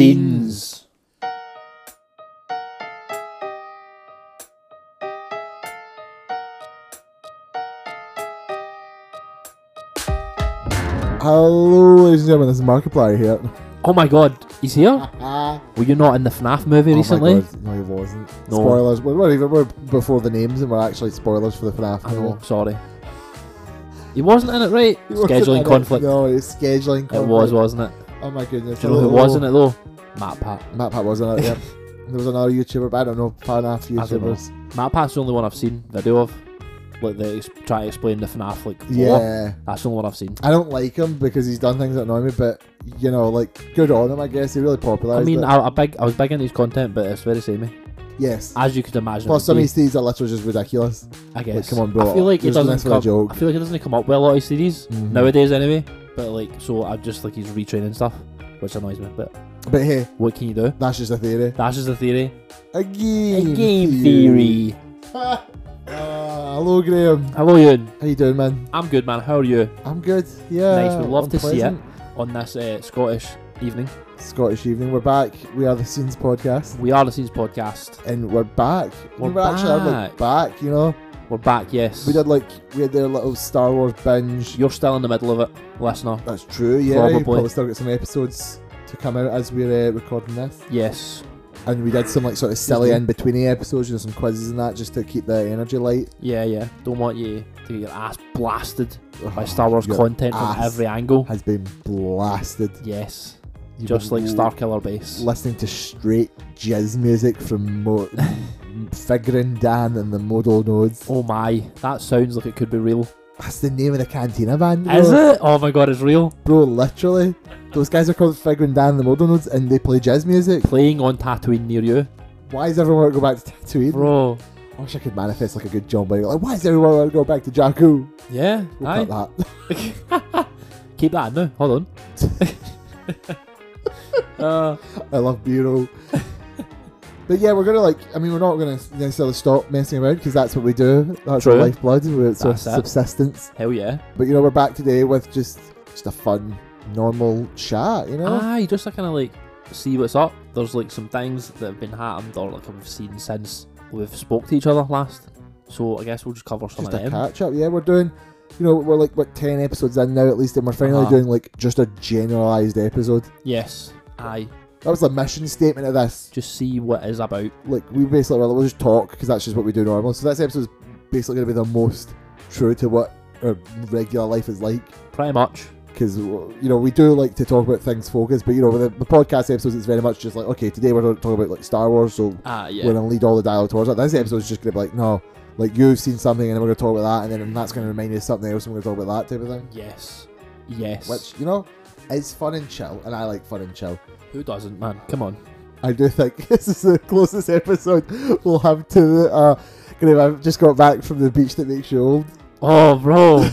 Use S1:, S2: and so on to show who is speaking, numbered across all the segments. S1: sins.
S2: Hello, ladies and gentlemen, this is Markiplier here.
S1: Oh my god, he's here? Were you not in the FNAF movie
S2: Ah. Oh my
S1: recently?
S2: god, no, he wasn't.
S1: No.
S2: Spoilers. We're, we're even we're before the names, and we're actually spoilers for the FNAF
S1: I know,
S2: movie.
S1: sorry. He wasn't in it, right?
S2: He wasn't in
S1: Scheduling
S2: it.
S1: conflict.
S2: No, it's scheduling conflict.
S1: It was, wasn't it?
S2: Oh my goodness.
S1: Do you know who
S2: Hello.
S1: was in it though? Matt Pat.
S2: Matt Pat wasn't it, yeah. there was another YouTuber, but I don't know, FNAF
S1: I don't know.
S2: YouTubers.
S1: Matt Pat's the only one I've seen video of. Like they ex- try to explain the FNAF like lore.
S2: Yeah.
S1: That's the only one I've seen.
S2: I don't like him because he's done things that annoy me, but, you know, like, good on him, I guess. He really
S1: I
S2: popularized
S1: mean,
S2: it.
S1: I, I big, I was big into his content, but it's very samey,
S2: Yes.
S1: as you could imagine.
S2: Plus,
S1: it
S2: some
S1: would
S2: of
S1: be,
S2: his things are literally just ridiculous.
S1: I guess.
S2: come on, bro,
S1: I feel like
S2: you're
S1: it
S2: just doing this
S1: doesn't
S2: for a
S1: come.
S2: joke.
S1: I feel like it doesn't come up with a lot of his series
S2: Mhm.
S1: nowadays, anyway. But like, so I just like he's retraining stuff, which annoys me. But
S2: But hey,
S1: what can you do?
S2: that's just a theory.
S1: That's just a theory.
S2: A
S1: A
S2: game.
S1: game theory.
S2: uh, Ah, hello, Graham.
S1: Hello, Ian.
S2: How you doing, man?
S1: I'm good, man. How are you
S2: I'm good. Yeah.
S1: Nice, we'd love to see
S2: unpleasant.
S1: on this uh, Scottish evening?
S2: Scottish evening. We're back. We are the Scenes Podcast,
S1: We are the Scenes Podcast.
S2: and we're back.
S1: We're
S2: actually had, like, back. You know,
S1: We're back. Yes.
S2: we did like we had their little Star Wars binge.
S1: You're still in the middle of it, listener.
S2: That's true. Yeah,
S1: Probably.
S2: probably. still got some episodes to come out as we're uh, recording this,
S1: Yes.
S2: and we did some like sort of silly
S1: Mhm.
S2: in between episodes, you know, some quizzes and that, just to keep the energy light.
S1: Yeah, yeah. Don't want you to get your ass blasted by
S2: Ugh,
S1: Star Wars
S2: your
S1: content from
S2: ass
S1: every angle.
S2: Has been blasted.
S1: Yes.
S2: You've
S1: Just
S2: been
S1: like Star Killer Base.
S2: listening to straight jazz music from Mo- Figuring Dan and the Modal Nodes.
S1: Oh my, that sounds like it could be real.
S2: That's the name of the Cantina band. Bro.
S1: Is it? Oh my god, it's real.
S2: Bro, literally. Those guys are called Figuring Dan and the Modal Nodes and they play jazz music.
S1: Playing on Tatooine near you.
S2: Why does everyone want to go back to Tatooine?
S1: Bro.
S2: I wish I could manifest like a good John Boy. Like, why does everyone want to go back to Jakku?
S1: Yeah,
S2: We'll
S1: aye.
S2: cut that.
S1: Keep that in now. Hold on. uh,
S2: I love Bureau. But yeah, we're gonna like. I mean, we're not gonna necessarily stop messing around because that's what we do. That's
S1: True.
S2: our lifeblood. We're, it's
S1: That's it.
S2: our subsistence.
S1: hell yeah.
S2: But you know, we're back today with just just a fun, normal chat. You know,
S1: Aye, Ah, just to kind of like see what's up. There's like some things that have been happened or like we've seen since we've spoke to each other last. So I guess we'll just cover some
S2: just
S1: of
S2: a
S1: them.
S2: catch up. Yeah, we're doing. You know, we're like what ten episodes in now at least, and we're finally
S1: Uh-huh.
S2: doing like just a generalized episode.
S1: Yes. Aye.
S2: That was the mission statement of this.
S1: Just see what is about.
S2: Like we basically were like, we'll just talk because that's just what we do normally. So this episode's basically going to be the most true to what our regular life is like.
S1: Pretty much.
S2: Because you know we do like to talk about things focused, but you know with the, the podcast episodes, it's very much just like okay, today we're talking about like Star Wars, so
S1: Ah, yeah.
S2: we're gonna lead all the dialogue towards that. This episode's just gonna be like, no, like you've seen something, and then we're gonna talk about that, and then that's gonna remind you of something else, and we're gonna talk about that type of thing.
S1: Yes. Yes.
S2: Which you know, is fun and chill, and I like fun and chill.
S1: Who doesn't, man? Come on.
S2: I do think this is the closest episode we'll have to. the, Uh, Graham, I've just got back from the beach that makes you old.
S1: Oh, bro.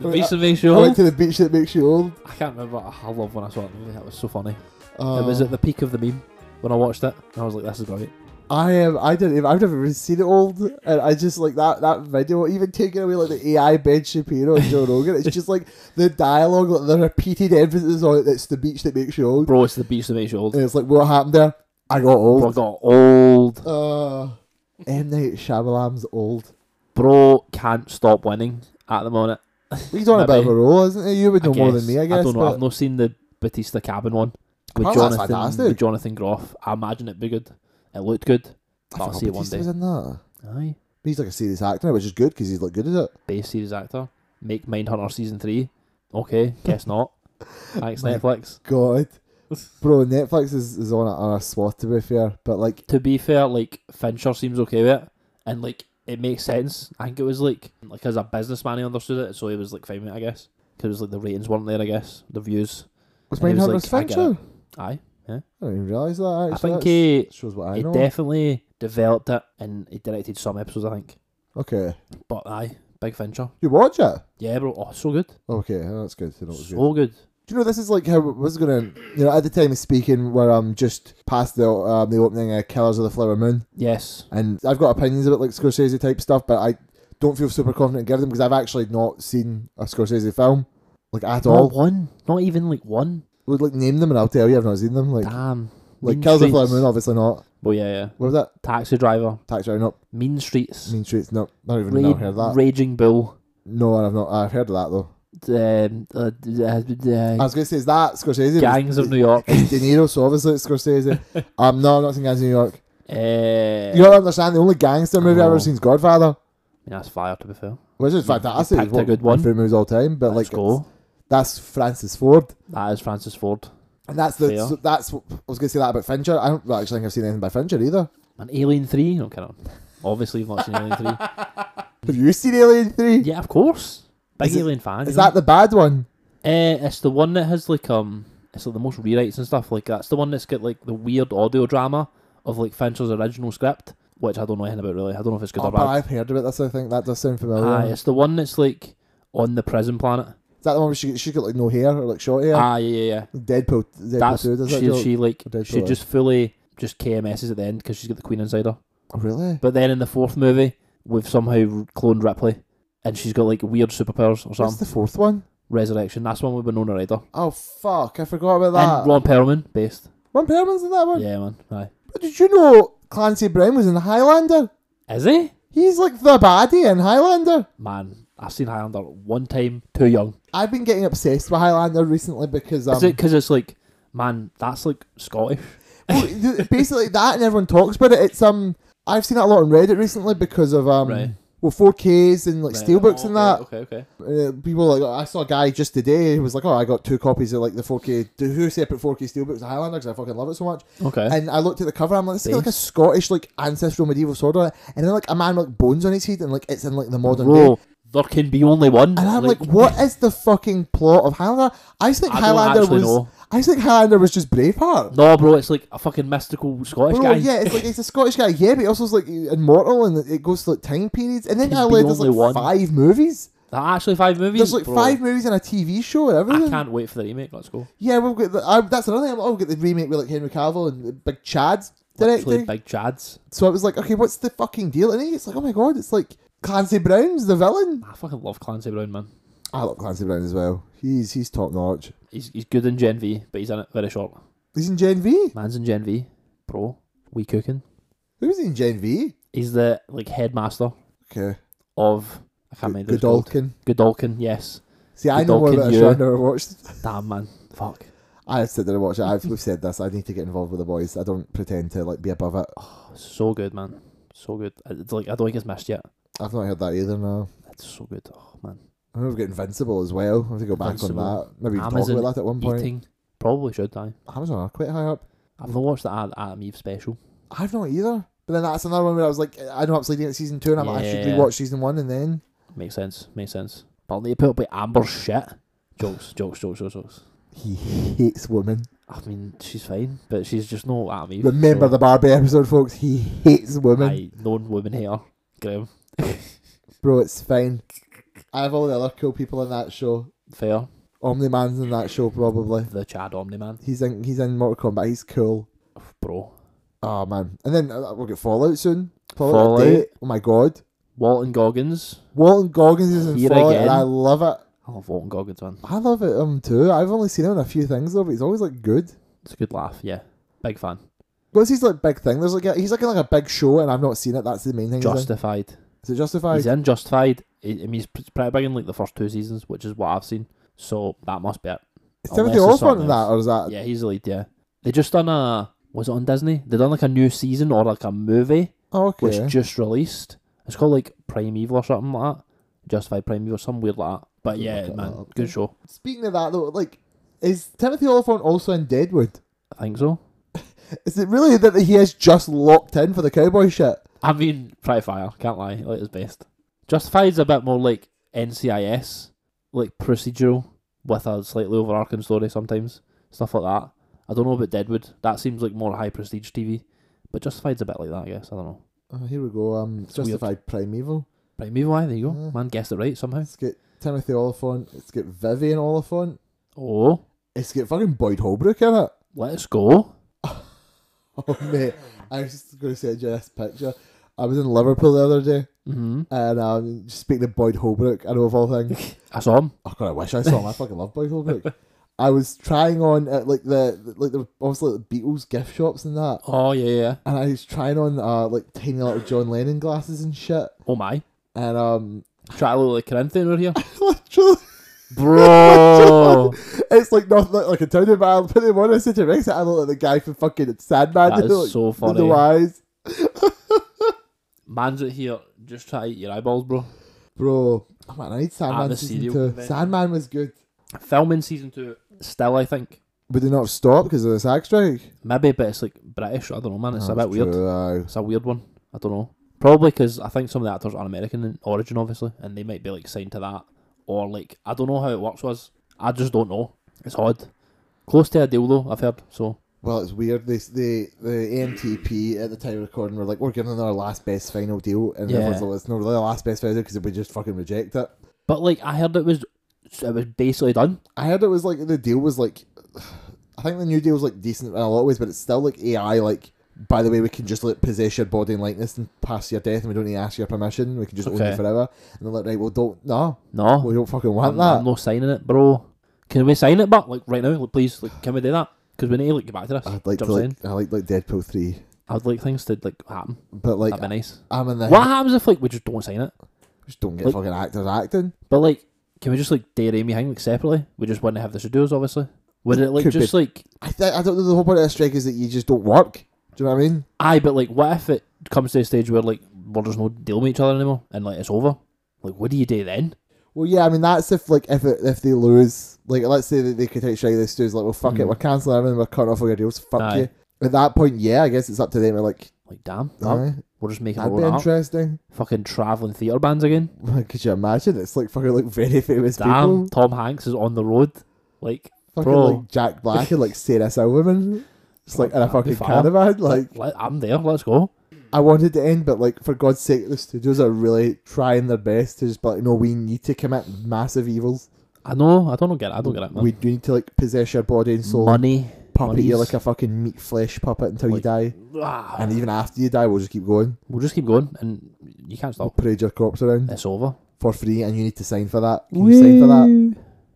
S1: The
S2: Wait,
S1: Beast of May
S2: I
S1: Show.
S2: went to the beach that makes you old.
S1: I can't remember. I love when I saw that movie. That was so funny.
S2: Uh,
S1: it was at the peak of the meme when I watched it. And I was like, this is great.
S2: I am. I didn't. Even, I've never even seen it old, and I just like that that video. Even taking away like the AI Ben Shapiro and Joe Rogan, it's just like the dialogue, like the repeated emphasis on it. It's the beach that makes you old,
S1: Bro, it's the Beast of May Show.
S2: and it's like what happened there. I got
S1: Bro, I
S2: old.
S1: got old.
S2: Uh, M Night Shyamalan's old.
S1: Bro can't stop winning at the moment.
S2: He's on a bit
S1: Maybe.
S2: of a roll, isn't he? You would know more than me, I guess.
S1: I don't know.
S2: but
S1: I've not seen the Batista Cabin one with
S2: Apparently that's
S1: Jonathan,
S2: fantastic.
S1: with Jonathan Groff. I imagine it'd be good. It looked good.
S2: I
S1: I'll
S2: forgot
S1: see it one
S2: Batista
S1: day.
S2: was in that.
S1: Aye.
S2: But he's like a serious actor, now, which is good because he's like good at it.
S1: Base series actor. Make Mindhunter season three. Okay, guess not. Thanks,
S2: My-
S1: Netflix.
S2: God, bro, Netflix is, is on a, on a swath to be fair, but like
S1: to be fair, like Fincher seems okay with it, and like it makes sense. I think it was like like as a businessman, he understood it, so he was like fine with it, I guess. Because it was like the ratings weren't there, I guess. The views,
S2: was
S1: And he was
S2: Mindhunter's
S1: like, I
S2: like,
S1: get
S2: Fincher?
S1: aye.
S2: I didn't even realise that. Actually.
S1: I
S2: That's-
S1: think he
S2: shows what I
S1: he
S2: know.
S1: definitely developed it, and he directed some episodes, I think.
S2: okay,
S1: But aye, big Fincher.
S2: you watch it.
S1: Yeah, bro. Oh, so good,
S2: Okay, that's good. To know it's good.
S1: so good.
S2: Do you know this is like how I was gonna, you know, at the time of speaking, where I'm just past the um, the opening of Killers of the Flower Moon,
S1: Yes,
S2: and I've got opinions about like Scorsese type stuff, but I don't feel super confident giving them because I've actually not seen a Scorsese film like at
S1: not
S2: all.
S1: one, not even like one.
S2: Would like name them and I'll tell you I've not seen them. Like
S1: Damn.
S2: like
S1: Mean
S2: Killers of the Flower
S1: Streets.
S2: Moon, obviously not.
S1: Well, yeah, yeah.
S2: What was that?
S1: Taxi driver.
S2: Tax Driver, nope.
S1: Mean Streets.
S2: Mean Streets, nope. Not even
S1: Ra-
S2: never heard of that.
S1: Raging Bull.
S2: No, I've not. I've heard of that though.
S1: Um, uh, d- uh, d- uh,
S2: I was going to say is that Scorsese?
S1: Gangs of New York.
S2: It's De Niro, so obviously it's Scorsese. um, no, I'm not seeing Gangs of New York.
S1: Uh,
S2: You don't understand. The only gangster movie I've
S1: Oh.
S2: ever seen is Godfather,
S1: yeah, that's fire, to be fair.
S2: which is
S1: You- you
S2: fantastic.
S1: picked
S2: It's
S1: a
S2: one
S1: good
S2: of my
S1: one.
S2: favorite movies of all time. But
S1: Let's
S2: like, it's-
S1: go.
S2: that's Francis Ford.
S1: That is Francis Ford.
S2: And that's the
S1: Fair.
S2: so that's what I was going to say that about Fincher. I don't actually think I've seen anything by Fincher either.
S1: And Alien 3? No, kind of. Obviously, you've not seen Alien 3.
S2: Have you seen Alien Three?
S1: Yeah, of course. Big
S2: Is it-
S1: Alien fan.
S2: Is
S1: you know.
S2: that the bad one?
S1: Uh, it's the one that has like um, it's like the most rewrites and stuff like that's the one that's got like the weird audio drama of like Fincher's original script, which I don't know anything about really. I don't know if it's good
S2: Oh,
S1: or
S2: but
S1: bad. Ah,
S2: I've heard about this. I think that does sound familiar.
S1: Aye, it's the one that's like on the prison planet.
S2: Is that the one where she she got like no hair or like short hair?
S1: Ah, yeah, yeah, yeah.
S2: Deadpool. Deadpool
S1: That's
S2: 2 does that
S1: she.
S2: joke.
S1: She like
S2: Deadpool,
S1: she
S2: aye.
S1: just fully just KMSs at the end because she's got the Queen inside her.
S2: Oh, really?
S1: But then in the fourth movie, we've somehow cloned Ripley, and she's got like weird superpowers or
S2: What's
S1: something.
S2: the fourth one?
S1: Resurrection. That's the one with Winona Ryder
S2: Oh fuck! I forgot about that.
S1: and Ron Perlman based.
S2: Ron Perlman's in that one.
S1: Yeah, man. Aye.
S2: But did you know Clancy Brown was in Highlander?
S1: Is he?
S2: He's like the baddie in Highlander.
S1: Man, I've seen Highlander one time, too young.
S2: I've been getting obsessed with Highlander recently because um,
S1: Is it because it's like, man, that's like Scottish?
S2: well, th- basically that and everyone talks about it. It's um, I've seen that a lot on Reddit recently because of um,
S1: Right. Oh,
S2: well, 4Ks and like steelbooks and that.
S1: Okay, okay.
S2: Uh, people like I saw a guy just today who was like, oh, I got two copies of like the 4K, two separate 4K steelbooks of Highlander because I fucking love it so much.
S1: Okay.
S2: And I looked at the cover. I'm like, this is like a Scottish like ancestral medieval sword on it, and then like a man with, like bones on his head, and like it's in like the modern day.
S1: Bro, there can be only one.
S2: And I'm like, what is the fucking plot of Highlander? I just think
S1: I don't
S2: Highlander
S1: actually
S2: was.
S1: know.
S2: I just think Highlander was just Braveheart.
S1: No, bro, it's like a fucking mystical Scottish
S2: Bro,
S1: guy.
S2: yeah, it's like it's a Scottish guy, yeah, but he also is like immortal, and it goes to like time periods. And then
S1: Can
S2: I
S1: be
S2: learned there's
S1: only
S2: like
S1: one.
S2: five movies.
S1: There are actually five movies.
S2: There's like
S1: bro.
S2: five movies and a TV show and
S1: I
S2: everything.
S1: can't wait for the remake. Let's go.
S2: Yeah, we'll get the, I, that's another thing. I'm like, oh, we'll get the remake with like Henry Cavill and Big Chad's
S1: Actually,
S2: directing.
S1: Big Chads.
S2: So I was like, okay, what's the fucking deal? And it's like, oh my god, it's like Clancy Brown's the villain.
S1: I fucking love Clancy Brown, man.
S2: I love Clancy Brown as well. He's he's top notch.
S1: He's, he's good in Gen V, but he's in it very short.
S2: He's in Gen V.
S1: Man's in Gen V, bro. We cooking.
S2: Who's in Gen V?
S1: He's the like headmaster
S2: Okay.
S1: of I can't remember. what it's called.
S2: Godolkin.
S1: Godolkin, yes.
S2: See, I know more
S1: Godolkin,
S2: about
S1: yeah.
S2: a show I've never watched.
S1: Damn man, fuck.
S2: I have sit there and watch it. I've we've said this. I need to get involved with the boys. I don't pretend to like be above it.
S1: So good, man. So good. It's like I don't think it's missed yet.
S2: I've not heard that either. No.
S1: It's so good. Oh man,
S2: I remember getting Invincible as well. I have to go back on
S1: Invincible.
S2: that. Maybe we can talk
S1: Amazon
S2: about that at one point.
S1: eating probably should I?
S2: Amazon are quite high up.
S1: I've not watched the Ad- Adam Eve special.
S2: I've not either. But then that's another one where I was like, I know I'm leading at season two, and I'm like, I should
S1: Yeah.
S2: rewatch season one, and then
S1: Makes sense. Makes sense. But I'll need to put up with Amber's shit. Jokes, jokes, jokes, jokes, jokes.
S2: he hates women.
S1: I mean, she's fine, but she's just no Adam Eve.
S2: Remember the Barbie episode, folks. He hates women,
S1: I known women hater. Grim.
S2: bro. It's fine. I have all the other cool people in that show.
S1: Fair.
S2: Omni Man's in that show probably.
S1: The Chad Omni man,
S2: He's in he's in Mortal Kombat. He's cool.
S1: bro.
S2: Oh man, and then uh, we'll get Fallout soon. Fallout,
S1: Fallout.
S2: Day. Oh my god,
S1: Walton Goggins.
S2: Walton Goggins is in
S1: Here
S2: Fallout,
S1: again.
S2: and I love it.
S1: I love Walton Goggins man.
S2: I love it um too. I've only seen him in a few things though, but he's always like good.
S1: It's a good laugh. Yeah, big fan.
S2: What's his like big thing? There's like a, he's like in like a big show, and I've not seen it. That's the main thing. he's in.
S1: Justified.
S2: Is it justified?
S1: He's in Justified. I I mean, he's pr- pretty big in like the first two seasons, which is what I've seen. So that must be it.
S2: Is Timothy
S1: Unless it's
S2: Oliphant in
S1: something
S2: that, or is that?
S1: Yeah, he's the lead. Yeah, they just done a was it on Disney? They done like a new season or like a movie
S2: Oh, okay.
S1: which just released. It's called like Primeval or something like that. Justified Primeval, some weird like that. But yeah,
S2: Look it
S1: man,
S2: up.
S1: good show.
S2: Speaking of that though, like, is Timothy Oliphant also in Deadwood?
S1: I think so.
S2: Is it really that he is just locked in for the cowboy shit?
S1: I mean, pretty fire. Can't lie, like his best. Justified's a bit more like NCIS, like procedural with a slightly overarching story sometimes, stuff like that. I don't know about Deadwood. That seems like more high prestige TV, but Justified's a bit like that, I guess. I don't know.
S2: Oh, here we go. Um,
S1: weird.
S2: Justified Primeval.
S1: Right, move away. There you go.
S2: Yeah.
S1: Man guessed it right somehow.
S2: It's got Timothy Oliphant. It's got Vivian Oliphant.
S1: Oh,
S2: It's got fucking Boyd Holbrook in it.
S1: let's go.
S2: Oh mate, I was just going to send you this picture. I was in Liverpool the other day,
S1: hmm
S2: and um, just speaking to Boyd Holbrook, I know of all things.
S1: I saw him.
S2: Oh god, I wish I saw him. I fucking love Boyd Holbrook. I was trying on at like the like the obviously like the Beatles gift shops and that,
S1: Oh yeah, yeah.
S2: and I was trying on uh like tiny little John Lennon glasses and shit,
S1: Oh my.
S2: and um
S1: Try to look like Corinthian over here,
S2: literally.
S1: bro.
S2: It's like nothing like, like a town but I'll put him on I said to Rex, I look like the guy from fucking Sandman.
S1: That
S2: you know,
S1: is
S2: like,
S1: so
S2: with
S1: funny.
S2: The eyes.
S1: Man's out here just try to eat your eyeballs, bro.
S2: Bro, oh man, I need Sandman
S1: the
S2: season
S1: cereal
S2: two.
S1: convention.
S2: Sandman was good.
S1: Filming season two still, I think
S2: Would they not stop because of the SAG strike?
S1: maybe, but it's like British. I don't know, man. It's a
S2: Ah, That's
S1: bit weird.
S2: true, aye.
S1: It's a weird one. I don't know. Probably because I think some of the actors are American in origin, obviously, and they might be like signed to that, or like I don't know how it works. Was I just don't know. It's odd. Close to a deal though, I've heard. So
S2: Well, it's weird. They, they, the AMTP at the time of recording were like, we're giving them our last best final deal. And
S1: Yeah.
S2: everyone's like, it's not really the last best final deal because we just fucking reject it.
S1: But like I heard it was it was basically done.
S2: I heard it was like, the deal was like, I think the new deal was like decent in a lot of ways, but it's still like AI, like, by the way, we can just like possess your body and likeness and pass your death and we don't need to ask your permission. We can just own
S1: Okay.
S2: you forever. And they're like, right, well, don't, no,
S1: No.
S2: we don't fucking want
S1: I'm,
S2: that.
S1: I'm not signing it, bro. Can we sign it back? Like right now, like, please, like can we do that? Because we need to like get back to this.
S2: I'd like
S1: Do
S2: to
S1: you know what I'm
S2: like, I like like Deadpool three,
S1: saying? I'd like things to like happen.
S2: but like
S1: That'd be nice.
S2: I'm in the
S1: What happens if like we just don't sign it?
S2: just don't get
S1: like-
S2: fucking actors acting.
S1: But like, can we just like dare Amy Hang like separately? We just wouldn't have the studios, obviously. Would it like
S2: Could
S1: just like
S2: I th- I don't know. The whole point of the strike is that you just don't work. Do you know what I mean?
S1: aye? But like, what if it comes to a stage where like we're just no deal with each other anymore and like it's over? Like, what do you do then?
S2: Well, yeah. I mean, that's if like if it, if they lose, like let's say that they could take strike. This dude's like, well, fuck it,
S1: Mm.
S2: we're cancelling everything. We're cutting off all your deals. Fuck
S1: Aye.
S2: you. At that point, yeah, I guess it's up to them. We're like,
S1: Like, damn,
S2: aye,
S1: we're just making our
S2: that'd be
S1: own art.
S2: interesting.
S1: Fucking traveling theater bands again.
S2: could you imagine? It's like fucking like very famous
S1: Damn,
S2: people,
S1: Tom Hanks is on the road. Like,
S2: fucking
S1: bro.
S2: like Jack Black and like Sarah Silverman. It's like in a
S1: That'd be
S2: fucking
S1: fire.
S2: caravan, like.
S1: let- I'm there. Let's go.
S2: I wanted to end, but like for God's sake, the studios are really trying their best to just be like, no, we need to commit massive evils.
S1: I know. I don't get it. I don't get it, man.
S2: We do need to like possess your body and soul,
S1: Money,
S2: puppet you
S1: monies.
S2: like a fucking meat flesh puppet until
S1: Like-
S2: you die,
S1: Ah,
S2: and even after you die, we'll just keep going.
S1: we'll just keep going, and you can't
S2: We'll
S1: stop.
S2: parade your corpse around
S1: It's over.
S2: for free, and you need to sign for that. Can you sign for that?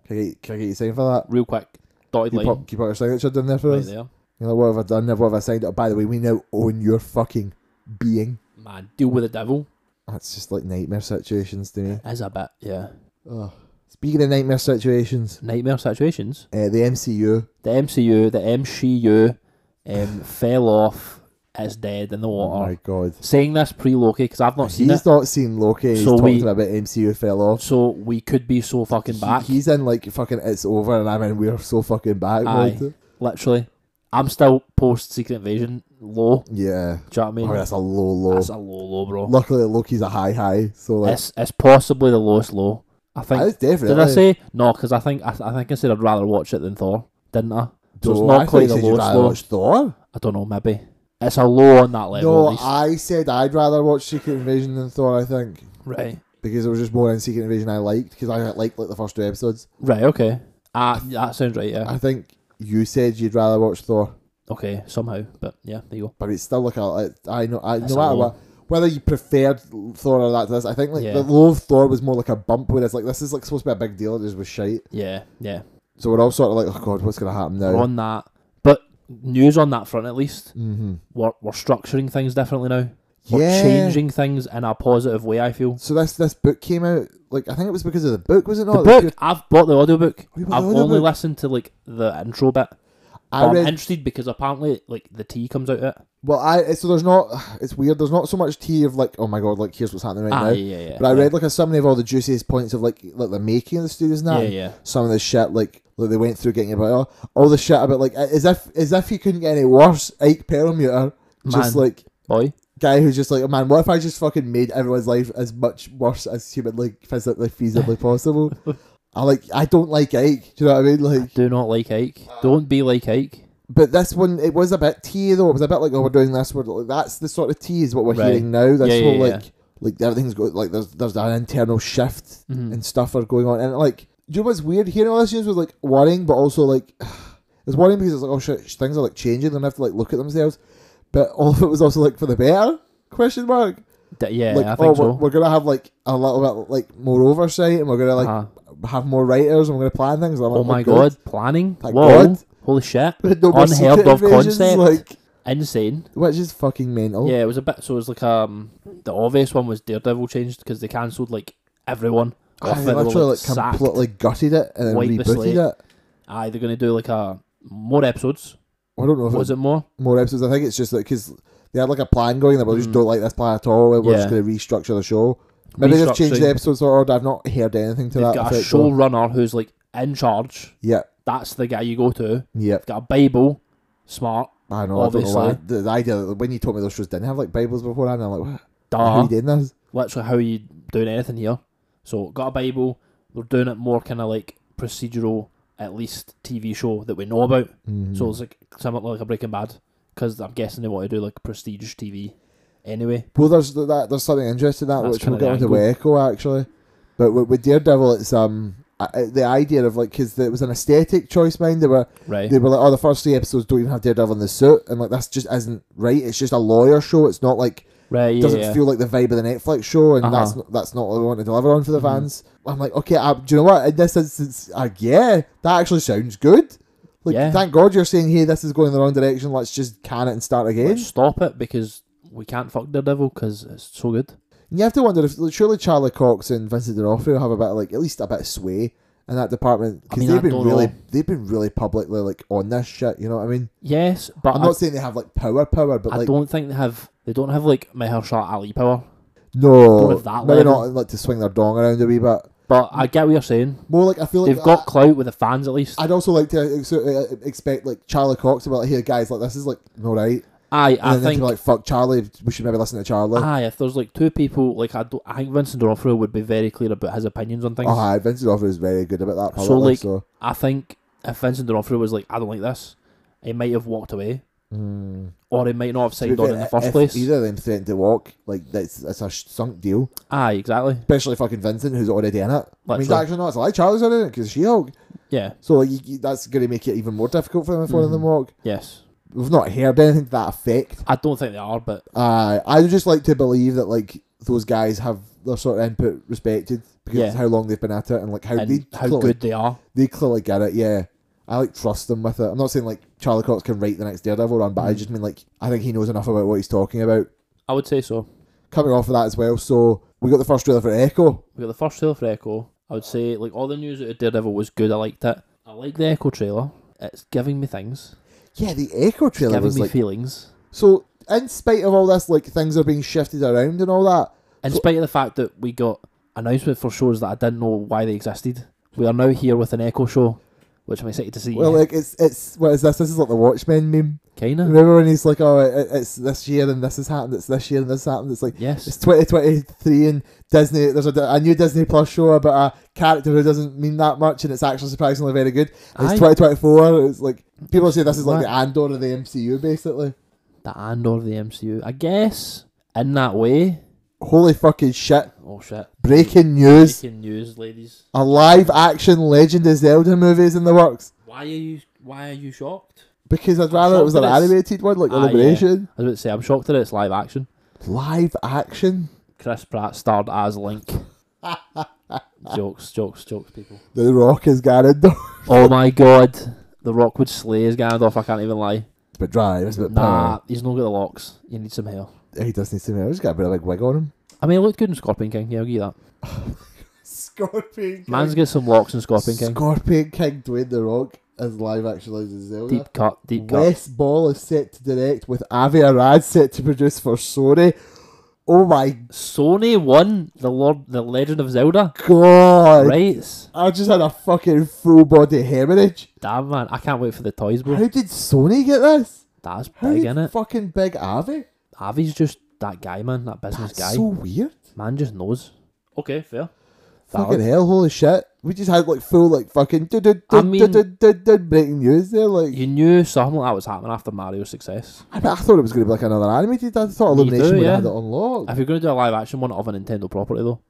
S2: Can I get, can I get you signed for that?
S1: Real quick, dotted
S2: Can you
S1: line
S2: pop, can you put your signature down there for
S1: right
S2: us?
S1: there.
S2: You're like, what have I done? What have I signed? Oh, by the way, we now own your fucking being.
S1: Man, deal with the devil
S2: That's just like nightmare situations to me.
S1: is a bit, yeah,
S2: Ugh. Speaking of nightmare situations,
S1: nightmare situations.
S2: uh, the MCU
S1: The MCU, the MCU, um, fell off, is dead in the
S2: Oh
S1: water.
S2: my god.
S1: Saying this pre Loki because I've not seen
S2: he's
S1: it,
S2: not seen Loki. He's
S1: So
S2: talking
S1: we-
S2: about MCU fell off.
S1: so we could be so fucking
S2: He-
S1: back.
S2: he's in like fucking it's over, and I'm in we're so fucking back.
S1: Aye.
S2: mode.
S1: Literally, I'm still post Secret Invasion low.
S2: Yeah.
S1: Do you know what I mean?
S2: Oh, that's a low low.
S1: That's a low, low, bro.
S2: Luckily, Loki's a high high. So like,
S1: It's it's possibly the lowest low. I think.
S2: that's definitely.
S1: Did I say no? Because I think I, I think I said I'd rather watch it than Thor, didn't I? So it's
S2: No, I
S1: not
S2: thought
S1: quite
S2: you
S1: the
S2: said you'd
S1: lowest
S2: rather
S1: low.
S2: watch Thor.
S1: I don't know. Maybe it's a low on that level. at
S2: No,
S1: least.
S2: I said I'd rather watch Secret Invasion than Thor. I think
S1: right,
S2: because there was just more in Secret Invasion I liked because I liked like the first two episodes.
S1: right, okay. Ah, that sounds right. Yeah.
S2: I think you said you'd rather watch Thor.
S1: Okay, somehow, but yeah, there you go.
S2: but it's still like a, a I know I,
S1: That's
S2: no
S1: a
S2: matter
S1: low.
S2: what whether you preferred Thor or that to this I think like
S1: Yeah.
S2: the low of Thor was more like a bump whereas like this is like supposed to be a big deal it just was shite
S1: Yeah, yeah.
S2: so we're all sort of like oh god what's gonna happen
S1: We're
S2: now
S1: on that, but news on that front at least.
S2: mm-hmm.
S1: We're we're structuring things differently now. We're
S2: yeah
S1: changing things in a positive way. I feel.
S2: so this this book came out like I think it was because of the book was it
S1: The
S2: not
S1: book. I've bought the audiobook.
S2: Oh, you bought
S1: I've
S2: the
S1: only
S2: audiobook?
S1: listened to like the intro bit.
S2: I
S1: but I'm
S2: read
S1: interested because apparently, like the tea comes out. Of it.
S2: well I so there's not it's weird there's not so much tea of like oh my god like here's what's happening right
S1: ah,
S2: now
S1: yeah, yeah.
S2: but I
S1: yeah.
S2: read like a summary of all the juiciest points of like like the making of the studios now
S1: yeah, yeah.
S2: some of the shit like like they went through getting about all, all the shit about like as if as if he couldn't get any worse. Ike Perlmutter, just
S1: Man.
S2: like
S1: Boy,
S2: guy who's just like, oh, man, what if I just fucking made everyone's life as much worse as humanly physically feasibly possible? I like I don't like Ike. Do you know what I mean? Like,
S1: do not like Ike.
S2: Uh,
S1: Don't be like Ike.
S2: but this one it was a bit tea though. It was a bit like oh we're doing this. We're like that's the sort of tea is what we're
S1: Right.
S2: hearing now. That's
S1: Yeah,
S2: what
S1: yeah, yeah.
S2: like like everything's going like there's there's an internal shift
S1: Mhm.
S2: and stuff are going on. And like, do you know what's weird? Hearing all this news was like worrying, but also like, it's worrying because it's like, oh shit, sh- things are like changing. They have to like look at themselves. But all of it was also like for the better? Question mark.
S1: D- yeah,
S2: like,
S1: I think
S2: oh, we're,
S1: so.
S2: we're gonna have like a little bit like more oversight, and we're gonna like
S1: Uh-huh.
S2: have more writers. I'm going to plan things. I'm like,
S1: oh my
S2: good.
S1: god, planning.
S2: Thank
S1: Whoa.
S2: God.
S1: Holy shit.
S2: No more secret
S1: Unheard of
S2: invasions,
S1: concept.
S2: like
S1: Insane.
S2: which is fucking mental.
S1: Yeah, it was a bit. So it was like um, the obvious one was Daredevil changed because they cancelled like everyone.
S2: I
S1: off it. They were,
S2: literally like
S1: sacked.
S2: completely gutted it and then
S1: Wiped the slate.
S2: rebooted it.
S1: Aye, they're gonna do like a more episodes.
S2: I don't know if
S1: Was
S2: it's
S1: it more?
S2: more episodes. I think it's just like because they had like a plan going that we just
S1: Mm.
S2: don't like this plan at all. We're just
S1: Yeah.
S2: going to restructure the show. Maybe they've changed the
S1: Restructuring.
S2: episodes order. I've not heard anything to
S1: They've
S2: that
S1: got a
S2: effect. though.
S1: showrunner who's like in charge.
S2: Yep,
S1: That's the guy you go to. They've
S2: yep.
S1: got a Bible. Smart.
S2: I know. I don't know why. The, the idea that when you told me those shows didn't have like Bibles beforehand, I'm like, what? How are
S1: Duh.
S2: you doing this?
S1: Literally, how are you doing anything here? So got a Bible. We're doing it more kind of like procedural, at least TV show that we know about.
S2: Mhm.
S1: So it's like somewhat like a Breaking Bad, because I'm guessing they want to do like prestige TV anyway.
S2: Well, there's th- that. There's something interesting in that
S1: That's
S2: which we'll
S1: kinda
S2: get
S1: the
S2: onto with Echo actually, but with, with Daredevil, it's um I- I- the idea of like because it was an aesthetic choice. Mind they were
S1: Right.
S2: they were like, oh, the first three episodes don't even have Daredevil in the suit, and like that's just isn't right. It's just a lawyer show. It's not like
S1: right. Yeah.
S2: doesn't
S1: yeah.
S2: feel like the vibe of the Netflix show, and
S1: Uh-huh. Mm-hmm.
S2: that's not, that's not what we want to deliver on for the fans. I'm like, okay, uh, do you know what? In this instance, uh, yeah, that actually sounds good. Like,
S1: Yeah.
S2: thank God you're saying, hey, this is going in the wrong direction. Let's just can it and start again.
S1: Let's stop it because we can't fuck Daredevil because it's so good.
S2: And you have to wonder if like, surely Charlie Cox and Vincent D'Onofrio have a bit of, like at least a bit of sway in that department because
S1: mean, I
S2: they've been
S1: don't
S2: really
S1: know.
S2: they've been really publicly like on this shit. You know what I mean?
S1: Yes, but
S2: I'm
S1: I,
S2: not saying they have like power, power, but
S1: I
S2: like
S1: don't think they have. They don't have like Mahershala Ali power.
S2: no,
S1: don't have that
S2: maybe
S1: level.
S2: not like to swing their dong around a wee bit.
S1: But I get what you're saying.
S2: More like I feel like
S1: They've got clout with the fans at least.
S2: I, would also like to ex- uh, expect like Charlie Cox to be like, "Here, guys, like this is like all right,"
S1: Aye,
S2: and
S1: I
S2: then they
S1: think.
S2: can be like, "Fuck Charlie, we should maybe listen to Charlie."
S1: Aye, if there's like two people, like I, don't, I think Vincent D'Onofrio would be very clear about his opinions on things.
S2: oh, hi, Vincent D'Onofrio is very good about that.
S1: So,
S2: publicly,
S1: like-
S2: so.
S1: I think if Vincent D'Onofrio was like, I don't like this, he might have walked away,
S2: Mm.
S1: or he might not have
S2: To be
S1: signed on
S2: fair,
S1: in the first
S2: if
S1: place.
S2: Either of them threatened to walk, like that's that's a sh- sunk deal.
S1: Aye, exactly.
S2: Especially fucking Vincent, who's already in it. I mean, he's
S1: Literally.
S2: actually not. It's like Charlie's already in it because She Hulk.
S1: Yeah.
S2: So like, you, you- that's going to make it even more difficult for them if one of them
S1: Mhm.
S2: walk.
S1: Yes.
S2: We've not heard anything to that effect.
S1: I don't think they are, but
S2: Uh, I would just like to believe that like those guys have their sort of input respected because
S1: Yeah.
S2: it's how long they've been at it and like how
S1: and
S2: they
S1: how
S2: clearly,
S1: good they are.
S2: they clearly get it. Yeah, I like trust them with it. I'm not saying like Charlie Cox can write the next Daredevil run, but I
S1: Mhm.
S2: just mean like I think he knows enough about what he's talking about.
S1: I would say so.
S2: coming off of that as well. So we got the first trailer for Echo.
S1: We got the first trailer for Echo. I would say like all the news out of Daredevil was good. I liked it. I like the Echo trailer. It's giving me things,
S2: Yeah, the Echo trailer
S1: giving
S2: was
S1: me
S2: like
S1: feelings.
S2: so. In spite of all this, like things are being shifted around and all that.
S1: In
S2: so-
S1: spite of the fact that we got announcement for shows that I didn't know why they existed, we are now here with an Echo show, which I'm excited to see.
S2: Well, like it's it's what is this? This is like the Watchmen meme.
S1: kinda.
S2: Remember when he's like, oh, it, it's this year and this has happened. It's this year and this happened. It's like it's
S1: Yes.
S2: 2023 and Disney. There's a, a new Disney Plus show about a character who doesn't mean that much and it's actually surprisingly very good. It's
S1: Aye.
S2: 2024. It's like people say this is like
S1: What?
S2: the Andor of the MCU basically.
S1: The Andor of the MCU, I guess. In that way.
S2: Holy fucking shit!
S1: Oh shit.
S2: Breaking news.
S1: Breaking news, ladies.
S2: A live action Legend of Zelda movie is in the works.
S1: Why are you? Why are you shocked?
S2: Because I'd rather it was an
S1: Something is-
S2: animated one, like
S1: Ah, yeah.
S2: Liberation.
S1: I was about to say, I'm shocked that it's live action.
S2: Live action?
S1: Chris Pratt starred as Link. jokes, jokes, jokes, people.
S2: The Rock is Ganondorf.
S1: Oh my god. The Rock would slay his Ganondorf, I can't even lie.
S2: It's a bit dry, it's a bit
S1: Nah, he's not got the locks. You need some hair.
S2: power. He does need some hair. He's got a bit of a wig on him.
S1: I mean, he looked good in Scorpion King, yeah, I'll give you that.
S2: Scorpion King.
S1: Man's got some locks in Scorpion King.
S2: Scorpion King Dwayne The Rock as live action Legend of Zelda.
S1: Deep cut, deep cut.
S2: Wes Ball is set to direct with Avi Arad set to produce for Sony. Oh my
S1: Sony won the Lord, the Legend of Zelda.
S2: god.
S1: Right?
S2: I just had a fucking full body hemorrhage.
S1: Damn, man. I can't wait for the toys, bro.
S2: How did Sony get this?
S1: That's
S2: How
S1: big, innit?
S2: fucking big Avi?
S1: Avi's just that guy, man. That business
S2: That's
S1: guy.
S2: so weird.
S1: Man just knows. Okay, fair.
S2: Fucking
S1: Valid.
S2: hell, holy shit. We just had like full like fucking dun- dun-
S1: I
S2: dun- dun-
S1: mean-
S2: dun- dun- dun breaking news there. Like
S1: You knew something like that was happening after Mario's success.
S2: I, I thought it was gonna be like another animated. I thought
S1: Me
S2: Illumination
S1: too,
S2: would
S1: yeah.
S2: have had it unlocked. I
S1: If you're going to do a live action one of a Nintendo property, though,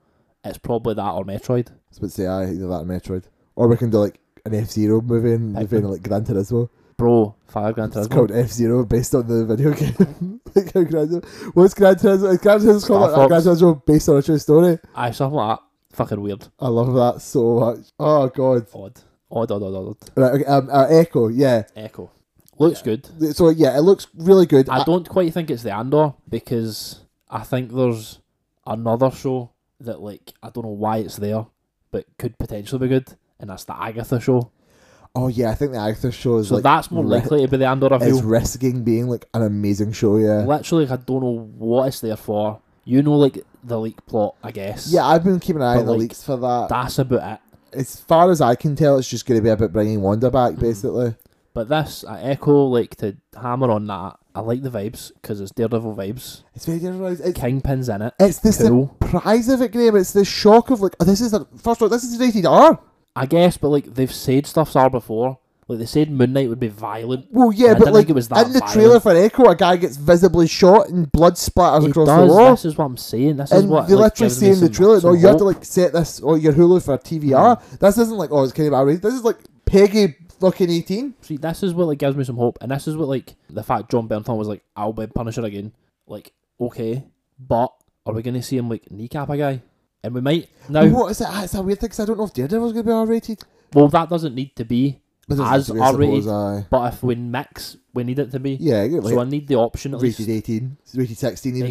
S1: it's probably that or Metroid.
S2: was about to say aye, either that or Metroid. Or we can do like an F Zero movie and
S1: Pikmin.
S2: they've been like Gran Turismo.
S1: Bro, Fire Gran
S2: It's
S1: Turismo.
S2: called F Zero based on the video game. like how Gran Turismo, what's Gran Turismo? Is Gran Turismo called
S1: Star
S2: like, Gran
S1: Fox.
S2: Turismo based on a true story?
S1: Aye, something like that. Fucking weird.
S2: I love that so much. Oh god.
S1: Odd. Odd, odd, odd, odd. odd.
S2: Right, okay, um, uh, Echo, yeah.
S1: Echo. Looks
S2: Yeah.
S1: good.
S2: So yeah, it looks really good. Uh,
S1: I
S2: I-
S1: don't quite think it's the Andor because I think there's another show that like I don't know why it's there, but could potentially be good, and that's the Agatha show.
S2: oh yeah, I think the Agatha show is
S1: So
S2: like
S1: that's more
S2: re-
S1: likely to be the Andor
S2: is
S1: review.
S2: risking being like an amazing show. Yeah.
S1: Literally, I don't know what it's there for. You know, like the leak plot, I guess.
S2: yeah, I've been keeping an eye
S1: But,
S2: on the
S1: like,
S2: leaks for that.
S1: that's about it.
S2: As far as I can tell, it's just going to be about bringing Wanda
S1: Mm.
S2: back, basically.
S1: But this, I echo like to hammer on that. I like the vibes because it's Daredevil vibes.
S2: It's very different. It's,
S1: Kingpin's in it.
S2: it's the
S1: Cool.
S2: surprise of it, Graham. It's the shock of like, oh, this is a first. Off, this is rated R.
S1: I guess, but like they've said stuff's are before. Like they said, Moon Knight would be violent.
S2: Well, yeah,
S1: I
S2: but
S1: didn't
S2: like
S1: think it was that
S2: in the
S1: violent.
S2: trailer for Echo, a guy gets visibly shot and blood splatters
S1: It
S2: across
S1: does.
S2: the wall.
S1: This is what I'm saying. This is
S2: And
S1: what
S2: they
S1: like,
S2: literally
S1: gives
S2: say
S1: me
S2: in the
S1: some-
S2: trailer, no,
S1: some
S2: you have to
S1: hope.
S2: like set this or your Hulu for TVR.
S1: Mm.
S2: This isn't like, oh, it's kind of R rated. This is like Peggy fucking 18.
S1: See, this is what like gives me some hope, and this is what like the fact John Bernthal was like, "I'll be Punisher again." Like, okay, but are we gonna see him like kneecap a guy? And we might now.
S2: What is it? Ah, It's a weird thing 'cause I don't know if Daredevil's going to be R rated.
S1: Well, that doesn't need to be, As R-rated.
S2: Aye.
S1: but if we mix, we need it to be.
S2: Yeah, like,
S1: so I need the option at least.
S2: rated 18, rated 16, even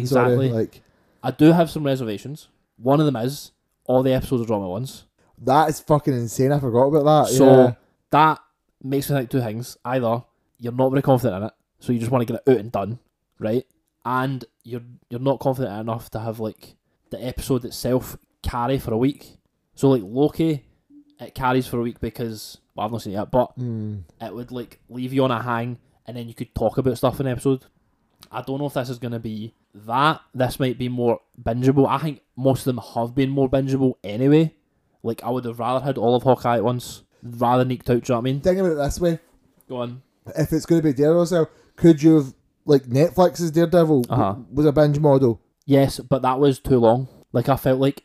S2: sorry.
S1: Exactly.
S2: Like,
S1: I do have some reservations. One of them is all the episodes are drawn at once.
S2: that is fucking insane. I forgot about that.
S1: so
S2: yeah.
S1: that makes me think two things. Either you're not very confident in it, so you just want to get it out and done, right? And you're you're not confident enough to have like the episode itself carry for a week. So like Loki, it carries for a week because well I've not seen it yet, but
S2: Mm.
S1: it would like leave you on a hang and then you could talk about stuff in an episode. I don't know if this is going to be that. This might be more bingeable. I think most of them have been more bingeable anyway. Like, I would have rather had all of Hawkeye at once rather than eked out, do you know what I mean?
S2: Think about it this way.
S1: Go on.
S2: If it's going to be Daredevil, so could you have, like, Netflix's Daredevil w-
S1: Uh-huh.
S2: was a binge model?
S1: Yes, but that was too long. Like, I felt like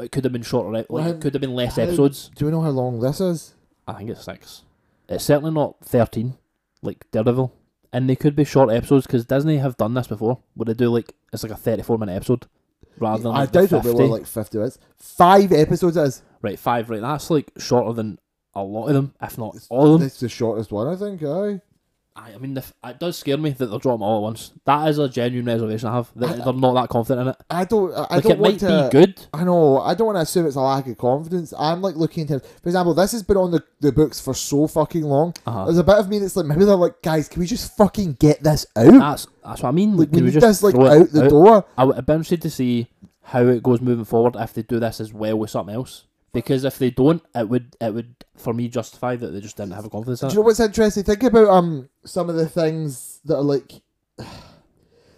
S1: it could have been shorter, right? Like,
S2: Well,
S1: it could have been less
S2: how-
S1: episodes.
S2: Do we know how long this is?
S1: I think it's six. It's certainly not 13, like Daredevil. And they could be short episodes because Disney have done this before, where they do like, it's like a 34 minute episode rather than
S2: I
S1: like the
S2: doubt it'll
S1: 50.
S2: be more like 50 minutes. Five episodes is.
S1: Right, five, right. That's like shorter than a lot of them, if not all of them.
S2: It's the shortest one, I think. Aye.
S1: I, I mean, the, f- it does scare me that they're drawing them all at once. That is a genuine reservation I have. That
S2: I-
S1: they're not that confident in it.
S2: I don't. I, I
S1: like,
S2: don't
S1: it
S2: want
S1: might
S2: to.
S1: be good.
S2: I know. I don't want to assume it's a lack of confidence. I'm like looking into. For example, this has been on the, the books for so fucking long.
S1: Uh-huh.
S2: There's a bit of me that's like, maybe they're like, guys, can we just fucking get this out?
S1: That's that's what I mean.
S2: like, we
S1: Ah, Can we
S2: need
S1: just
S2: this like
S1: throw
S2: out
S1: it Uh.
S2: the door.
S1: I would I'd be interested to see how it goes moving forward if they do this as well with something else. Because if they don't, it would it would for me justify that they just didn't have a confidence
S2: Do
S1: in it.
S2: you know what's interesting? Think about um some of the things that are like,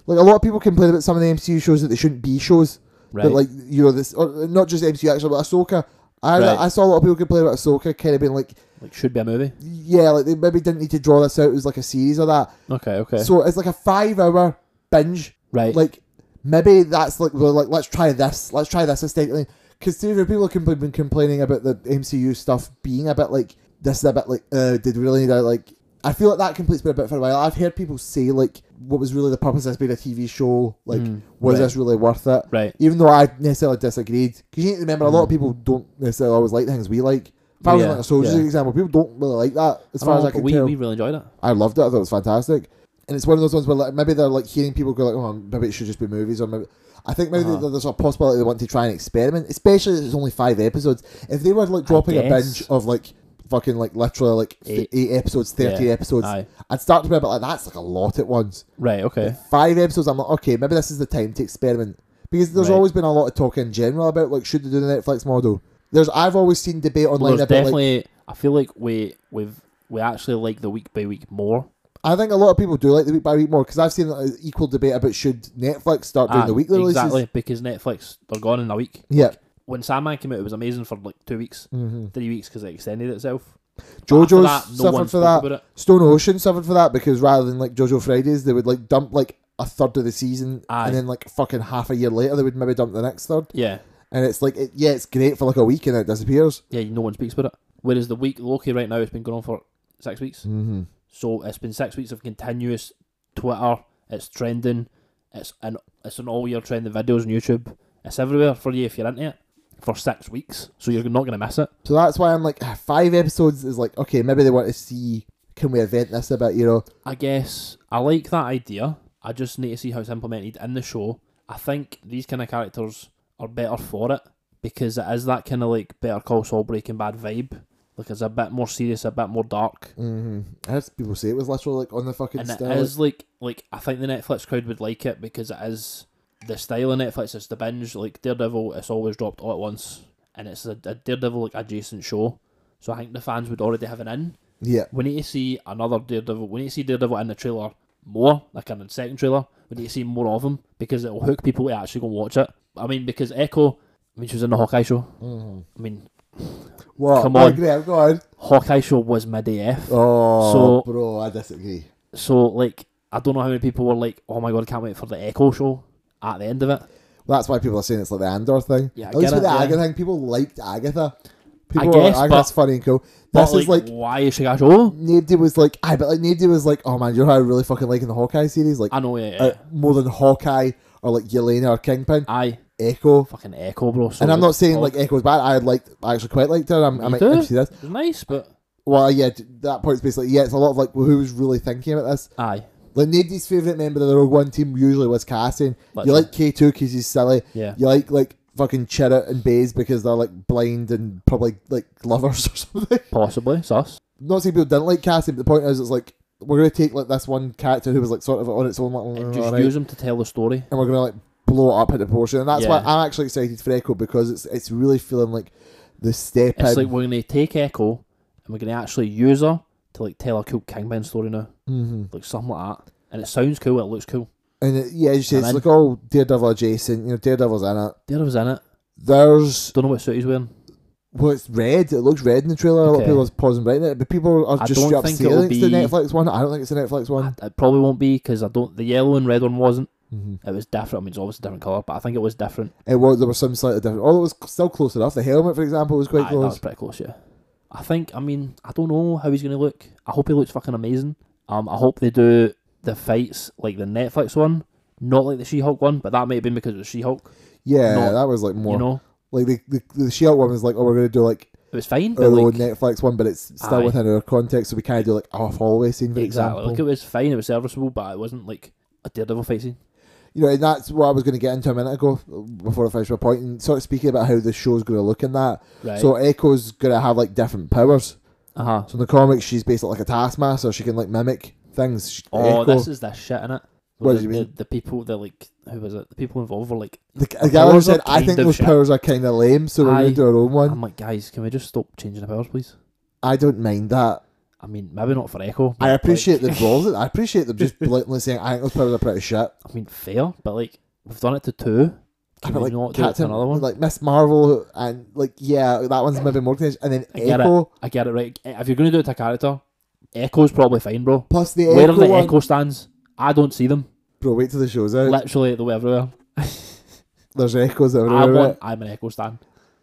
S2: like a lot of people complain about some of the MCU shows that they shouldn't be shows.
S1: Right.
S2: But like you know this, or not just MCU actually, but Ahsoka. I,
S1: Right.
S2: I saw a lot of people complain about Ahsoka, kind of being like,
S1: like should be a movie.
S2: yeah, like they maybe didn't need to draw this out as like a series or that.
S1: Okay, okay.
S2: So it's like a five-hour binge.
S1: right.
S2: Like maybe that's like we're like let's try this, let's try this aesthetically. Because people have compl- been complaining about the MCU stuff being a bit like this is a bit like uh, did we really need a like. I feel like that completes me a bit for a while. I've heard people say like what was really the purpose of this being a TV show? Like
S1: Mm,
S2: was
S1: right.
S2: this really worth it?
S1: right. Hmm.
S2: even though I necessarily disagreed. Because you need to remember, a lot of people don't necessarily always like things we like. If I was
S1: Yeah,
S2: like a soldier,
S1: yeah.
S2: example, people don't really like that. As
S1: I
S2: far
S1: don't
S2: as
S1: know,
S2: I
S1: but
S2: can
S1: Oh, we,
S2: tell,
S1: we really enjoyed it.
S2: I loved it. I thought it was fantastic. And it's one of those ones where like, maybe they're like hearing people go like, "Oh, maybe it should just be movies," or maybe. I think maybe
S1: Uh-huh.
S2: there- there's a possibility they want to try and experiment, especially if it's only five episodes. If they were like dropping a
S1: guess.
S2: binge of like fucking like literally like eight,
S1: Eight.
S2: eight episodes, thirty
S1: Yeah.
S2: episodes,
S1: Aye.
S2: I'd start to be a bit like that's like a lot at once
S1: Right, okay.
S2: five episodes, I'm like, okay, maybe this is the time to experiment because there's
S1: Right.
S2: always been a lot of talk in general about like should they do the Netflix model. There's I've always seen debate
S1: Well,
S2: online
S1: there's
S2: about like
S1: definitely. I feel like we we've we actually like the week by week more.
S2: I think a lot of people do like the week by week more because I've seen an equal debate about should Netflix start doing
S1: Ah,
S2: the weekly releases.
S1: exactly because Netflix they're gone in a week.
S2: Yeah.
S1: When Sandman came out, it was amazing for like two weeks,
S2: hmm
S1: three weeks because it extended itself. After
S2: JoJo's
S1: that, no one
S2: suffered for
S1: spoke
S2: that.
S1: about it.
S2: Stone Ocean suffered for that because rather than like JoJo Fridays, they would like dump like a third of the season
S1: Aye.
S2: and then like fucking half a year later they would maybe dump the next third.
S1: Yeah,
S2: And it's like it, yeah, it's great for like a week and then it disappears.
S1: yeah, no one speaks about it. Whereas the week Loki right now, it's been going on for six weeks.
S2: Mm-hmm.
S1: So it's been six weeks of continuous Twitter. It's trending. It's an it's an all year trending videos on YouTube. It's everywhere for you if you're into it. for six weeks, so you're not gonna miss it.
S2: So that's why I'm like "Ah, five episodes is like okay, maybe they want to see can we event this a bit, you know?
S1: I guess I like that idea. I just need to see how it's implemented in the show. I think these kind of characters are better for it because it is that kind of like Better Call Saul Breaking Bad vibe. Like it's a bit more serious, a bit more dark,
S2: Mm-hmm. I heard people say it was literal like on the fucking
S1: and it
S2: steroids.
S1: is like like I think the Netflix crowd would like it because it is the style of Netflix. It's the binge like Daredevil. It's always dropped all at once, and it's a, a Daredevil like adjacent show. So I think the fans would already have an in.
S2: Yeah,
S1: We need to see another Daredevil. We need to see Daredevil in the trailer more, like in the second trailer. We need to see more of him because it will hook people to actually go and watch it. I mean, because Echo, I mean, she was in the Hawkeye show. I mean,
S2: what?
S1: Come
S2: I
S1: on.
S2: agree, I'm going.
S1: Hawkeye show was mid AF.
S2: Oh,
S1: So-
S2: bro, I disagree.
S1: So, like, I don't know how many people were like, oh my god, I can't wait for the Echo show at the end of it.
S2: That's why people are saying it's like the Andor thing.
S1: Yeah, I
S2: At least
S1: get
S2: with
S1: it,
S2: the
S1: yeah.
S2: Agatha thing, people liked Agatha. People were
S1: guess,
S2: like, Agatha's funny and cool. This
S1: but,
S2: is like
S1: why is she Oh,
S2: Nabdi was like, I but like Nabdi was like, oh man, you know how I really fucking like in the Hawkeye series, like
S1: I know, yeah. yeah.
S2: uh, more than Hawkeye or like Yelena or Kingpin,
S1: Aye,
S2: Echo.
S1: fucking Echo, bro. So
S2: And I'm not saying
S1: oh,
S2: like Echo's bad. I liked, I actually quite liked her. I'm, I'm
S1: You
S2: excited
S1: do?
S2: to see this.
S1: it's nice, but
S2: Well, uh, yeah, t- that part's basically yeah. It's a lot of like, well, who's really thinking about this?
S1: aye,
S2: Like Nady's favorite member of the Rogue One team usually was Cassian. You
S1: Literally.
S2: like K two because he's silly.
S1: yeah.
S2: You like like fucking Chirrut and Baze because they're like blind and probably like lovers or something.
S1: Possibly, sus.
S2: Not saying people didn't like Cassian, but the point is, it's like we're gonna take like this one character who was like sort of on its own, like,
S1: And
S2: all
S1: just
S2: right,
S1: use them to tell the story.
S2: and we're gonna like blow it up into proportion. And that's why
S1: Yeah.
S2: I'm actually excited for Echo because it's it's really feeling like the step
S1: It's
S2: in.
S1: like we're gonna take Echo and we're gonna actually use her to like tell a cool Kingpin story now,
S2: hmm
S1: like something like that. And it sounds cool. It looks cool.
S2: And it, yeah, as you say,
S1: I'm
S2: it's
S1: in.
S2: like all Daredevil adjacent. You know, Daredevil's in it.
S1: Daredevil's in it.
S2: There's
S1: Don't know what suit he's wearing.
S2: well, it's red. It looks red in the trailer. A lot of
S1: Okay.
S2: people are pausing right it, but people are
S1: I
S2: just
S1: don't
S2: straight up
S1: think
S2: saying
S1: it'll
S2: it's the
S1: be-
S2: Netflix one. I don't think it's the Netflix
S1: I,
S2: one.
S1: it probably won't be because I don't. The yellow and red one wasn't.
S2: Mhm.
S1: It was different. I mean, it's obviously a different color, but I think it was different.
S2: It was there was some slightly different. Although it was still close enough. The helmet, for example, was quite
S1: Aye, That was
S2: close.
S1: pretty close. Yeah. I think. I mean, I don't know how he's gonna look. I hope he looks fucking amazing. Um, I hope they do the fights like the Netflix one, not like the She-Hulk one, but that may have been because it was She-Hulk.
S2: Yeah,
S1: not-
S2: that was like more
S1: You know,
S2: like the the, the Shield one was like, oh, we're gonna do like
S1: it was fine.
S2: our
S1: But
S2: own
S1: like,
S2: Netflix one, but it's still
S1: Aye.
S2: within our context, so we can't do like a hallway scene, for
S1: Exactly.
S2: example.
S1: Like it was fine, it was serviceable, but it wasn't like a Daredevil fight scene.
S2: you know, and that's what I was going to get into a minute ago before I finished my point, and sort of speaking about how the show's going to look in that.
S1: Right.
S2: So Echo's going to have like different powers.
S1: uh huh.
S2: So in the comics, she's basically like a taskmaster. She can like mimic things. She,
S1: Oh,
S2: Echo,
S1: this is the shit in it.
S2: What
S1: the,
S2: do you
S1: the-
S2: mean?
S1: The, people, the like, who was it? The people involved were like,
S2: the, the guy who
S1: powers
S2: said,
S1: are
S2: "I
S1: kind
S2: think
S1: of
S2: those
S1: shit."
S2: powers are kind of lame, so we're going
S1: Aye.
S2: to do our own one."
S1: I'm like, guys, can we just stop changing the powers, please?
S2: I don't mind that.
S1: I mean, maybe not for Echo.
S2: I
S1: but,
S2: appreciate
S1: like,
S2: them balls. I appreciate them just blatantly saying, "I think those powers are pretty shit."
S1: I mean, fair, but like, we've done it to two. Can
S2: But
S1: we
S2: like
S1: not do it to
S2: Captain,
S1: another one?
S2: like Miss Marvel, and like yeah, that one's maybe more contentious. And then
S1: I get
S2: Echo
S1: it. I get it. Right. Eh, If you're gonna do it to a character, Echo's probably fine, bro.
S2: plus the
S1: Where
S2: Echo
S1: are the
S2: one.
S1: Echo stands? I don't see them.
S2: Bro, wait till the show's out.
S1: Literally, the way everywhere.
S2: There's echoes everywhere.
S1: I
S2: right?
S1: want. I'm an Echo stand.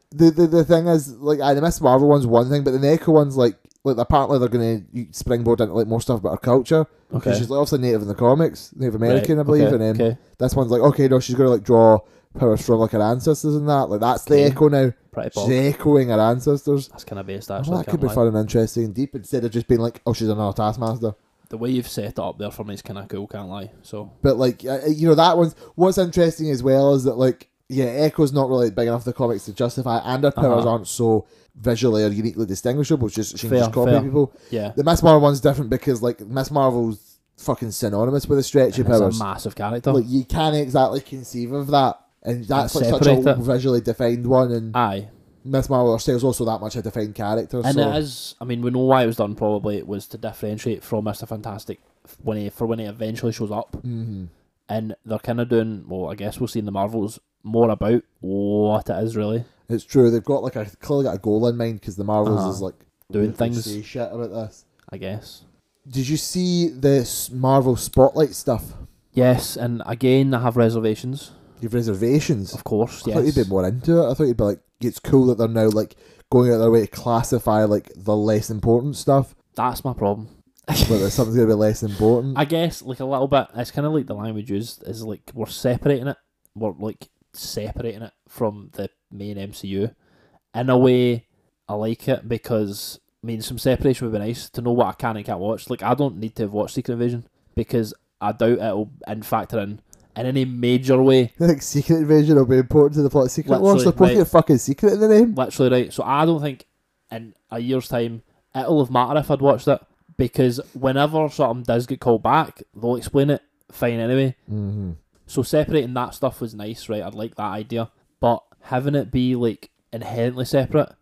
S2: the, the the thing is, like, I the Miss Marvel one's one thing, but then the Echo one's like, like apparently they're gonna springboard into like more stuff about her culture.
S1: Okay.
S2: Because she's like, obviously native in the comics, Native American, I believe,
S1: okay,
S2: and then
S1: okay.
S2: this one's like, okay, no, she's gonna like draw powers from like her ancestors and that. Like that's
S1: Okay.
S2: the Echo now.
S1: Pretty
S2: She's
S1: bold.
S2: echoing her ancestors.
S1: That's kind of based
S2: Well,
S1: actually.
S2: that
S1: can't
S2: could be
S1: lie.
S2: fun and interesting and deep instead of just being like, oh, she's another Taskmaster.
S1: The way you've set it up there for me is kind of cool. Can't lie. So
S2: But like, uh, you know, that one's what's interesting as well is that like, yeah, Echo's not really big enough in the comics to justify, it, and her powers
S1: Uh-huh.
S2: aren't so visually or uniquely distinguishable. It's just she can
S1: Fair,
S2: just copy
S1: fair.
S2: people.
S1: yeah,
S2: The Miss Marvel one's different because like Miss Marvel's fucking synonymous with the stretchy
S1: and it's
S2: powers.
S1: a massive character.
S2: Like you can't exactly conceive of that. And that's
S1: And
S2: like such a
S1: separate it.
S2: visually defined one, and
S1: Aye,
S2: Miss Marvel herself is also that much a defined character.
S1: and
S2: so.
S1: it is. I mean, we know why it was done. Probably it was to differentiate from Mister Fantastic f- when he for when he eventually shows up,
S2: Mhm.
S1: and they're kind of doing. Well, I guess we'll see in the Marvels more about what it is really
S2: It's true. They've got like a clearly got a goal in mind because the Marvels
S1: Uh-huh.
S2: is like
S1: doing
S2: "Don't you
S1: things.
S2: Say shit about this.
S1: I guess.
S2: Did you see this Marvel Spotlight stuff?
S1: Yes, and again, I have reservations.
S2: You've reservations.
S1: Of course,
S2: I thought you'd be
S1: yes.
S2: more into it. I thought you'd be like, it's cool that they're now like going out of their way to classify like the less important stuff,
S1: That's my problem.
S2: but that something's gonna be less important.
S1: I guess like a little bit. It's kind of like the language used is like we're separating it. We're like separating it from the main MCU. In a way, I like it because I mean some separation would be nice to know what I can and can't watch. Like I don't need to have watched Secret Invasion because I doubt it'll in factor in in any major way.
S2: like Secret Invasion will be important to the plot. of Secret Wars,
S1: Literally,
S2: they're putting
S1: right.
S2: a fucking secret in the name.
S1: Literally right. So I don't think in a year's time it'll have mattered if I'd watched it because whenever something does get called back, they'll explain it fine anyway.
S2: Mm-hmm.
S1: So separating that stuff was nice, right? I'd like that idea. But having it be like inherently separate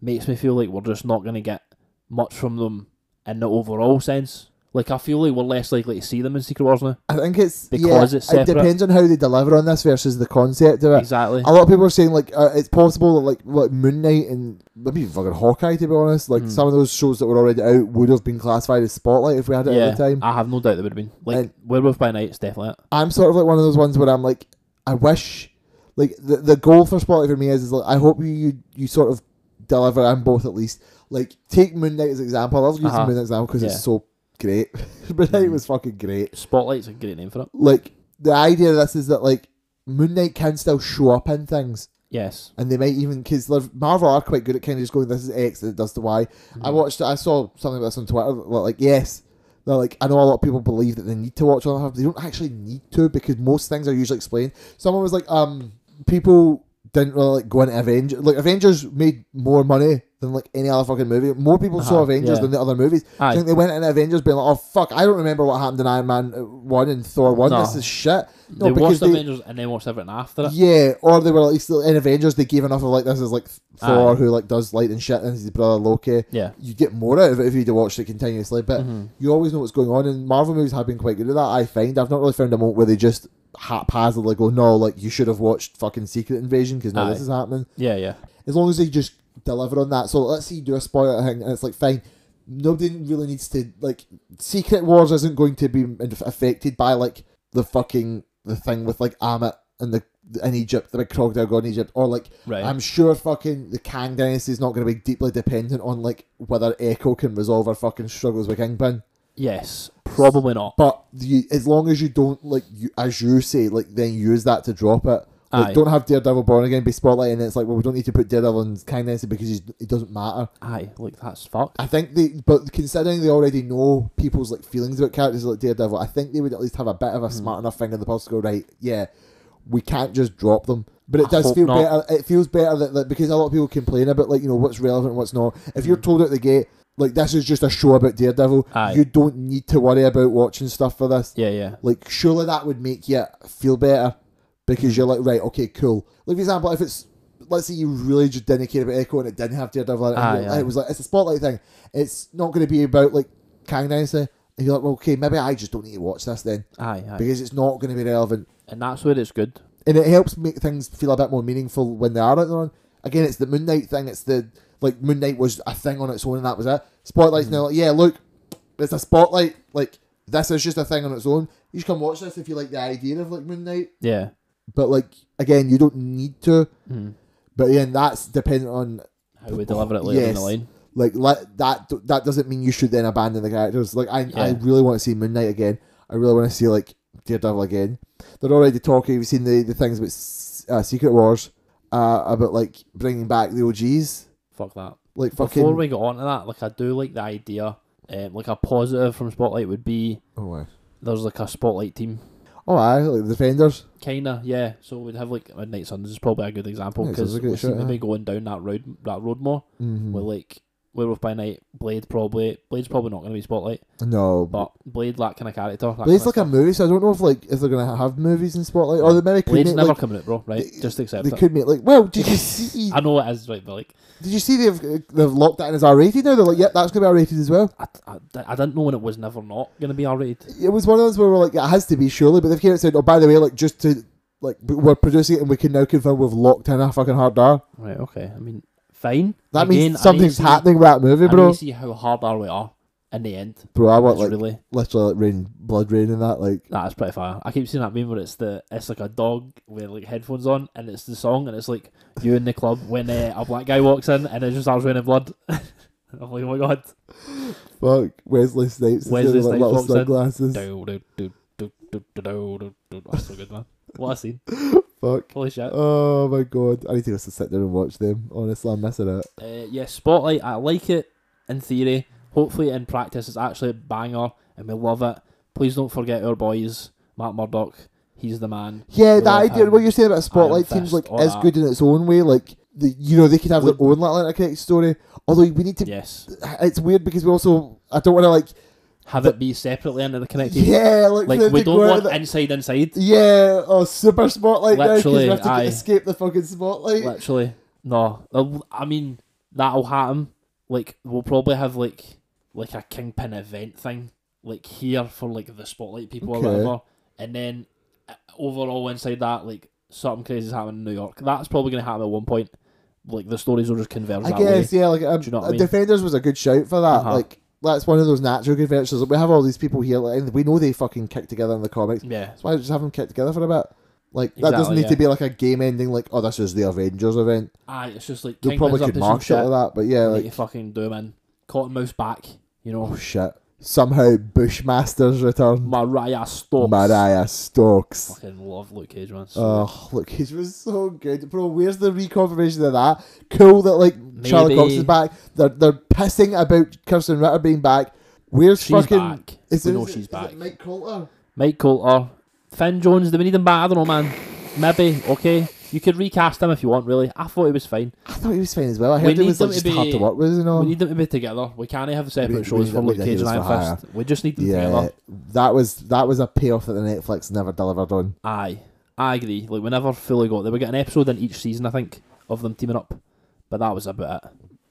S1: makes me feel like we're just not gonna get much from them in the overall sense. Like I feel like we're less likely to see them in Secret Wars now.
S2: I think it's
S1: Because
S2: yeah,
S1: it's separate.
S2: It depends on how they deliver on this versus the concept of it.
S1: Exactly.
S2: A lot of people are saying like uh, it's possible that like like Moon Knight and maybe even fucking Hawkeye to be honest, like
S1: Mm.
S2: some of those shows that were already out would have been classified as Spotlight if we had it
S1: yeah,
S2: at the time.
S1: I have no doubt they would have been like
S2: And-
S1: Werewolf by Night's definitely it.
S2: I'm sort of like one of those ones where I'm like, I wish, like the the goal for Spotlight for me is, is like I hope you you, you sort of deliver on both at least. Like take Moon Knight as an example. I'll use
S1: Uh-huh.
S2: Moon Knight as an example because
S1: Yeah. Hmm.
S2: it's so great. Moon Knight was fucking great.
S1: Spotlight's a great name for it.
S2: Like the idea of this is that like Moon Knight can still show up in things.
S1: Yes.
S2: And they might even because Marvel are quite good at kind of just going, "This is X, and it does the Y." I
S1: Mm.
S2: watched, I saw something about this on Twitter. Like, yes, they're like, I know a lot of people believe that they need to watch all that. They don't actually need to because most things are usually explained. Someone was like, "Um, people didn't really like go into Avengers. Like, Avengers made more money than like any other fucking movie. More people saw
S1: Uh-huh,
S2: Avengers
S1: yeah.
S2: than the other movies. I
S1: Aye.
S2: think they went into Avengers being like, "Oh fuck, I don't remember what happened in Iron Man uh, one and Thor one.
S1: No.
S2: This is shit." No,
S1: they
S2: because
S1: watched
S2: they,
S1: Avengers and then watched everything after it.
S2: yeah, or they were at least in Avengers. They gave enough of like this is like Thor
S1: Aye.
S2: who like does light and shit, and his brother Loki.
S1: Yeah. Mm-hmm.
S2: You get more out of it if you to watch it continuously, but you always know what's going on. And Marvel movies have been quite good at that. I find I've not really found a moment where they just haphazardly go, no, like you should have watched fucking Secret Invasion because now this
S1: Aye.
S2: is happening.
S1: Yeah, yeah.
S2: As long as they just deliver on that. So let's see, do a spoiler thing, and it's like fine. Nobody really needs to like Secret Wars isn't going to be inf- affected by like the fucking the thing with like Amit and the in Egypt, the big crocodile god in Egypt, or like
S1: Right.
S2: I'm sure fucking the Kang dynasty is not going to be deeply dependent on like whether Echo can resolve her fucking struggles with Kingpin.
S1: yes. Probably not.
S2: But you, as long as you don't like you, as you say, like then use that to drop it. Like,
S1: Aye.
S2: don't have Daredevil Born Again be spotlight, and it's like, well, we don't need to put Daredevil in Kang Dynasty because he's, it doesn't matter.
S1: Aye, like that's fucked.
S2: I think they, but considering they already know people's like feelings about characters like Daredevil, I think they would at least have a bit
S1: Hmm.
S2: of a smart enough finger in the pulse to go, right, yeah, we can't just drop them. But
S1: I
S2: it does
S1: hope
S2: feel
S1: not.
S2: better. It feels better that, that because a lot of people complain about like you know what's relevant, and what's not. If you're told at the gate like this is just a show about Daredevil,
S1: Hmm. Aye.
S2: you don't need to worry about watching stuff for this
S1: Yeah, yeah.
S2: like surely that would make you feel better because you're like right okay cool like for example if it's let's say you really just didn't care about Echo and it didn't have Daredevil in it,
S1: Aye,
S2: and you-
S1: aye.
S2: it was like it's a spotlight thing it's not going to be about like Kang Dynasty and you're like well okay maybe I just don't need to watch this then
S1: Aye, aye.
S2: because it's not going to be relevant
S1: and that's where it's good.
S2: and it helps make things feel a bit more meaningful when they are out there. Again, it's the Moon Knight thing. It's the like Moon Knight was a thing on its own, and that was it. Spotlight's now like, yeah, look, it's a spotlight. Like this is just a thing on its own. You should come watch this if you like the idea of like Moon Knight.
S1: Yeah.
S2: But like again, you don't need to.
S1: Mhm.
S2: But again, that's dependent on
S1: How we deliver it later in
S2: Yes.
S1: the line.
S2: like let, that. That doesn't mean you should then abandon the characters. Like I, I
S1: Yeah.
S2: really want to see Moon Knight again. I really want to see like Daredevil again. They're already talking. You've seen the the things about S- uh, Secret Wars uh, about like bringing back the OGs.
S1: Fuck that.
S2: Like fucking.
S1: Before we get on to that, like I do like the idea. Um, like a positive from Spotlight would be
S2: oh aye.
S1: there's like a Spotlight team.
S2: Oh aye, like the Defenders.
S1: Kinda, yeah. So we'd have like Midnight Suns is probably a good example
S2: Midnight Suns
S1: because
S2: is a good
S1: we seem
S2: shout,
S1: to
S2: yeah.
S1: be going down that road that road more.
S2: Mm-hmm.
S1: With like Werewolf by Night, Blade probably Blade's probably not going to be Spotlight,
S2: no,
S1: but Blade that kind of character. That
S2: but it's
S1: kind
S2: like a movie, so I don't know if like if they're gonna have movies in Spotlight or they maybe could
S1: Blade's
S2: make,
S1: never
S2: like,
S1: coming out, bro. Right?
S2: they-
S1: Just accept
S2: they
S1: it.
S2: could make like well did you see
S1: I know it is right, but like
S2: did you see they've they've locked that in as R rated now they're like yep that's gonna be R rated as well
S1: I, I, I didn't know when it was never not going to be R rated.
S2: it was one of those where we're like, it has to be surely, but they've came out and said, oh, by the way, like just to like b- we're producing it and we can now confirm we've locked in a fucking hard R.
S1: Right? Okay. I mean, fine.
S2: That
S1: Again, I need
S2: means something's
S1: to-
S2: happening with that movie,
S1: I need
S2: bro.
S1: to see how hard R we are in the end.
S2: Bro, I want
S1: That's
S2: like
S1: really
S2: literally like rain, blood rain, and that like.
S1: that's pretty fire. I keep seeing that meme where it's the it's like a dog with like headphones on and it's the song and it's like you in the club when uh, a black guy walks in and it just starts raining blood. I'm like, oh my god.
S2: Fuck, Wesley Snipes is
S1: Wesley
S2: doing like little
S1: Snipes walks in.
S2: sunglasses.
S1: Do, do, do, do, do, do, do, do, do. That's so good, man. What a scene.
S2: Fuck.
S1: Holy shit.
S2: Oh my god. I need to go sit down and watch them. Honestly, I'm missing it.
S1: Uh, yeah, Spotlight. I like it in theory. Hopefully, in practice, it's actually a banger, and we love it. Please don't forget our boys, Matt Murdock. He's the man.
S2: Yeah,
S1: We
S2: that
S1: love
S2: idea.
S1: him.
S2: What you're saying about Spotlight
S1: Iron
S2: teams,
S1: Fist,
S2: like,
S1: all
S2: is
S1: that.
S2: good in its own way. Like, the, you know, they could have their
S1: Would-
S2: own little interconnected story. Although we need to.
S1: Yes.
S2: It's weird because we also. I don't want to like.
S1: Have it be separately interconnected.
S2: Yeah, like,
S1: Like
S2: for them
S1: we
S2: to
S1: don't
S2: go out
S1: want
S2: of the-
S1: inside inside.
S2: Yeah, oh, super spotlight now because we
S1: Literally,
S2: have to
S1: aye.
S2: escape the fucking spotlight.
S1: Literally, no. Uh, I mean, that'll happen. Like we'll probably have like like a kingpin event thing like here for like the spotlight people
S2: Okay.
S1: or whatever, and then uh, overall inside that like something crazy's happening in New York. That's probably gonna happen at one point. Like the stories will just converge.
S2: I
S1: that
S2: guess,
S1: Way.
S2: yeah, like, um,
S1: Do you know what I
S2: uh,
S1: mean?
S2: Defenders was a good shout for that.
S1: Uh-huh.
S2: Like, that's one of those natural conventions. Like, we have all these people here, like, and we know they fucking kick together in the comics.
S1: Yeah.
S2: That's why I just have them kick together for a bit. Like, that
S1: Exactly,
S2: doesn't need
S1: yeah.
S2: to be like a game ending, like, oh, this is the Avengers event.
S1: Aye, it's just like
S2: They
S1: Kingpin's
S2: probably
S1: up
S2: could
S1: to
S2: mark
S1: some
S2: shit
S1: shit.
S2: like that, but yeah,
S1: Like,
S2: like,
S1: you fucking do man. Cottonmouth back. You
S2: oh
S1: know,
S2: shit. Somehow Bushmaster's return.
S1: Mariah Stokes.
S2: Mariah Stokes.
S1: Fucking love Luke Cage, man. So
S2: Oh, look, he was so good, bro. Where's the reconfirmation of that? Cool that like Charlotte Cox is
S1: Maybe.
S2: back. They're they're pissing about Kirsten Ritter being back. Where's
S1: she's
S2: fucking?
S1: back.
S2: Is
S1: we
S2: it-
S1: know
S2: is
S1: she's
S2: it
S1: back.
S2: Mike Coulter.
S1: Mike Coulter, Finn Jones. Do we need him back? I don't know, man. Maybe. Okay. You could recast him if you want. Really, I thought he was fine.
S2: I thought he was fine as well. I
S1: We
S2: heard he
S1: need
S2: was like,
S1: them
S2: just
S1: to
S2: hard to
S1: be-
S2: work with, you know.
S1: We need them to be together. We can't have separate
S2: Oh. We- we
S1: shows
S2: need
S1: for
S2: them-
S1: Luke
S2: we need
S1: Cage
S2: them
S1: and
S2: to hire.
S1: Iron Fist. We just need them
S2: yeah,
S1: together.
S2: that was that was a payoff that the Netflix never delivered on.
S1: Aye, I agree. Like we never fully got there. We get an episode in each season, I think, of them teaming up. But that was about it.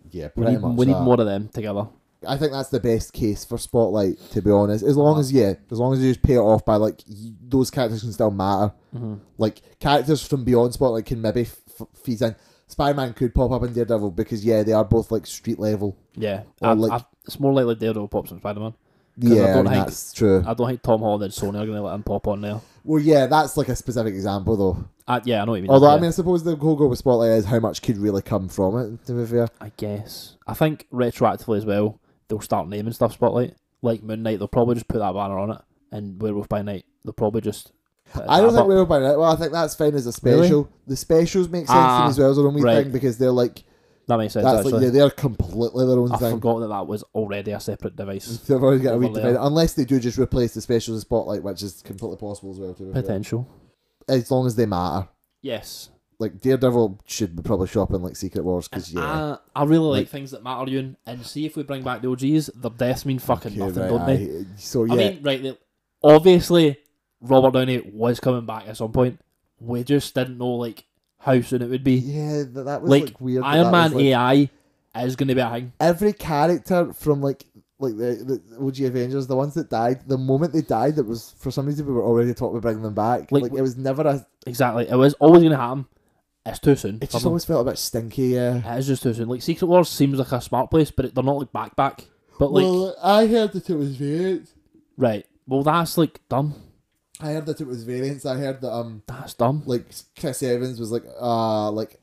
S2: Yeah,
S1: We
S2: pretty
S1: need,
S2: much.
S1: we need
S2: that.
S1: more of them together.
S2: I think that's the best case for Spotlight, to be honest. As long as yeah, as long as you just pay it off by like y- those characters can still matter.
S1: Mm-hmm.
S2: Like characters from beyond Spotlight can maybe f- f- feed in. Spider Man could pop up in Daredevil because yeah, they are both like street level.
S1: Yeah,
S2: Or
S1: I,
S2: like-
S1: I, it's more likely Daredevil pops on Spider Man. 'Cause I
S2: Yeah,
S1: don't
S2: and
S1: think-
S2: that's true.
S1: I don't think Tom Holland and Sony are going to let him pop on there.
S2: well, yeah, that's like a specific example though.
S1: Uh, yeah, I know what you mean.
S2: Although
S1: yeah.
S2: I mean, I suppose the whole goal with Spotlight is how much could really come from it. To be fair,
S1: I guess. I think retroactively as well, they'll start naming stuff Spotlight. Like Moon Knight, they'll probably just put that banner on it. And Werewolf by Night, they'll probably just. put a
S2: I don't think
S1: tab up.
S2: we're by now. Well, I think that's fine as a special. The specials make sense to
S1: Ah,
S2: me as well as their only
S1: right.
S2: thing because they're like
S1: That makes sense,
S2: that's
S1: actually.
S2: like yeah, they're completely their own
S1: I
S2: thing. Mm.
S1: forgot that that was already a separate device.
S2: They've always got a
S1: Over
S2: week to find
S1: there.
S2: it. Unless they do just replace the specials with Spotlight, which is completely possible as well. To be fair.
S1: Potential.
S2: As long as they matter.
S1: Yes.
S2: Like, Daredevil should be probably shopping like Secret Wars because, yeah.
S1: Uh, I really like,
S2: Like-
S1: things that matter, Ewan. And see if we bring back the OGs, their deaths mean fucking
S2: Okay,
S1: nothing,
S2: right,
S1: don't they?
S2: aye. So, yeah.
S1: I mean, right, they, obviously, Robert Downey was coming back at some point. We just didn't know, like, how soon it would be.
S2: yeah, that, that was like,
S1: like,
S2: weird. that
S1: Iron
S2: that
S1: Man
S2: was, like,
S1: AI is going to be a thing.
S2: Every character from like like the, the OG Avengers, the ones that died, the moment they died, that was for some reason we were already talking about bringing them back. Like,
S1: Like,
S2: it was never a.
S1: Exactly. It was always going to happen. It's too soon.
S2: It
S1: for
S2: just
S1: them.
S2: always felt a bit stinky. Yeah.
S1: it is just too soon. Like Secret Wars seems like a smart place, but it, they're not like back back. But like
S2: well, uh, I heard that it was variants.
S1: right. Well, that's like dumb.
S2: I heard that it was variants. I heard that um
S1: That's dumb.
S2: like Chris Evans was like uh like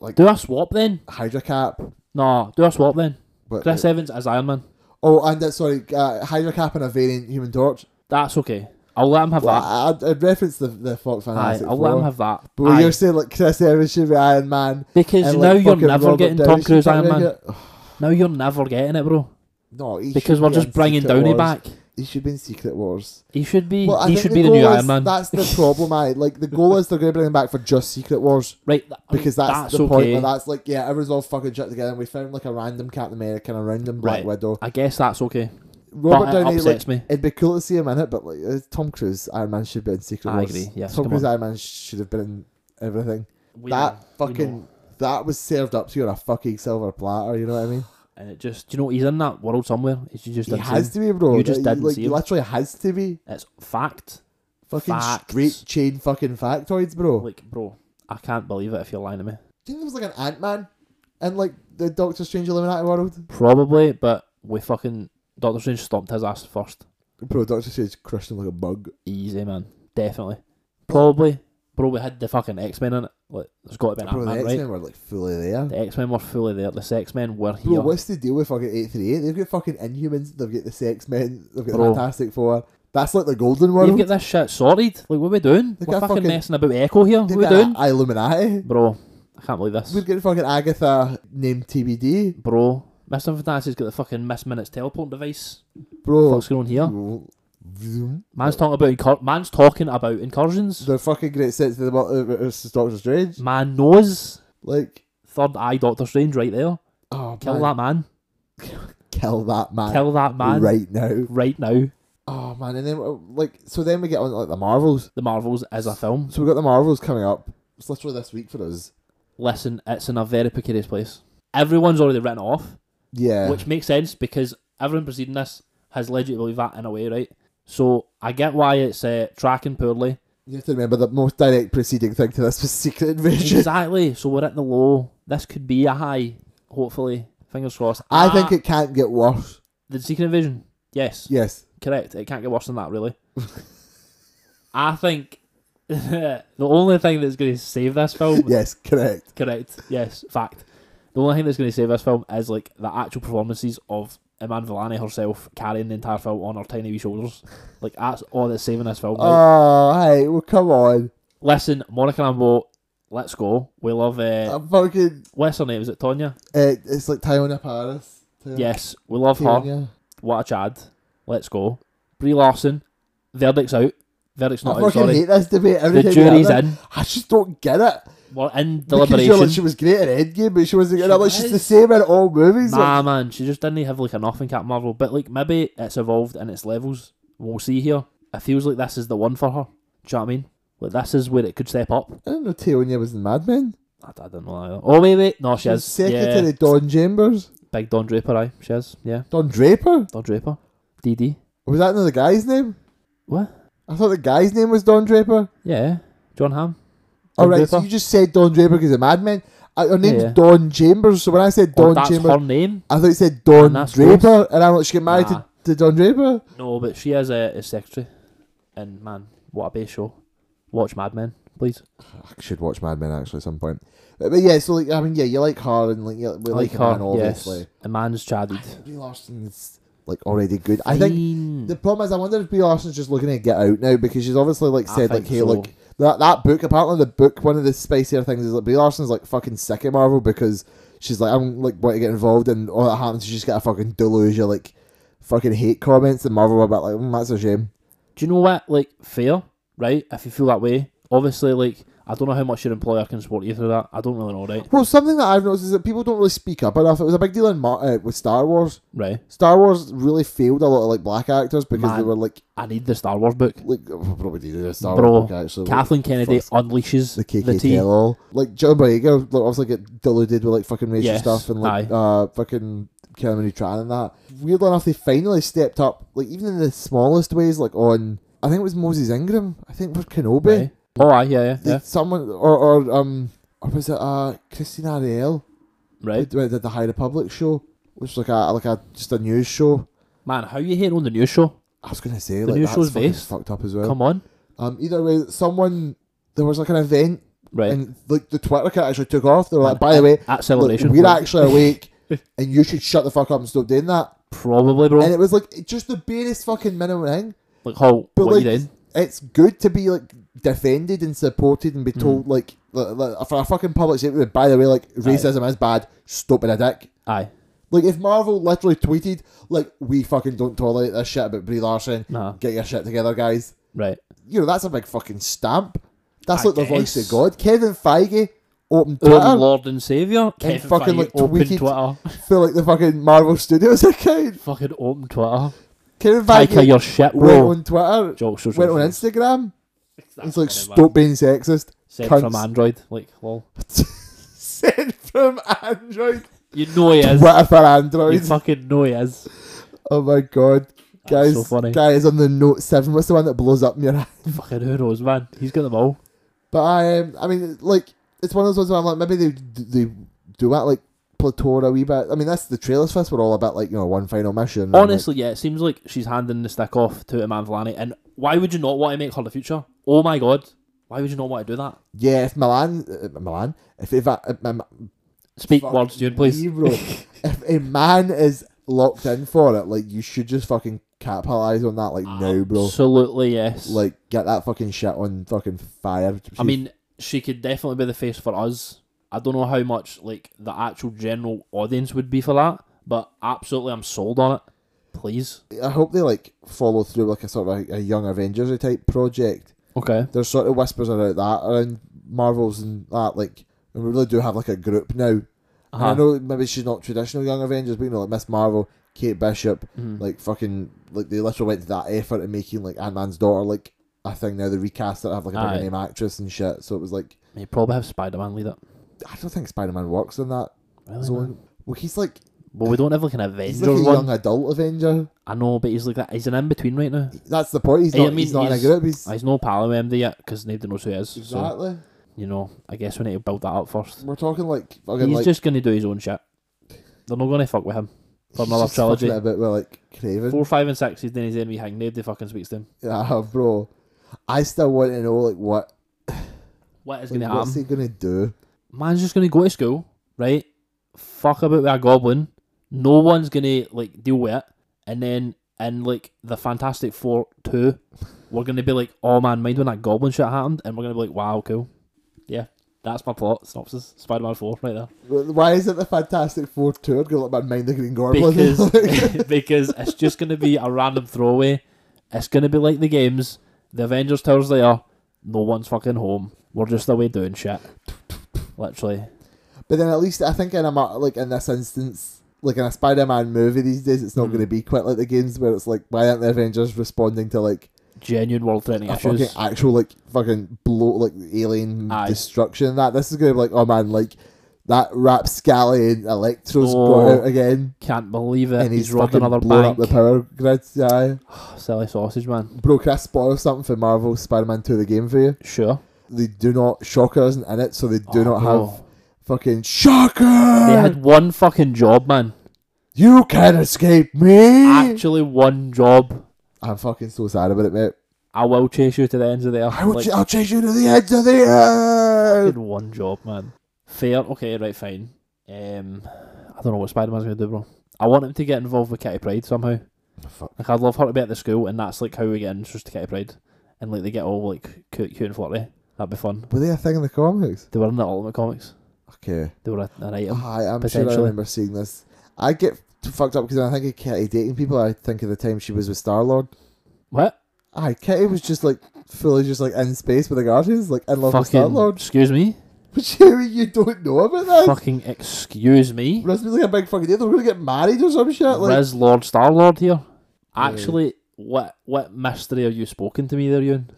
S2: like
S1: do a swap then?
S2: Hydra Cap,
S1: No, do a swap then.
S2: but
S1: Chris Evans as Iron Man.
S2: oh and uh, sorry uh, Hydra Cap and a variant Human Torch.
S1: That's okay. I'll let him have
S2: Well,
S1: that.
S2: I, I'd- I'd reference the the Fox
S1: Aye,
S2: Fantastic
S1: I'll let
S2: Four.
S1: him have that.
S2: but when
S1: Aye,
S2: you're saying like Chris Evans should be Iron Man
S1: because
S2: and,
S1: now
S2: like,
S1: you're
S2: fucking
S1: never
S2: Robert
S1: getting
S2: Downey
S1: Tom Cruise
S2: should be
S1: Iron Man.
S2: in it. Ugh,
S1: Now you're never getting it, bro.
S2: No, he
S1: Because
S2: should
S1: we're
S2: be
S1: just
S2: in
S1: bringing
S2: Secret
S1: Downey
S2: Wars.
S1: back.
S2: He should be in Secret Wars.
S1: He should be.
S2: Well, I
S1: he
S2: think
S1: should be the new
S2: goal
S1: Iron
S2: is-
S1: Man.
S2: That's the problem. I like the goal is they're going to bring him back for just Secret Wars
S1: right. th- I mean,
S2: because that's, the
S1: okay.
S2: point. Where that's like yeah, everyone's all fucking shut together. and We found like a random Captain America and a random Black
S1: Right.
S2: Widow.
S1: I guess that's okay.
S2: Robert
S1: but uh,
S2: Downey
S1: it
S2: like
S1: upsets me.
S2: It'd be cool to see him in it, but like uh, Tom Cruise, Iron Man should be in Secret
S1: I
S2: Wars.
S1: agree, yes,
S2: Tom
S1: come
S2: Cruise,
S1: on.
S2: Iron Man should have been in everything.
S1: We
S2: that
S1: know, we know.
S2: fucking that was served up to you on a fucking silver platter. You know what I mean?
S1: and it just do you know he's in that world somewhere. It's just
S2: He has to be, bro.
S1: You just
S2: Like,
S1: didn't
S2: like,
S1: see
S2: he
S1: him.
S2: literally has to be
S1: It's fact.
S2: fucking
S1: Facts.
S2: straight chain fucking factoids, bro.
S1: Like, bro, I can't believe it if you're lying to me.
S2: Do you think there was like an Ant Man in like the Doctor Strange Illuminati world?
S1: Probably, but we fucking Doctor Strange stomped his ass first.
S2: Bro, Doctor Strange crushed him like a bug.
S1: Easy man, definitely. Probably, bro. We had the fucking X Men in it. Like, there's got to be an
S2: Bro, the
S1: Ant-Man,
S2: X Men
S1: right?
S2: were like fully there.
S1: The X Men were fully there. The X Men were
S2: Bro,
S1: here.
S2: what's the deal with fucking 838? They've got fucking Inhumans, they've got the Sex Men, they've got
S1: Bro.
S2: Fantastic Four. That's like the golden
S1: You've
S2: world.
S1: got this shit sorted. Like, what are we doing?
S2: They've
S1: We're
S2: got
S1: fucking,
S2: fucking-
S1: messing about Echo here. What
S2: They've
S1: are we
S2: got
S1: doing?
S2: Illuminati.
S1: Bro, I can't believe this.
S2: We've got fucking Agatha named TBD,
S1: Bro, Mr. Fantastic's got the fucking Miss Minutes teleport device.
S2: bro.
S1: What's going on here?
S2: Vroom.
S1: Man's talking about incur- man's talking about incursions.
S2: They're fucking great sets of the mul- uh, uh, it's Doctor Strange.
S1: Man knows
S2: Like,
S1: third eye Doctor Strange right there.
S2: oh,
S1: Kill
S2: man.
S1: that man.
S2: kill that man,
S1: Kill that man right.
S2: right now.
S1: now.
S2: Oh man, and then uh, like, so then we get on like the Marvels.
S1: The Marvels is a film.
S2: So we got the Marvels coming up. It's literally this week for us.
S1: Listen, it's in a very precarious place. Everyone's already written it off,
S2: Yeah,
S1: which makes sense because everyone preceding this has led you to believe that in a way, right? So I get why it's uh, tracking poorly.
S2: you have to remember the most direct preceding thing to this was Secret Invasion.
S1: exactly. So we're at the low. This could be a high, hopefully. Fingers crossed.
S2: I
S1: Ah,
S2: think it can't get worse.
S1: the Secret Invasion. Yes,
S2: Yes,
S1: correct. It can't get worse than that, really. I think the only thing that's going to save this film
S2: yes, correct.
S1: Correct. Yes, fact. The only thing that's going to save this film is like the actual performances of Iman Vellani herself carrying the entire film on her tiny wee shoulders. Like that's all that's saving this film. right?
S2: Oh, hey, well, come on.
S1: Listen, Monica Rambeau, let's go. We love. Uh,
S2: I'm fucking.
S1: what's her name? Is it Tonya?
S2: um, Uh, it's like Tayona Paris. Tayona-
S1: Yes, we love her.
S2: Tayona.
S1: What a Chad. Let's go. Brie Larson. Verdict's out. Verdict's
S2: I
S1: not
S2: fucking
S1: out. Sorry.
S2: hate this debate. Every time
S1: The
S2: we have
S1: jury's
S2: it.
S1: in.
S2: I just don't get it.
S1: We're in
S2: Because you're like,
S1: deliberation.
S2: she was great in Endgame, but she wasn't good.
S1: She
S2: I'm Like, she's the
S1: was.
S2: same in all movies.
S1: Nah, man, she just didn't have like enough in Captain Marvel. But like maybe it's evolved in its levels. We'll see here. It feels like this is the one for her. Do you know what I mean? Like this is where it could step up.
S2: I didn't know Tayona was in Mad Men.
S1: I, I don't know. Either. Oh wait, wait, no, she
S2: She's
S1: is.
S2: secretary
S1: Yeah,
S2: Don Chambers.
S1: big Don Draper, aye, she is. Yeah,
S2: Don Draper?
S1: Don Draper, DD.
S2: Was that another guy's name?
S1: What?
S2: I thought the guy's name was Don Draper.
S1: Yeah, John Hamm. Don
S2: All right, so
S1: Draper.
S2: you just said Don Draper because of Mad Men. I, her name's
S1: Yeah.
S2: Don Chambers, so when I said
S1: Oh,
S2: Don
S1: that's
S2: Chambers,
S1: her name.
S2: I thought you said Don
S1: And that's
S2: Draper, and I'm like, she get married
S1: Nah.
S2: to, to Don Draper?
S1: No, but she is a, a secretary. And man, what a base show. Watch Mad Men, please.
S2: I should watch Mad Men actually at some point. But, but yeah, so like, I mean, yeah, you like her, and like, you, we
S1: I
S2: like, her, man, obviously.
S1: Yes, a man's chatted.
S2: Brie Larson's like already good. I think
S1: Hmm.
S2: the problem is I wonder if Brie Larson's just looking to get out now because she's obviously like
S1: I
S2: said like
S1: think
S2: hey
S1: so.
S2: look that that book apparently the book one of the spicier things is like Brie Larson's like fucking sick at Marvel because she's like I'm like wanting to get involved and all that happens is you just get a fucking deluge of like fucking hate comments and Marvel about like mm, that's a shame.
S1: do you know what? Like, fair, right? If you feel that way, obviously, like, I don't know how much your employer can support you through that. I don't really know, right?
S2: Well, something that I've noticed is that people don't really speak up enough. It was a big deal in Mar- uh, with Star Wars.
S1: Right.
S2: Star Wars really failed a lot of like black actors because they
S1: Man.
S2: were like
S1: I need the Star Wars book.
S2: like oh, probably did a Star
S1: Bro,
S2: Wars book actually.
S1: Kathleen Kennedy
S2: fuck's-
S1: unleashes
S2: the
S1: the,
S2: KK
S1: tea.
S2: tell all. Like John Boyega like, obviously get deluded with like fucking racial
S1: Yes,
S2: stuff and like uh fucking Kevin Tran and that. Weirdly enough they finally stepped up, like even in the smallest ways, like on I think it was Moses Ingram, I think for Kenobi.
S1: Right. Oh, aye, yeah, yeah,
S2: They-
S1: yeah.
S2: Someone or, or um or was it uh Christina Ariel who
S1: Right.
S2: did the High Republic show? Which was like a like a just a news show.
S1: Man, how you hating on the news show?
S2: I was gonna say
S1: The
S2: like
S1: news
S2: that's
S1: show's
S2: fucking
S1: based.
S2: fucked up as well.
S1: Come on.
S2: Um either way someone there was like an event
S1: Right.
S2: and like the Twitter cat actually took off. They were like,
S1: Man,
S2: by the way,
S1: At
S2: Look,
S1: celebration.
S2: we're
S1: like,
S2: actually awake, and you should shut the fuck up and stop doing that.
S1: probably, bro.
S2: And it was like it's just the barest fucking minimum thing.
S1: like, Hall,
S2: But
S1: what
S2: like,
S1: you doing?
S2: it's good to be like defended and supported and be
S1: Mm.
S2: told like, like, like, for a fucking public statement. By the way, like racism is bad. Stop being a dick.
S1: Aye.
S2: Like if Marvel literally tweeted like we fucking don't tolerate this shit about Brie Larson.
S1: Nah.
S2: Get your shit together, guys.
S1: Right.
S2: You know that's a big fucking stamp. That's
S1: I
S2: like the voice of
S1: guess.
S2: God. Kevin Feige opened Twitter.
S1: Our Lord Um, and Saviour. Kevin
S2: fucking,
S1: Feige
S2: like,
S1: open
S2: tweeted-
S1: Twitter.
S2: feel like the fucking Marvel Studios account.
S1: fucking open Twitter.
S2: Kevin Feige
S1: Taika your shit,
S2: went
S1: bro.
S2: on Twitter,
S1: Jokes, jokes,
S2: went on
S1: jokes.
S2: Instagram. It's like
S1: That's
S2: stop being sexist.
S1: Sent
S2: cunts.
S1: from Android. Like, lol.
S2: Sent from Android.
S1: You know he is.
S2: What if for
S1: You
S2: Android?
S1: fucking know he is.
S2: oh my god, guys!
S1: so funny.
S2: Guys on the Note Seven. What's the one that blows up in your hand?
S1: Fucking who knows, man. He's got them all.
S2: But I, um, I mean, like it's one of those ones where I'm like, maybe they they do that like plateau a wee bit. I mean, that's the trailers for us. We're all about like you know one final mission. and, like,
S1: Honestly, yeah, it seems like she's handing the stick off to Iman Vellani. And why would you not want to make her the future? Oh my god. Why would you not want to do that?
S2: yeah, if Milan, uh, Milan, if if, I, if my,
S1: Speak
S2: Fuck
S1: words, June, please.
S2: me, bro. if a man is locked in for it, like you should just fucking capitalize on that like now, bro.
S1: Absolutely yes.
S2: Like get that fucking shit on fucking fire.
S1: I mean, she could definitely be the face for us. I don't know how much like the actual general audience would be for that, but absolutely, I'm sold on it. Please.
S2: I hope they like follow through like a sort of a, a young Avengers type project.
S1: Okay.
S2: There's sort of whispers about that around Marvels and that like, and we really do have like a group now. And I
S1: Uh-huh.
S2: know maybe she's not traditional young Avengers, but you know like Miss Marvel, Kate Bishop,
S1: Mhm.
S2: like fucking like they literally went to that effort of making like Ant Man's daughter like a thing now. They recast it, have like a
S1: Aye.
S2: bigger name actress and shit. So it was like
S1: You probably have Spider Man lead it.
S2: I don't think Spider Man works in that
S1: Really, man?
S2: zone. Well, he's like
S1: Well, we don't have like an
S2: he's
S1: Avenger
S2: like a
S1: one.
S2: young adult Avenger.
S1: I know, but he's like that. He's an in between right now.
S2: That's the point. He's
S1: Hey, I
S2: not.
S1: mean,
S2: he's not
S1: he's-
S2: in a group. He's
S1: He's no Palo MD yet because nobody knows who he is. So
S2: exactly.
S1: you know, I guess we need to build that up first.
S2: We're talking like fucking
S1: He's
S2: like
S1: just gonna do his own shit. They're not gonna fuck with him. for
S2: he's
S1: another
S2: just fucking
S1: trilogy.
S2: A bit with like Craven.
S1: Four, five, and six. He's doing his enemy hang. Nobody fucking speaks to him.
S2: Yeah, bro. I still want to know like what
S1: What is
S2: like,
S1: gonna
S2: what's
S1: happen?
S2: he gonna do?
S1: Man's just gonna go to school, right? Fuck about with a goblin. No one's gonna like deal with it. And then in like the Fantastic Four two, we're gonna be like, oh man, mind when that goblin shit happened, and we're gonna be like, wow, cool. Yeah, that's my plot synopsis. Spider Man four right there.
S2: Why is it the Fantastic Four tour gonna let my mind the Green Goblin?
S1: because because it's just gonna be a random throwaway. It's gonna be like the games. The Avengers Tower's there. No one's fucking home. We're just away doing shit. Literally.
S2: But then at least I think in a ma- like in this instance, like in a Spider-Man movie these days, it's not
S1: Mhm.
S2: going to be quite like the games where it's like why aren't the Avengers responding to like
S1: Genuine world threatening
S2: a fucking
S1: issues.
S2: actual like fucking blow like alien
S1: Aye.
S2: destruction and that this is going to be like oh man like that rapscallion and Electro's
S1: Oh.
S2: got out again
S1: Can't believe it.
S2: and he's,
S1: he's robbed
S2: fucking
S1: another
S2: blown
S1: bank.
S2: up the power grid. Yeah,
S1: Silly sausage man.
S2: bro, can I spoil something for Marvel Spider-Man 2 the game for you?
S1: Sure.
S2: They do not Shocker isn't in it, so they do
S1: Oh,
S2: not
S1: bro.
S2: have fucking Shocker.
S1: They had one fucking job, man.
S2: You can escape me.
S1: Actually, one job.
S2: I'm fucking so sad about it, mate.
S1: I will chase you to the ends of the earth.
S2: I will
S1: like,
S2: ch- I'll chase you to the edge of the earth.
S1: fucking one job, man. Fair. Okay, right, fine. Um, I don't know what Spider Man's gonna do, bro. I want him to get involved with Kitty Pride somehow.
S2: Fuck.
S1: Like I'd love her to be at the school, and that's like how we get introduced to Kitty Pride, and like they get all like cute, cute and flirty. That'd be fun.
S2: Were they a thing in the comics?
S1: They were in the Ultimate Comics.
S2: Okay.
S1: They were a, an item.
S2: Hi, I'm sure I
S1: potentially.
S2: remember seeing this. I get t- fucked up because I think of Kitty dating people. I think of the time she was with Star Lord.
S1: What?
S2: Aye, Kitty was just like fully just like in space with the Guardians, like in love with Star
S1: Fucking.
S2: Lord.
S1: Excuse me.
S2: Jerry, you don't know about this.
S1: Fucking excuse me.
S2: Riz was like a big fucking deal. They were gonna get married or some shit. Like,
S1: Riz Lord Star Lord here. Actually, what what mystery are you spoken to me there, Ewan?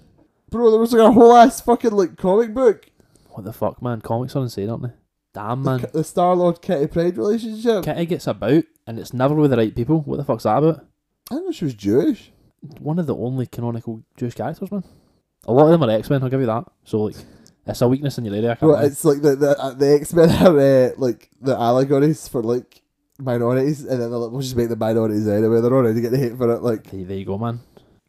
S2: bro, there was like a whole ass fucking like comic book.
S1: What the fuck, man? Comics are insane, aren't they? Damn,
S2: The
S1: man.
S2: K- The Star Lord Kitty Pride relationship.
S1: Kitty gets about, and it's never with the right people. What the fuck's that about?
S2: I didn't know she was Jewish.
S1: One of the only canonical Jewish characters, man. A lot of them are X Men. I'll give you that. So like, it's a weakness in your area. I can't
S2: Well,
S1: lie.
S2: it's like the the, uh, the X Men are uh, like the allegories for like minorities, and then they're like, we'll just make the minorities anyway. They're already getting hate for it. Like,
S1: Hey, there you go, man.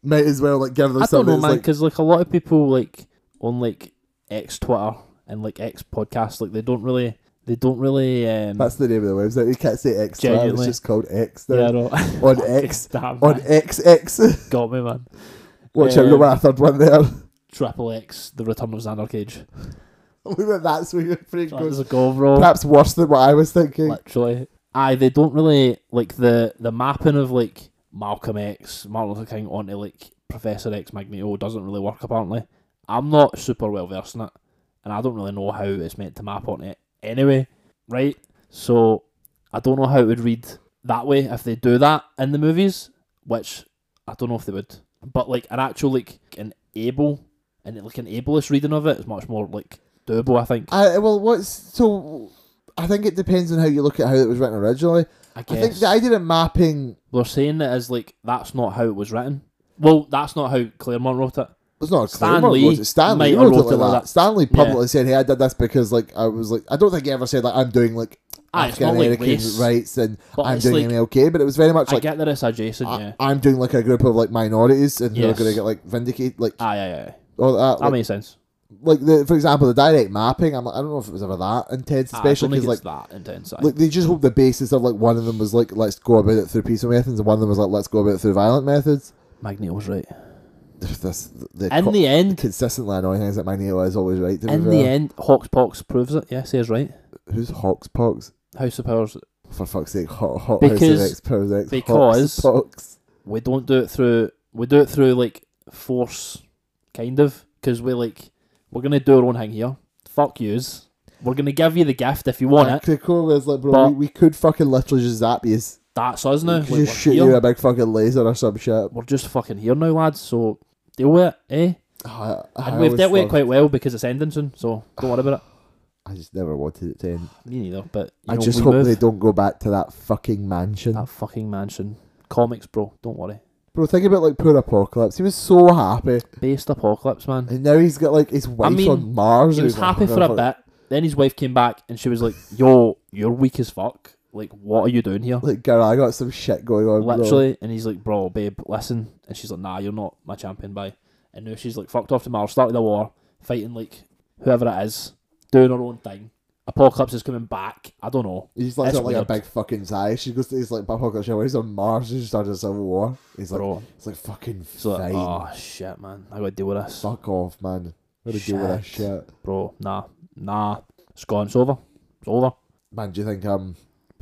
S2: might as well like give them
S1: I don't
S2: something.
S1: know, man,
S2: that's like,
S1: because like a lot of people like on like X Twitter and like X podcasts, like they don't really, they don't really. Um,
S2: that's the name of the website. You can't say X. now, It's
S1: Genuinely.
S2: just called X.
S1: yeah,
S2: Now.
S1: I know.
S2: On X.
S1: Damn,
S2: On
S1: man.
S2: XX.
S1: got me, man.
S2: Watch out,
S1: Um,
S2: we a third one there.
S1: Triple X, the return of Xander Cage.
S2: We went that's where your brain
S1: That's
S2: goes.
S1: a go, bro.
S2: Perhaps worse than what I was thinking.
S1: literally. Aye, they don't really like the the mapping of like Malcolm X, Martin Luther King onto like Professor X Magneto doesn't really work apparently. I'm not super well versed in it, and I don't really know how it's meant to map on it anyway, right? So I don't know how it would read that way if they do that in the movies, which I don't know if they would. But like an actual like an able and like an ableist reading of it is much more like doable, I think.
S2: I well, what's so? I think it depends on how you look at how it was written originally.
S1: I guess.
S2: I think the idea of mapping
S1: They're saying that as like that's not how it was written. Well, that's not how Claremont wrote it.
S2: It's not
S1: Stan
S2: Stan
S1: Lee
S2: Lee. It. Stan
S1: might
S2: Lee
S1: have
S2: wrote
S1: wrote
S2: it
S1: it
S2: like
S1: like
S2: that. Stan Lee publicly said, "Hey, I did this because like I was like I don't think he ever said like I'm doing like
S1: Ah, it's not
S2: African
S1: like
S2: American
S1: race.
S2: rights and
S1: But
S2: I'm
S1: it's
S2: doing
S1: like
S2: MLK," but it was very much
S1: I
S2: like
S1: get that it's adjacent. yeah.
S2: I, am doing like a group of like minorities and who are
S1: Yes.
S2: going to get like vindicated, like
S1: Ah, yeah, yeah. yeah.
S2: all that.
S1: That
S2: Like,
S1: makes sense.
S2: like the for example the direct mapping. I'm like, I don't know if it was ever that intense, especially
S1: because
S2: because like
S1: that intense. aye.
S2: like they just hope the basis of like one of them was like let's go about it through peaceful methods, and one of them was like let's go about it through violent methods.
S1: Magneto was right.
S2: That's the
S1: In
S2: co-
S1: the end,
S2: consistently annoying things that Magneto is always right. To be
S1: in the
S2: fair.
S1: end, Hawks Pox proves it. Yes, he is right.
S2: who's Hawks Pox?
S1: House of Powers.
S2: For fuck's sake, Hawk, Hawk
S1: Because-
S2: House of X, Powers X,
S1: because-
S2: Hawks Pox.
S1: We don't do it through. We do it through like force, kind of, because we like we're gonna do our own thing here. Fuck yous. We're gonna give you the gift if you want it.
S2: Critical was like, bro,
S1: But-
S2: we, we could fucking literally just zap you.
S1: That's us now. Like,
S2: Could just
S1: we're,
S2: shoot you with
S1: here.
S2: a big fucking laser or some shit.
S1: we're just fucking here now, lads. So deal with it, eh?
S2: I, I
S1: And we've
S2: always
S1: dealt with it
S2: loved-
S1: quite well because it's ending soon. So don't worry about
S2: I just never wanted it to end.
S1: it. Me neither. But you
S2: I
S1: know,
S2: just
S1: we
S2: hope
S1: move.
S2: they don't go back to that fucking mansion.
S1: that fucking mansion. Comics, bro. Don't worry.
S2: Bro, think about like poor Apocalypse. He was so happy,
S1: Based apocalypse, man.
S2: and now he's got like his wife
S1: mean,
S2: on Mars.
S1: He
S2: and
S1: was
S2: he's like,
S1: happy
S2: "I'm
S1: for
S2: gonna
S1: a bit. Then his wife came back and she was like, "Yo, you're weak as fuck. Like, what are you doing here?"
S2: fuck-" Like, girl, I got some shit going on. bro."
S1: Literally. And he's like, "Bro, babe, listen." And she's like, "Nah, you're not my champion, bye." And now she's like, "Fucked off to Mars, started a war, fighting like whoever it is, doing her own thing." Apocalypse is coming back. I don't know.
S2: He's like,
S1: That's
S2: got, like a
S1: weird.
S2: big fucking sigh. She goes to his like Apocalypse. show, He's on Mars. He just started a civil war. He's like,
S1: Bro,
S2: it's like fucking
S1: it's like,
S2: fine.
S1: oh shit, man, I gotta deal with this,
S2: Fuck off, man. What to deal with this shit,
S1: bro. Nah, nah, it's gone. It's over. It's over. What
S2: man? Do you think um,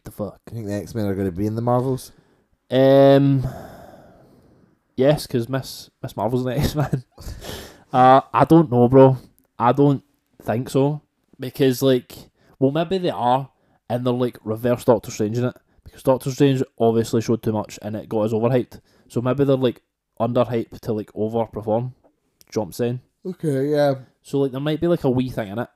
S1: the fuck?
S2: do you think the X Men are going to be in the Marvels?
S1: Um. Yes, because Miss Miss Marvel's an X Man. uh, I don't know, bro. I don't think so because, like, well, maybe they are, and they're like reverse Doctor Strange in it because Doctor Strange obviously showed too much and it got us overhyped. So maybe they're like underhyped to like overperform. Jumps in.
S2: Okay, yeah.
S1: So like there might be like a wee thing in it.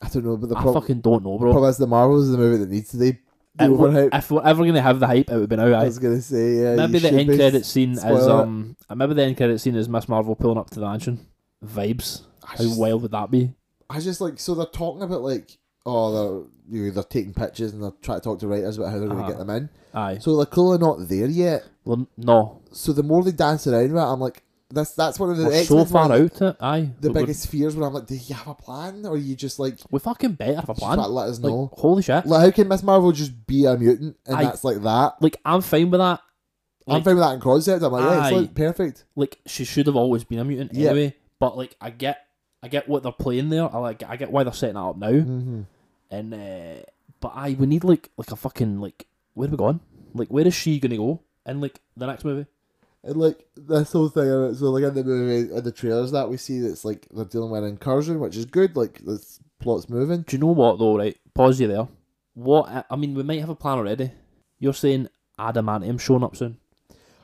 S2: I don't know, but the
S1: I
S2: prob-
S1: fucking don't know, bro.
S2: problem is the Marvels is the movie that needs to be
S1: It w-
S2: overhyped.
S1: if we're ever gonna have the hype, it would be now.
S2: I
S1: aye.
S2: was gonna say yeah.
S1: Maybe
S2: you
S1: the
S2: should
S1: end
S2: be-
S1: credit scene is
S2: spoil it.
S1: um. Maybe the end credit scene is Miss Marvel pulling up to the mansion. Vibes.
S2: I
S1: How
S2: just,
S1: wild would that be?
S2: I just like so they're talking about like oh they're you know, they're taking pictures and they're trying to talk to writers about how they're gonna
S1: Uh-huh.
S2: get them in.
S1: Aye.
S2: So they're clearly not there yet.
S1: Well, no,
S2: So the more they dance around with it, I'm like that's that's one of the
S1: we're
S2: X-Men
S1: so far
S2: one of
S1: out. It. Aye.
S2: The
S1: we,
S2: biggest fears where I'm like, do you have a plan or are you just like
S1: we fucking better have a
S2: just
S1: plan.
S2: try to let us
S1: Like,
S2: know?
S1: holy shit.
S2: Like how can Miss Marvel just be a mutant and
S1: Aye.
S2: that's like that?
S1: Like I'm fine with that.
S2: I'm
S1: Like,
S2: fine with that in concept. I'm like, yeah, it's
S1: Aye.
S2: like perfect.
S1: like she should have always been a mutant
S2: Yeah.
S1: anyway. But like I get, I get what they're playing there. I like, I get why they're setting that up now.
S2: Mm-hmm.
S1: And uh, but aye, we need like like a fucking like where are we going? Like where is she gonna go? In like the next movie.
S2: And like this whole thing, of it, so like in the movie, in the trailers that we see, that's like they're dealing with an incursion, which is good. Like this plot's moving.
S1: Do you know what though? Right, pause you there. What I- I mean, we might have a plan already. You're saying adamantium showing up soon.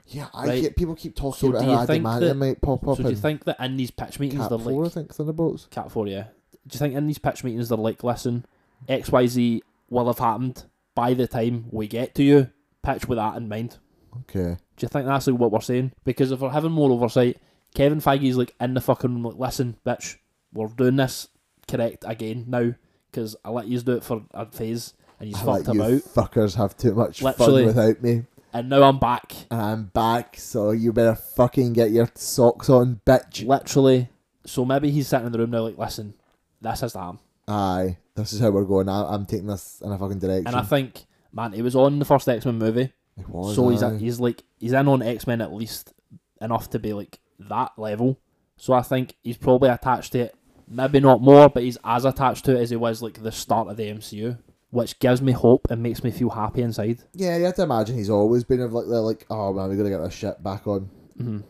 S2: Yeah, I
S1: Right.
S2: get people keep talking
S1: So
S2: about
S1: do you
S2: how
S1: think
S2: adamantium
S1: that-
S2: might pop up
S1: so do you
S2: in
S1: think that in these pitch meetings
S2: Cat
S1: they're
S2: Four,
S1: like
S2: I think Thunderbolts.
S1: Cat Four? Yeah. Do you think in these pitch meetings they're like, listen, X Y Z will have happened by the time we get to you. Pitch with that in mind.
S2: Okay,
S1: Do you think that's like what we're saying? Because if we're having more oversight, Kevin Feige's like in the fucking room, like, listen, bitch, we're doing this correct again now because I let you do it for a phase and you
S2: I
S1: fucked
S2: like
S1: him
S2: you
S1: out,
S2: fuckers have too much fun
S1: Literally.
S2: without me,
S1: and now I'm back.
S2: and I'm back. So you better fucking get your socks on, bitch.
S1: Literally. So maybe he's sitting in the room now, like, listen, this has to happen.
S2: Aye, this is how we're going. I, I'm taking this in a fucking direction.
S1: And I think, man, he was on the first X Men movie,
S2: It was,
S1: so he's
S2: aye.
S1: he's like he's in on X Men at least enough to be like that level. So I think he's probably attached to it, maybe not more, but he's as attached to it as he was like the start of the MCU, which gives me hope and makes me feel happy inside.
S2: yeah, you have to imagine he's always been of like they're like, oh man, we gotta get this shit back on.
S1: Mhm.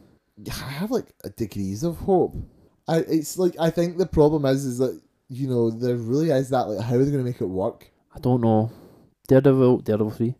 S2: I have like a degrees of hope. I it's like I think the problem is is that you know there really is that like how are they going to make it work?
S1: I don't know, Daredevil, Daredevil three,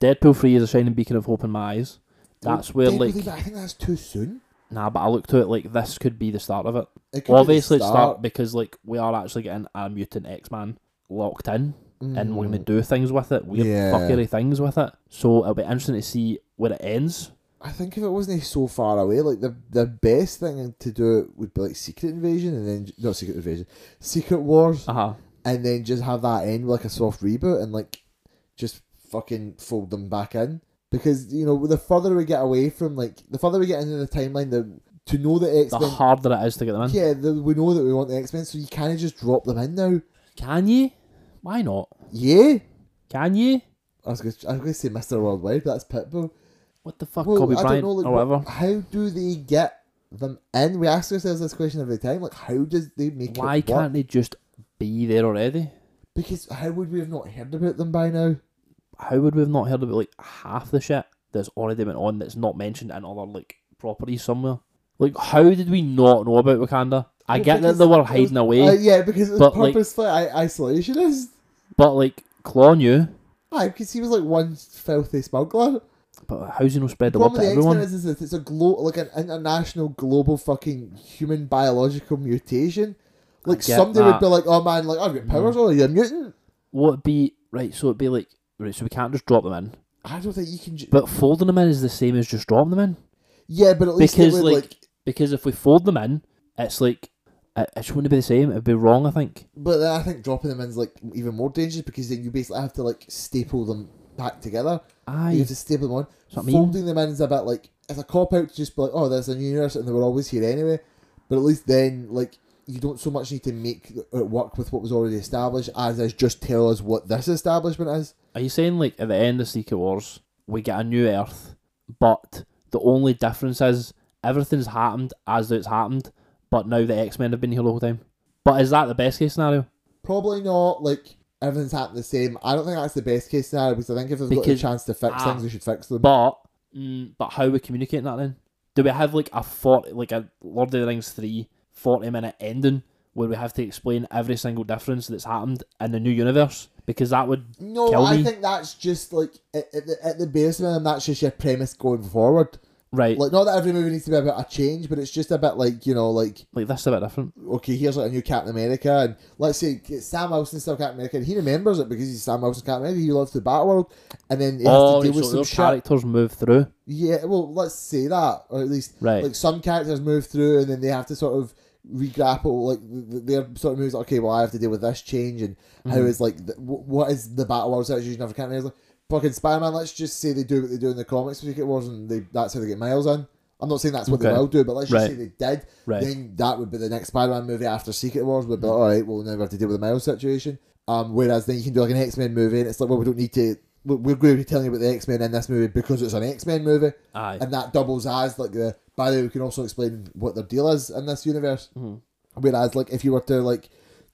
S1: Deadpool three is a shining beacon of hope in my eyes. That's where
S2: Don't
S1: like
S2: believe it, I think that's too soon.
S1: nah, but I look to it like this could be the start of it.
S2: It could be the
S1: Obviously, it's start because like we are actually getting a mutant X Man locked in,
S2: Mm.
S1: and we're going to do things with it, weird
S2: Yeah.
S1: fuckery things with it. So it'll be interesting to see where it ends.
S2: I think if it wasn't so far away, like the the best thing to do would be like Secret Invasion and then not Secret Invasion, Secret Wars,
S1: Uh huh.
S2: and then just have that end with like a soft reboot and like just fucking fold them back in because you know the further we get away from like the further we get into the timeline the to know that X
S1: The
S2: Men.
S1: harder it is to get them in.
S2: Yeah, the, we know that we want the X Men, so you kind of just drop them in now.
S1: Can you? Why not?
S2: Yeah,
S1: Can you?
S2: I was going to, I was going to say Mister Worldwide, but that's Pitbull.
S1: What the fuck,
S2: Well,
S1: Kobe
S2: I don't
S1: Bryant
S2: know, like,
S1: or whatever?
S2: wh- How do they get them in? We ask ourselves this question every time. Like, how does they make it
S1: Why
S2: work?
S1: can't they just be there already?
S2: Because how would we have not heard about them by now?
S1: How would we have not heard about like half the shit that's already been on that's not mentioned in other like properties somewhere? Like, how did we not know about Wakanda? I
S2: Well,
S1: get that
S2: because
S1: they were
S2: it
S1: hiding
S2: was-
S1: away,
S2: Uh, yeah, because it was
S1: but, like-
S2: purposefully i- isolationist.
S1: but like Claw knew.
S2: Aye, because he was like one filthy smuggler.
S1: But how's he not spread
S2: The
S1: the word
S2: problem
S1: to
S2: with the X Men
S1: everyone?
S2: is, is that it's a glo- like an international global fucking human biological mutation. Like
S1: get
S2: somebody would
S1: that. Mm.
S2: be like, "Oh man, like I've got powers. Oh, you're a mutant."
S1: What would be right? So it'd be like right. So we can't just drop them in.
S2: I don't think you can. Ju-
S1: But folding them in is the same as just dropping them in.
S2: yeah, but at least
S1: because
S2: it would,
S1: like,
S2: like,
S1: because if we fold them in, it's like it, it wouldn't be the same. It'd be wrong. I think.
S2: But then I think dropping them in's like even more dangerous because then you basically have to like staple them back together. You
S1: Aye,
S2: have to staple them on.
S1: what I mean.
S2: Folding them in is a bit like it's a cop out to just be like, oh, there's a new universe and they were always here anyway. But at least then, like, you don't so much need to make it work with what was already established as is just tell us what this establishment is.
S1: are you saying like at the end of Secret Wars we get a new Earth, but the only difference is everything's happened as it's happened, but now the X Men have been here the whole time. But is that the best case scenario?
S2: Probably not like everything's happened the same. I don't think that's the best case scenario because I think if they've got a
S1: Because-
S2: chance to fix
S1: ah.
S2: things, we should fix them.
S1: But mm, but how are we communicating that then? Do we have like a forty like a Lord of the Rings 3 40 minute ending where we have to explain every single difference that's happened in the new universe? Because that would
S2: No,
S1: Kill
S2: I
S1: me.
S2: think that's just like at, at, the, at the base minimum, that's just your premise going forward.
S1: right like,
S2: Like, not that every movie needs to be about a change, but it's just a bit like you know, like
S1: that's a bit different.
S2: okay, here's like a new Captain America, and let's say it's Sam Wilson's still Captain America, and he remembers it because he's Sam Wilson's Captain America. He loves the Battle Batworld, and then he has
S1: Oh,
S2: to deal
S1: so
S2: with some
S1: those
S2: shit.
S1: characters move through.
S2: Yeah, well, let's say that, or at least
S1: Right.
S2: like some characters move through, and then they have to sort of re-grapple like th- th- their sort of moves. Okay, well, I have to deal with this change, and
S1: Mm-hmm.
S2: how is like th- wh- what is the battle world situation of Captain America? Fucking Spider Man. Let's just say they do what they do in the comics, Secret Wars, and they, that's how they get Miles in. I'm not saying that's what they
S1: Okay.
S2: will do, but let's just
S1: Right.
S2: say they did.
S1: Right.
S2: Then that would be the next Spider Man movie after Secret Wars. Would be like, all right. Well, now we have to deal with the Miles situation. Um, whereas then you can do like an X Men movie, and it's like, well, we don't need to. we- We're going to be telling you about the X Men in this movie because it's an X Men movie
S1: Aye.
S2: and that doubles as like the by the way we can also explain what their deal is in this universe
S1: Mm-hmm.
S2: whereas like if you were to like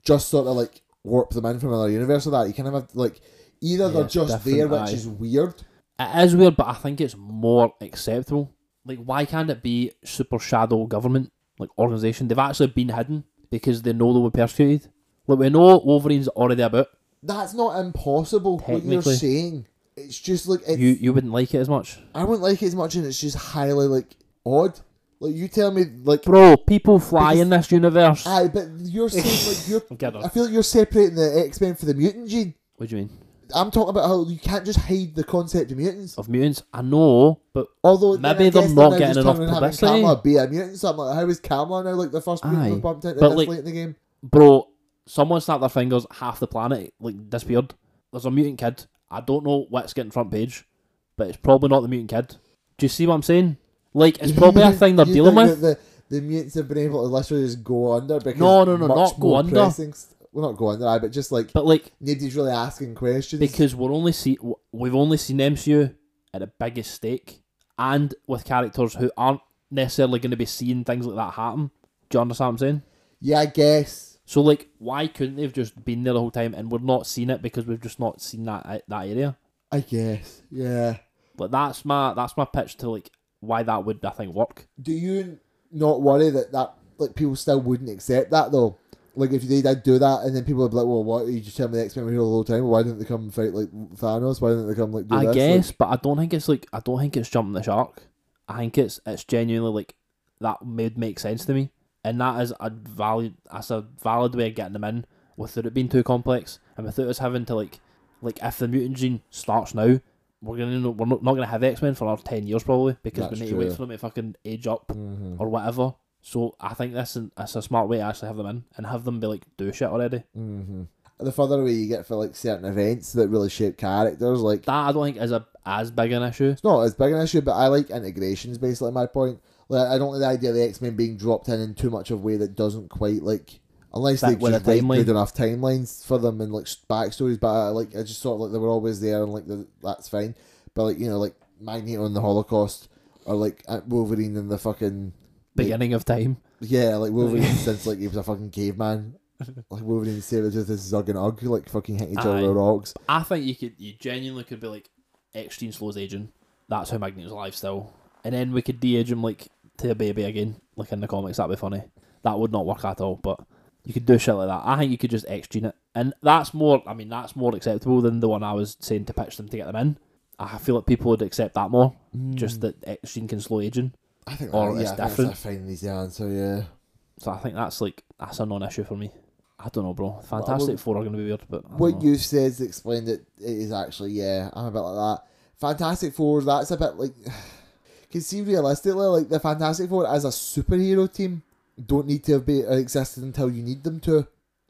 S2: just sort of like warp them in from another universe or that you kind of have to, like either they're
S1: it's
S2: just
S1: different,
S2: there which
S1: aye.
S2: is weird
S1: It is weird, but I think it's more acceptable. Like, why can't it be super shadow government, like organization? They've actually been hidden because they know they were persecuted. Like, we know Wolverine's already about.
S2: that's not impossible what you're
S1: Technically.
S2: saying it's just like it's,
S1: You you wouldn't like it as much,
S2: I wouldn't like it as much and it's just highly like odd like you tell me like
S1: bro. People fly in this universe.
S2: aye but you're saying like you're
S1: Get off.
S2: I feel like you're separating the X-Men for the mutant gene
S1: what do you mean
S2: I'm talking about how you can't just hide the concept of mutants
S1: of mutants? I know, but
S2: Although
S1: Maybe
S2: then I
S1: they're
S2: guess
S1: not
S2: now
S1: getting
S2: just
S1: enough
S2: turning and having
S1: publicity.
S2: Kamala be a mutant. So I'm like, how is Kamala now like the first mutant
S1: Aye.
S2: we've bumped into
S1: But,
S2: this
S1: like-
S2: late in the game?
S1: bro, someone snapped their fingers, half the planet like disappeared. There's a mutant kid. I don't know what's getting front page, but it's probably not the mutant kid. Do you see what I'm saying? Like, it's probably a thing they're
S2: You
S1: dealing
S2: think
S1: with.
S2: that The, the mutants have been able to literally just go under because
S1: No, no, no,
S2: much
S1: not go
S2: more
S1: under.
S2: pressing st- well, not go under, aye, but just like
S1: But like,
S2: nobody's really asking questions.
S1: because we're only see w- we've only seen MCU at the biggest stake, and with characters who aren't necessarily going to be seeing things like that happen. Do you understand what I'm saying?
S2: yeah, I guess
S1: So like, why couldn't they've just been there the whole time and we're not seeing it because we've just not seen that uh, that area?
S2: I guess yeah.
S1: But that's my that's my pitch to like why that would I think work.
S2: Do you not worry that that like people still wouldn't accept that though? Like if they did do that, and then people would be like, "Well, what? You just tell me the X Men were here the whole time. Why didn't they come fight like Thanos? Why didn't they come like do this?"
S1: I
S2: Like,
S1: guess, but I don't think it's like I don't think it's jumping the shark. I think it's it's genuinely like that made make sense to me, and that is a valid that's a valid way of getting them in without it being too complex and without us having to like like if the mutant gene starts now, we're gonna know- we're not not gonna have X Men for another ten years probably because
S2: That's
S1: we need to
S2: true.
S1: wait for them to fucking age up
S2: Mhm.
S1: or whatever. So I think this is it's a smart way to actually have them in and have them be like do shit already.
S2: Mm-hmm. The further away you get for like certain events that really shape characters, like
S1: That I don't think is a as big an issue.
S2: it's not as big an issue, but I like integrations. Basically, my point. Like I don't like the idea of the X Men being dropped in in too much of a way that doesn't quite like unless
S1: Fit
S2: they
S1: with
S2: just
S1: a
S2: write
S1: timeline.
S2: good enough timelines for them and like s- backstories. But I, like I just sort of like they were always there and like the, that's fine. But like you know like Magneto and the Holocaust or like uh, Wolverine and the fucking
S1: Beginning of time.
S2: yeah like Wolverine since like he was a fucking caveman. Like Wolverine and Saber just this Zug and Ugg like fucking hitting each other
S1: Aye.
S2: with rocks.
S1: I think you could, you genuinely could be like extreme slow's aging. That's how Magneto's alive still, and then we could de-age him like to a baby again, like in the comics. That'd be funny. That would not work at all, but you could do shit like that. I think you could just extreme it, and that's more. I mean, that's more acceptable than the one I was saying to pitch them to get them in. I feel like people would accept that more,
S2: Hmm.
S1: just that extreme can slow aging.
S2: Mm. I think
S1: Or
S2: that,
S1: it's
S2: yeah, I think
S1: different.
S2: that's a fine and easy answer. Yeah.
S1: So I think that's like that's a non-issue for me. I don't know, bro.
S2: I
S1: Fantastic
S2: would-
S1: Four are gonna be weird, but I don't
S2: what
S1: know.
S2: you said's explained it, it is actually yeah i'm a bit like that fantastic four that's a bit like can see realistically like the fantastic four as a superhero team don't need to have be, existed until you need them to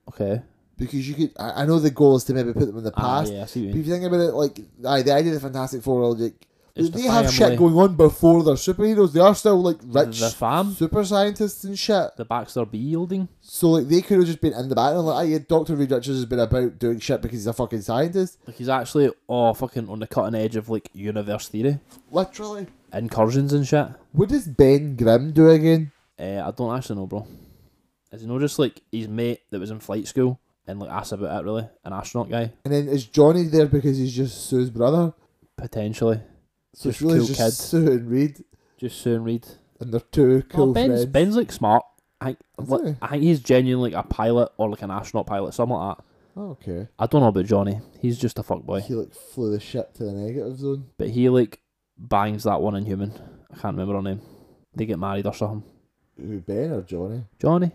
S1: okay?
S2: because you could i, I know the goal is to maybe put them in the
S1: Ah,
S2: past
S1: yeah, I see what you
S2: but
S1: mean.
S2: if you think about it like aye, the idea of the fantastic four are like
S1: It's
S2: they
S1: the
S2: have
S1: family.
S2: shit going on before they're superheroes they are still like rich
S1: the fam,
S2: super scientists and shit
S1: the Baxter B yielding.
S2: so like they could have just been in the background like aye, dr reed richards has been about doing shit because he's a fucking scientist
S1: Like he's actually oh fucking on the cutting edge of like universe theory,
S2: literally
S1: incursions and shit.
S2: What does Ben Grimm do again?
S1: Uh, I don't actually know, bro. Is he not just like his mate that was in flight school and like asked about it really, an astronaut guy
S2: And then is Johnny there because he's just Sue's brother?
S1: potentially?
S2: So
S1: Just
S2: it's really
S1: cool
S2: just
S1: kid.
S2: Sue and Reed,
S1: Just soon read.
S2: and they're two cool
S1: well, Oh, Ben's
S2: friends.
S1: Ben's like smart. I think,
S2: Is
S1: look,
S2: he?
S1: I think he's genuinely like a pilot or like an astronaut pilot, something like that.
S2: Oh, okay.
S1: I don't know about Johnny. He's just a fuckboy.
S2: He like flew the ship to the negative zone.
S1: But he like bangs that one in human. I can't remember her name. They get married or something.
S2: Who, Ben or Johnny?
S1: Johnny.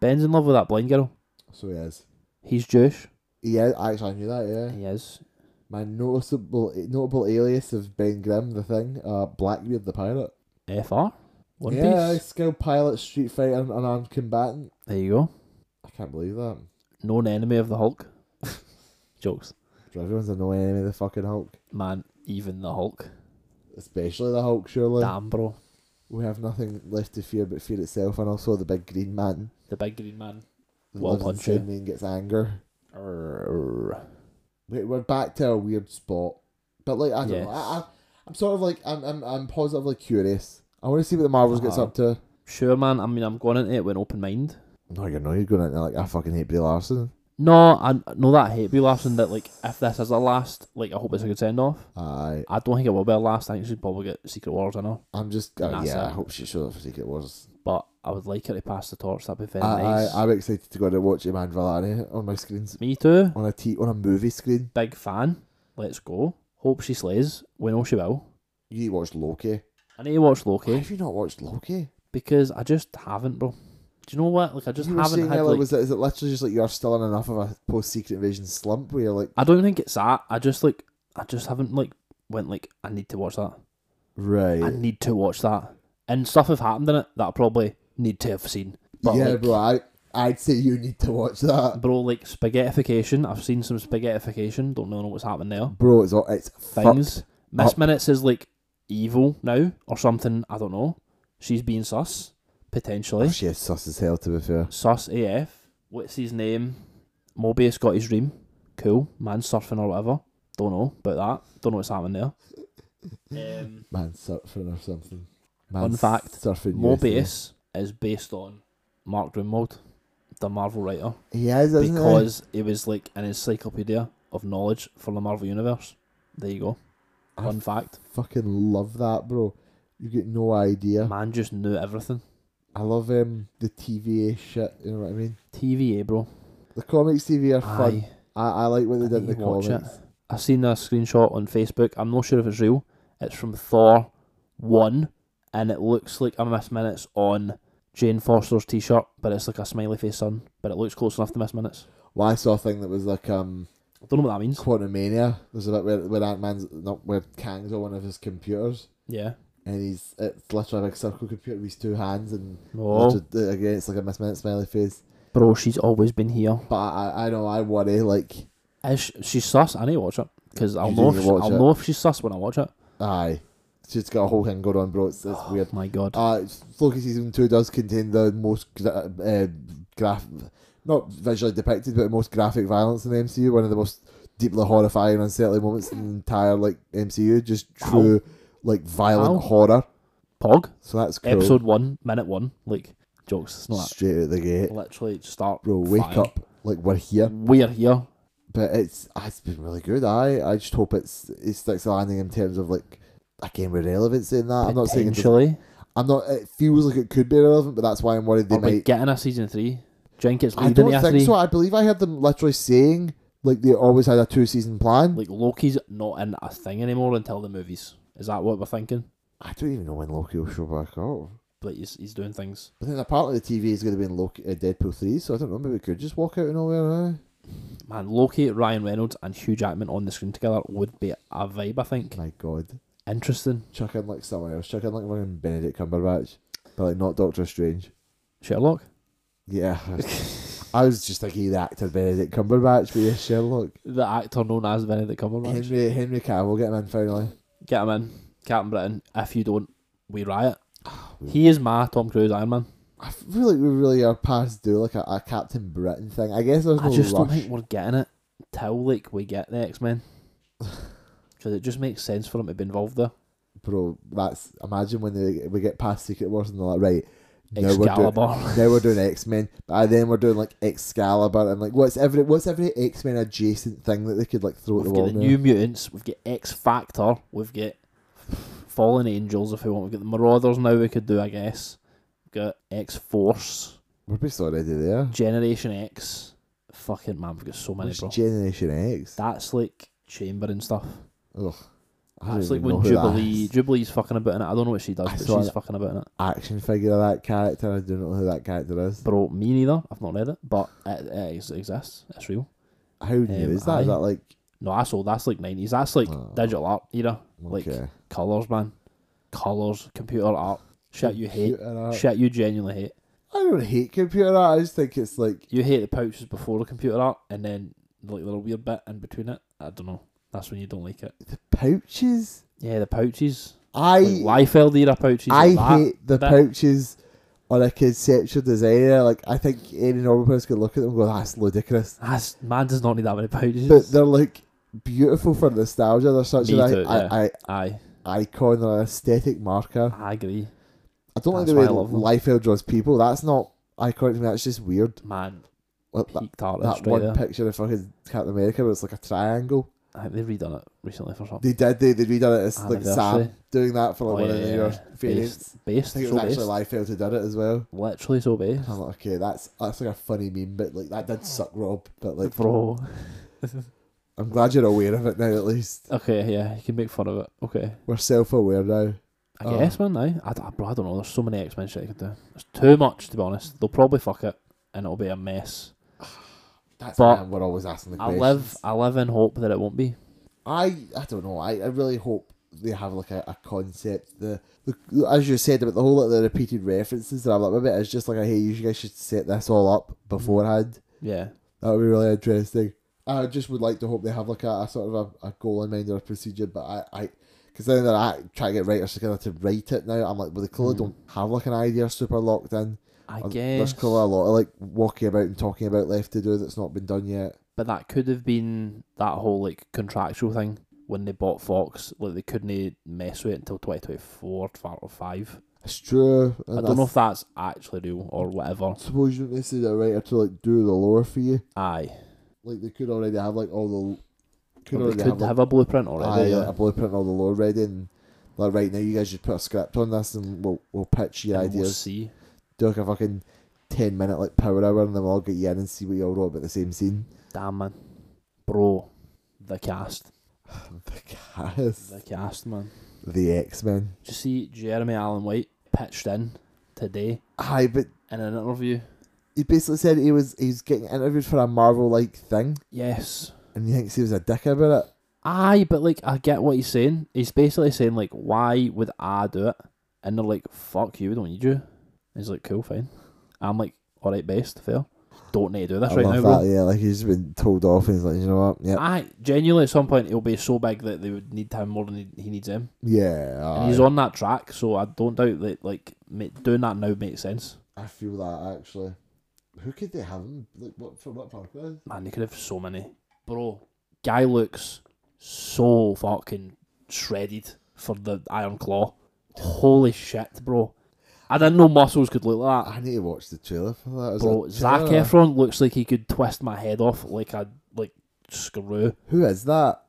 S1: Ben's in love with that blind girl.
S2: So he is.
S1: He's Jewish.
S2: He is. Actually, I knew that. Yeah.
S1: He is.
S2: My noticeable notable alias of Ben Grimm, the thing, uh, Blackbeard the pirate.
S1: FR? One
S2: yeah,
S1: Piece.
S2: skilled pilot, street fighter, and unarmed combatant.
S1: There you go.
S2: I can't believe that.
S1: Known enemy of the Hulk. Jokes.
S2: Everyone's a no enemy of the fucking Hulk,
S1: Man, even the Hulk.
S2: especially the Hulk. Surely.
S1: Damn, bro.
S2: We have nothing left to fear but fear itself, and also the big green man
S1: The big green man.
S2: that
S1: Well
S2: lives
S1: punch you.
S2: inside me and gets anger.
S1: Arrgh.
S2: We- We're back to a weird spot, but like I don't know. I, I,
S1: Yes.
S2: I'm sort of like I'm I'm, I'm positively curious. I want to see what the Marvels gets
S1: Uh-huh.
S2: up to.
S1: Sure, man. I mean, I'm going into it with an open mind.
S2: No, you're not. You're going in there like I fucking hate Brie Larson.
S1: No, I know that I hate Brie Larson that, like, if this is a last, like, I hope it's a good send off.
S2: I
S1: I don't think it will be a last. I think she'd probably get Secret Wars in her.
S2: I'm just oh,
S1: That's
S2: yeah. I
S1: it.
S2: hope she shows up for Secret Wars.
S1: But I would like her to pass the torch. That'd be very
S2: I,
S1: nice.
S2: I I'm excited to go and watch Iman Vellani on my screens
S1: Me too.
S2: on a t on a movie screen.
S1: Big fan. Let's go. Hope she slays. We know she will.
S2: You need to watch Loki.
S1: I need to watch
S2: Why
S1: Loki
S2: have you not watched Loki?
S1: because I just haven't, bro. Do you know what? Like, I just
S2: you were
S1: haven't
S2: saying
S1: had
S2: earlier,
S1: like.
S2: was it, is it literally just like you're still in enough of a post Secret Invasion slump where you're like,
S1: I don't think it's that. I just like. I just haven't like went like. I need to watch that.
S2: right?
S1: I need to watch that. And stuff have happened in it that I probably need to have seen. But
S2: yeah,
S1: like,
S2: bro, I I'd say you need to watch that,
S1: bro, like spaghettification. I've seen some spaghettification. Don't know what's happened there.
S2: bro. It's all it's
S1: things.
S2: fucked.
S1: Miss
S2: up.
S1: Minutes is like evil now or something. I don't know. She's being sus potentially.
S2: Oh, she is sus as hell. To be fair,
S1: sus AF. What's his name? Mobius got his dream. Cool. Man surfing or whatever. Don't know about that. Don't know what's happening there. Um,
S2: man surfing or something.
S1: Fun fact,
S2: surfing. USA.
S1: Mobius is based on Mark Grunwald, the Marvel writer,
S2: He is, isn't
S1: because he was like an encyclopedia of knowledge for the Marvel universe. There you go.
S2: he? I
S1: Fun fact.
S2: fucking love that, bro. You get no idea.
S1: Man just knew everything.
S2: I love um the TVA shit. You know what I mean?
S1: TVA, bro.
S2: The comics TV are fun.
S1: Aye.
S2: I, I like what they
S1: I
S2: did in
S1: need
S2: the
S1: to watch
S2: comics.
S1: it. I seen a screenshot on Facebook. I'm not sure if it's real. It's from Thor one, and it looks like a Miss Minutes on Jane Foster's T-shirt, but it's like a smiley face sun. But it looks close enough to Miss Minutes.
S2: Well, I saw a thing that was like um
S1: I don't know what that means.
S2: Quantumania. There's a bit where where Ant Man's not where Kang's on one of his computers.
S1: Yeah.
S2: And he's it's literally like a circle computer with his two hands and
S1: Oh,
S2: Literally, uh, Again, it's like a Miss Minute smiley face.
S1: bro, she's always been here.
S2: But I, I- I know I worry. Like,
S1: Is she, she's sus. I need to watch it because I'll
S2: You
S1: know.
S2: need
S1: If,
S2: to watch
S1: I'll
S2: it.
S1: know if she's sus when I watch it. Oh
S2: aye, she's got a whole thing going on, bro. It's, it's weird.
S1: My God.
S2: Uh, Loki season two does contain the most gra- uh, graph, not visually depicted, but the most graphic violence in the MCU. One of the most deeply horrifying, unsettling moments in the entire like MCU. Just true like violent
S1: Ow.
S2: horror.
S1: Pog.
S2: So that's cool.
S1: Episode one, minute one. Like jokes. It's not
S2: straight out the gate,
S1: that. Literally start.
S2: bro. Wake
S1: firing.
S2: up, like we're here.
S1: We're here.
S2: But it's ah, it's been really good. I I just hope it's it sticks a landing in terms of like again with relevancy in that. I'm not saying it doesn't-
S1: potentially.
S2: I'm not. It feels like it could be relevant, but that's why I'm worried they
S1: Are we
S2: might
S1: getting a season three? Do you think it's
S2: I
S1: leading
S2: don't
S1: to a
S2: think
S1: three?
S2: so. I believe I heard them literally saying like they always had a two season plan.
S1: Like Loki's not in a thing anymore until the movies. Is that what we're thinking?
S2: I don't even know when Loki will show back up.
S1: But he's he's doing things.
S2: But then apparently the TV is going to be in Loki, uh, Deadpool three, so I don't know. Maybe we could just walk out of nowhere. Eh?
S1: Man, Loki, Ryan Reynolds, and Hugh Jackman on the screen together would be a vibe. I think.
S2: My God,
S1: Interesting.
S2: chuck in like someone else. Chuck in like fucking Benedict Cumberbatch, but like not Doctor Strange.
S1: Sherlock.
S2: Yeah, I was just thinking the actor Benedict Cumberbatch, but yeah, Sherlock.
S1: The actor known as Benedict Cumberbatch.
S2: Henry Henry Cavill, get him in finally.
S1: Get him in, Captain Britain. If you don't, we riot. He is my Tom Cruise Iron Man.
S2: I feel like we really are past due like a, a Captain Britain thing. I guess there's no
S1: I just
S2: rush.
S1: don't think we're getting it till like we get the X Men, because it just makes sense for him to be involved there.
S2: bro, that's imagine when they, we get past Secret Wars and they're like, right, now we're, doing,
S1: Excalibur.
S2: now we're doing X Men, but then we're doing like Excalibur and like what's every what's every X Men adjacent thing that they could like throw at the
S1: We've
S2: wall
S1: got the
S2: now.
S1: New Mutants. We've got X Factor. We've got Fallen Angels. If we want, we've got the Marauders. Now we could do, I guess. We've got X Force,
S2: We're based already there.
S1: Generation X. Fucking man, we've got so many,
S2: What's
S1: bro.
S2: Generation X?
S1: That's like Chamber and stuff.
S2: I don't
S1: That's like
S2: even
S1: when
S2: know who that
S1: Jubilee
S2: is.
S1: Jubilee's fucking about in it. I don't know what she does,
S2: I
S1: but
S2: saw
S1: she's
S2: that.
S1: fucking about in it.
S2: action figure of that character. I don't know who that character is.
S1: Bro, me neither. I've not read it, but it, it ex- exists. It's real.
S2: How
S1: Um,
S2: new is that? Is
S1: aye.
S2: that like
S1: No, that's old. That's like nineties. That's like
S2: Oh.
S1: digital art era. Like
S2: okay?
S1: colours, man. Colours, computer art. Shit you hate.
S2: Computer art.
S1: Shit you genuinely hate.
S2: I don't hate computer art. I just think it's like
S1: you hate the pouches before the computer art, and then like little weird bit in between it. I don't know. That's when you don't like it.
S2: the pouches.
S1: Yeah, the pouches.
S2: I
S1: Like Liefeld era pouches.
S2: I
S1: like that.
S2: hate the
S1: bit.
S2: pouches on a conceptual designer. Like I think any normal person could look at them and go, "That's ludicrous,"
S1: That's, man does not need that many pouches.
S2: but they're like beautiful for nostalgia. They're such
S1: Me
S2: an
S1: too,
S2: I- I-
S1: Aye,
S2: I- icon. They're an aesthetic marker.
S1: I agree.
S2: I don't like
S1: That's
S2: the way
S1: why I love them.
S2: Liefeld draws people. That's not iconic to me. That's just weird.
S1: Man,
S2: Like that,
S1: peaked artist
S2: that
S1: right
S2: one
S1: there.
S2: picture of fucking Captain America, where it's like a triangle.
S1: I think they've redone it recently for something.
S2: They did. They they redone it. It's like
S1: Anniversary.
S2: Sam doing that for like
S1: Oh,
S2: one
S1: yeah,
S2: of the
S1: yeah,
S2: yeah.
S1: yeah.
S2: variants. I
S1: Based,
S2: think it
S1: so
S2: was
S1: based.
S2: actually Liefeld who did it as well.
S1: Literally so based.
S2: I'm like, okay, that's that's like a funny meme, but like that did suck, Rob. But like,
S1: Bro.
S2: I'm glad you're aware of it now. At least
S1: Okay, yeah, you can make fun of it. Okay.
S2: we're self-aware now.
S1: I
S2: Oh.
S1: guess, man. Now I, d- I- bro, I don't know. There's so many X Men shit you can do. It's too much, to be honest. They'll probably fuck it, and it'll be a mess.
S2: That's why
S1: But
S2: we're always asking the
S1: I
S2: questions.
S1: live, I live in hope that it won't be.
S2: I I don't know. I, I really hope they have like a, a concept. The, the as you said about the whole like the repeated references. And I'm like, maybe it's just like, a, hey, you guys should set this all up beforehand.
S1: Yeah,
S2: That would be really interesting. I just would like to hope they have like a, a sort of a, a goal in mind or a procedure, but I, I because then they're at, trying to get writers together to write it now. I'm like, well, they clearly
S1: Mhm.
S2: don't have like an idea super locked in.
S1: I
S2: Uh, There's
S1: guess.
S2: clearly a lot of like walking about and talking about left to do that's not been done yet.
S1: But that could have been that whole like contractual thing when they bought Fox. Like they couldn't mess with it until 2024 or five.
S2: It's true.
S1: I don't know if that's actually real or whatever.
S2: I suppose you don't necessarily need a writer to like do the lore for you.
S1: Aye,
S2: Like they could already have like all the could
S1: But
S2: already
S1: they
S2: have,
S1: could
S2: like,
S1: have a blueprint
S2: aye,
S1: already.
S2: like, a blueprint and all the lore ready and like right now you guys just put a script on this and we'll we'll pitch your
S1: yeah,
S2: ideas.
S1: we'll see.
S2: do like a fucking ten minute like power hour, and then we'll all get you in and see what you all wrote about the same scene.
S1: Damn man, bro, the cast,
S2: The cast,
S1: the cast, man.
S2: the X Men.
S1: Did you see Jeremy Allen White pitched in today
S2: Aye, but
S1: in an interview?
S2: he basically said he was he was getting interviewed for a Marvel like thing,
S1: Yes.
S2: and he thinks he was a dick about it.
S1: Aye, but like I get what he's saying. He's basically saying like, why would I do it? And they're like, fuck you, we don't need you. And he's like, cool, fine. I'm like, all right, best, fair. don't need to do this
S2: I
S1: right now.
S2: love
S1: bro.
S2: that. Yeah, like he's been told off, and he's like, you know what? Yeah,
S1: I genuinely at some point he'll be so big that they would need him more than he he needs him.
S2: yeah.
S1: and he's on that track, so I don't doubt that like ma- doing that now makes sense.
S2: I feel that actually. Who could they have him? Like what for? What purpose?
S1: Man, they could have so many, bro. Guy looks so fucking shredded for the Iron Claw. Holy shit, bro! I didn't know muscles could look like that,
S2: I need to watch the trailer for that. Is
S1: bro.
S2: it
S1: Zac
S2: trailer?
S1: Efron looks like he could twist my head off like a like screw.
S2: Who is that?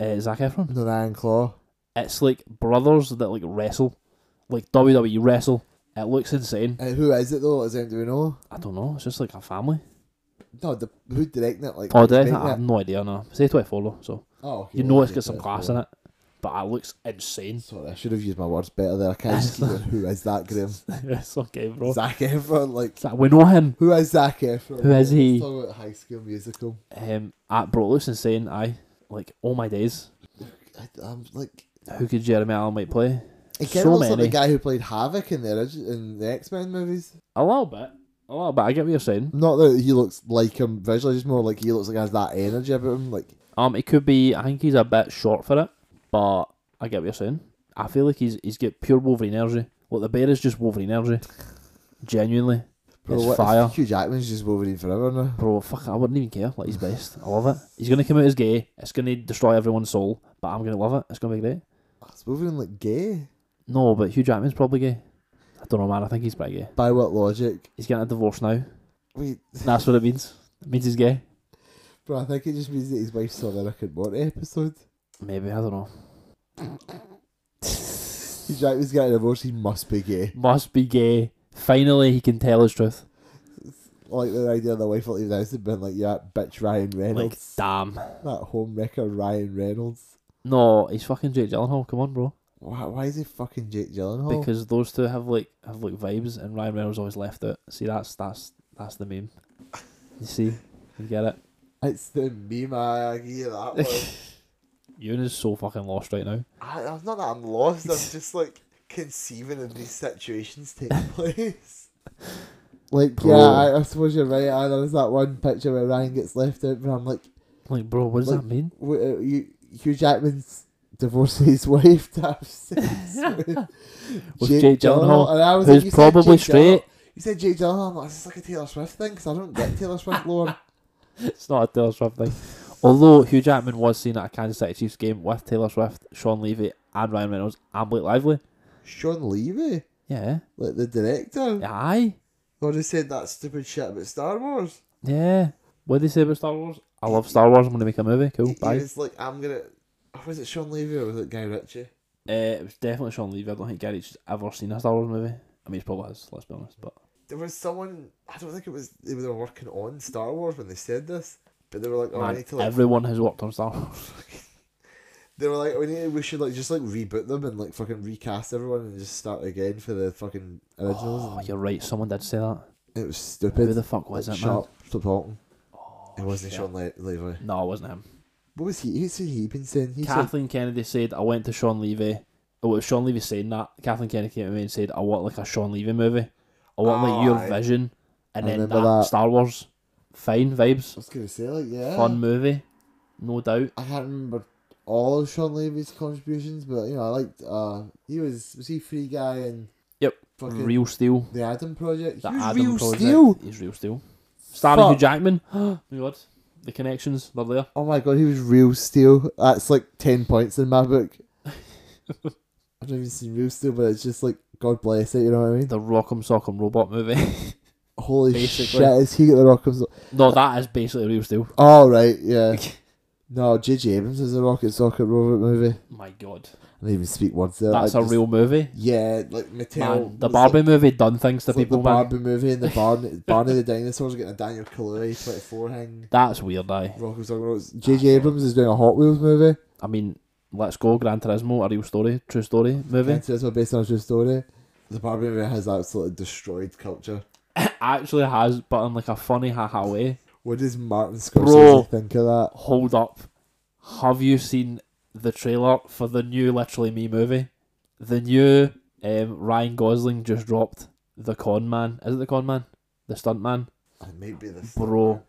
S1: Uh, Zac Efron.
S2: The Iron Claw.
S1: It's like brothers that like wrestle, like WWE wrestle. It looks insane.
S2: And Uh, who is it though? Is anyone do we know?
S1: I don't know. It's just like a family.
S2: No, the who directing it? Like
S1: Oh,
S2: who's
S1: did I?
S2: making
S1: I have
S2: it?
S1: no idea. No, say twenty four though. So
S2: Oh,
S1: you know it's got some class in it, but it looks insane.
S2: Sorry, I should have used my words better there. I can't just keep going, who is that Graham?
S1: it's okay, bro.
S2: Zac Efron, like
S1: It's like, we know him.
S2: who is Zac Efron?
S1: Who is he?
S2: Let's talk about High School Musical.
S1: Um, at bro, it looks insane. I like all my days.
S2: I, I'm like,
S1: Who could Jeremy Allen might play?
S2: it kind
S1: So
S2: of looks like
S1: many.
S2: the guy who played Havoc in the origi- in the X Men movies.
S1: A little bit, a little bit. I get what you're saying.
S2: Not that he looks like him visually, just more like he looks like he has that energy about him. Like
S1: Um, it could be. I think he's a bit short for it, but I get what you're saying. I feel like he's he's got pure Wolverine energy. Look, the bear is just Wolverine energy. Genuinely,
S2: bro,
S1: it's
S2: what,
S1: fire.
S2: Hugh Jackman's just Wolverine forever now.
S1: Bro, fuck, I wouldn't even care. Like, he's best. I love it. He's going to come out as gay. It's going to destroy everyone's soul, but I'm going to love it. It's going to be great.
S2: Is Wolverine like gay?
S1: No, but Hugh Jackman's probably gay. I don't know, man. I think he's pretty gay.
S2: By what logic?
S1: He's getting a divorce now.
S2: Wait,
S1: That's what it means. It means he's gay.
S2: bro, I think it just means that his wife saw the Rick and Morty episode.
S1: Maybe, I don't know.
S2: Hugh Jackman's getting a divorce. He must be gay.
S1: Must be gay. Finally, he can tell his truth.
S2: Like the idea of the wife leaving the house and being like, "Yeah, bitch, Ryan
S1: Like,
S2: Reynolds,
S1: damn.
S2: that home wrecker, Ryan Reynolds."
S1: No, he's fucking Jake Gyllenhaal. Come on, bro.
S2: Why, why is he fucking Jake Gyllenhaal?
S1: Because those two have like have like vibes, and Ryan Reynolds always left out. See, that's that's that's the meme. You see, you get it.
S2: It's the meme I hear that one.
S1: Ewan is so fucking lost right now.
S2: I, I'm not that I'm lost. I'm just like conceiving of these situations taking place. Like
S1: Bro.
S2: yeah, I, I suppose you're right. I, there was that one picture where Ryan gets left out, but I'm like,
S1: Like, bro, what does
S2: Like-
S1: that mean?
S2: w- uh, you, Hugh Jackman's divorcing his wife to have sex with
S1: With Jake Gyllenhaal,
S2: and I was
S1: who's
S2: you said
S1: probably
S2: Jake
S1: straight.
S2: Gyllenhaal- You said Jake Gyllenhaal. I'm like, is this like a Taylor Swift thing? Because I don't get Taylor Swift lore.
S1: It's not a Taylor Swift thing. Although Hugh Jackman was seen at a Kansas City Chiefs game with Taylor Swift, Sean Levy, and Ryan Reynolds, and Blake Lively.
S2: Sean Levy,
S1: Yeah,
S2: like the director,
S1: aye,
S2: or just said that stupid shit about Star Wars.
S1: yeah. What did they say about Star Wars? I love Star Wars. I'm gonna make a movie. Cool.
S2: He- He
S1: Bye.
S2: was like, I'm gonna. or Was it Sean Levy or was it Guy Ritchie?
S1: Uh, it was definitely Sean Levy. I don't think Gary's ever seen a Star Wars movie. I mean, he probably has. Let's be honest. But
S2: There was someone. I don't think it was. They were working on Star Wars when they said this, but they were like, "Oh, I
S1: man,
S2: need to like."
S1: everyone has worked on Star Wars.
S2: They were like, "We need. We should like just like reboot them and like fucking recast everyone and just start again for the fucking originals."
S1: Oh, you're right. Someone did say that.
S2: it was
S1: Who
S2: stupid.
S1: the fuck was it,
S2: Shut
S1: man? Oh,
S2: up, stop talking. it wasn't
S1: shit.
S2: Sean Le- Levy.
S1: No, it wasn't him.
S2: What was he? Who's he been saying? He said,
S1: Kathleen Kennedy said, I went to Sean Levy. Oh, it was Sean Levy saying that. Kathleen Kennedy came to me and said, I want like a Sean Levy movie. I want like your
S2: Aye.
S1: vision. And
S2: I
S1: then
S2: remember
S1: that,
S2: that.
S1: Star Wars. Fine
S2: I
S1: vibes.
S2: was gonna say like yeah.
S1: Fun movie. No doubt.
S2: I can't remember all of Sean Levy's contributions, but you know, I liked uh he was was he free guy and
S1: Yep.
S2: fucking
S1: Real Steel.
S2: the Adam Project.
S1: The
S2: he was
S1: Adam
S2: Real
S1: Project
S2: Steel.
S1: is Real Steel. Starring Hugh
S2: Fuck.
S1: Jackman. Oh My God. The connections, they're there.
S2: Oh my god, he was Real Steel. That's like ten points in my book. I've never even seen Real Steel, but it's just like God bless it. You know what I mean?
S1: The Rock'em Sock'em Robot movie.
S2: Holy
S1: Basically.
S2: shit! Is he got the Rock'em? So-
S1: no, that is basically Real Steel.
S2: oh right, yeah. No, J.J. Abrams is a Rocket Socket Robot movie.
S1: My God.
S2: I didn't even speak once there.
S1: That's
S2: I
S1: a
S2: just-
S1: real movie.
S2: Yeah, like Mattel.
S1: Man, the
S2: was like-
S1: Barbie movie done things to
S2: It's like
S1: people,
S2: the
S1: man.
S2: Barbie movie and the Barn Barney the Dinosaurs getting a Daniel Kaluuya 24 hang.
S1: That's weird, aye.
S2: Rocco's talking about JJ Abrams is doing a Hot Wheels movie.
S1: I mean, let's go Gran Turismo, a real story, true story movie.
S2: And so It's all based on a true story. The Barbie movie has absolutely destroyed culture.
S1: It actually has, but in like a funny haha way.
S2: What does Martin
S1: Bro.
S2: Scorsese think of that?
S1: Hold up, have you seen the trailer for the new Literally Me movie? The new um, Ryan Gosling just dropped. The Con Man, is it the Con Man? The Stunt Man.
S2: I might be this.
S1: Bro,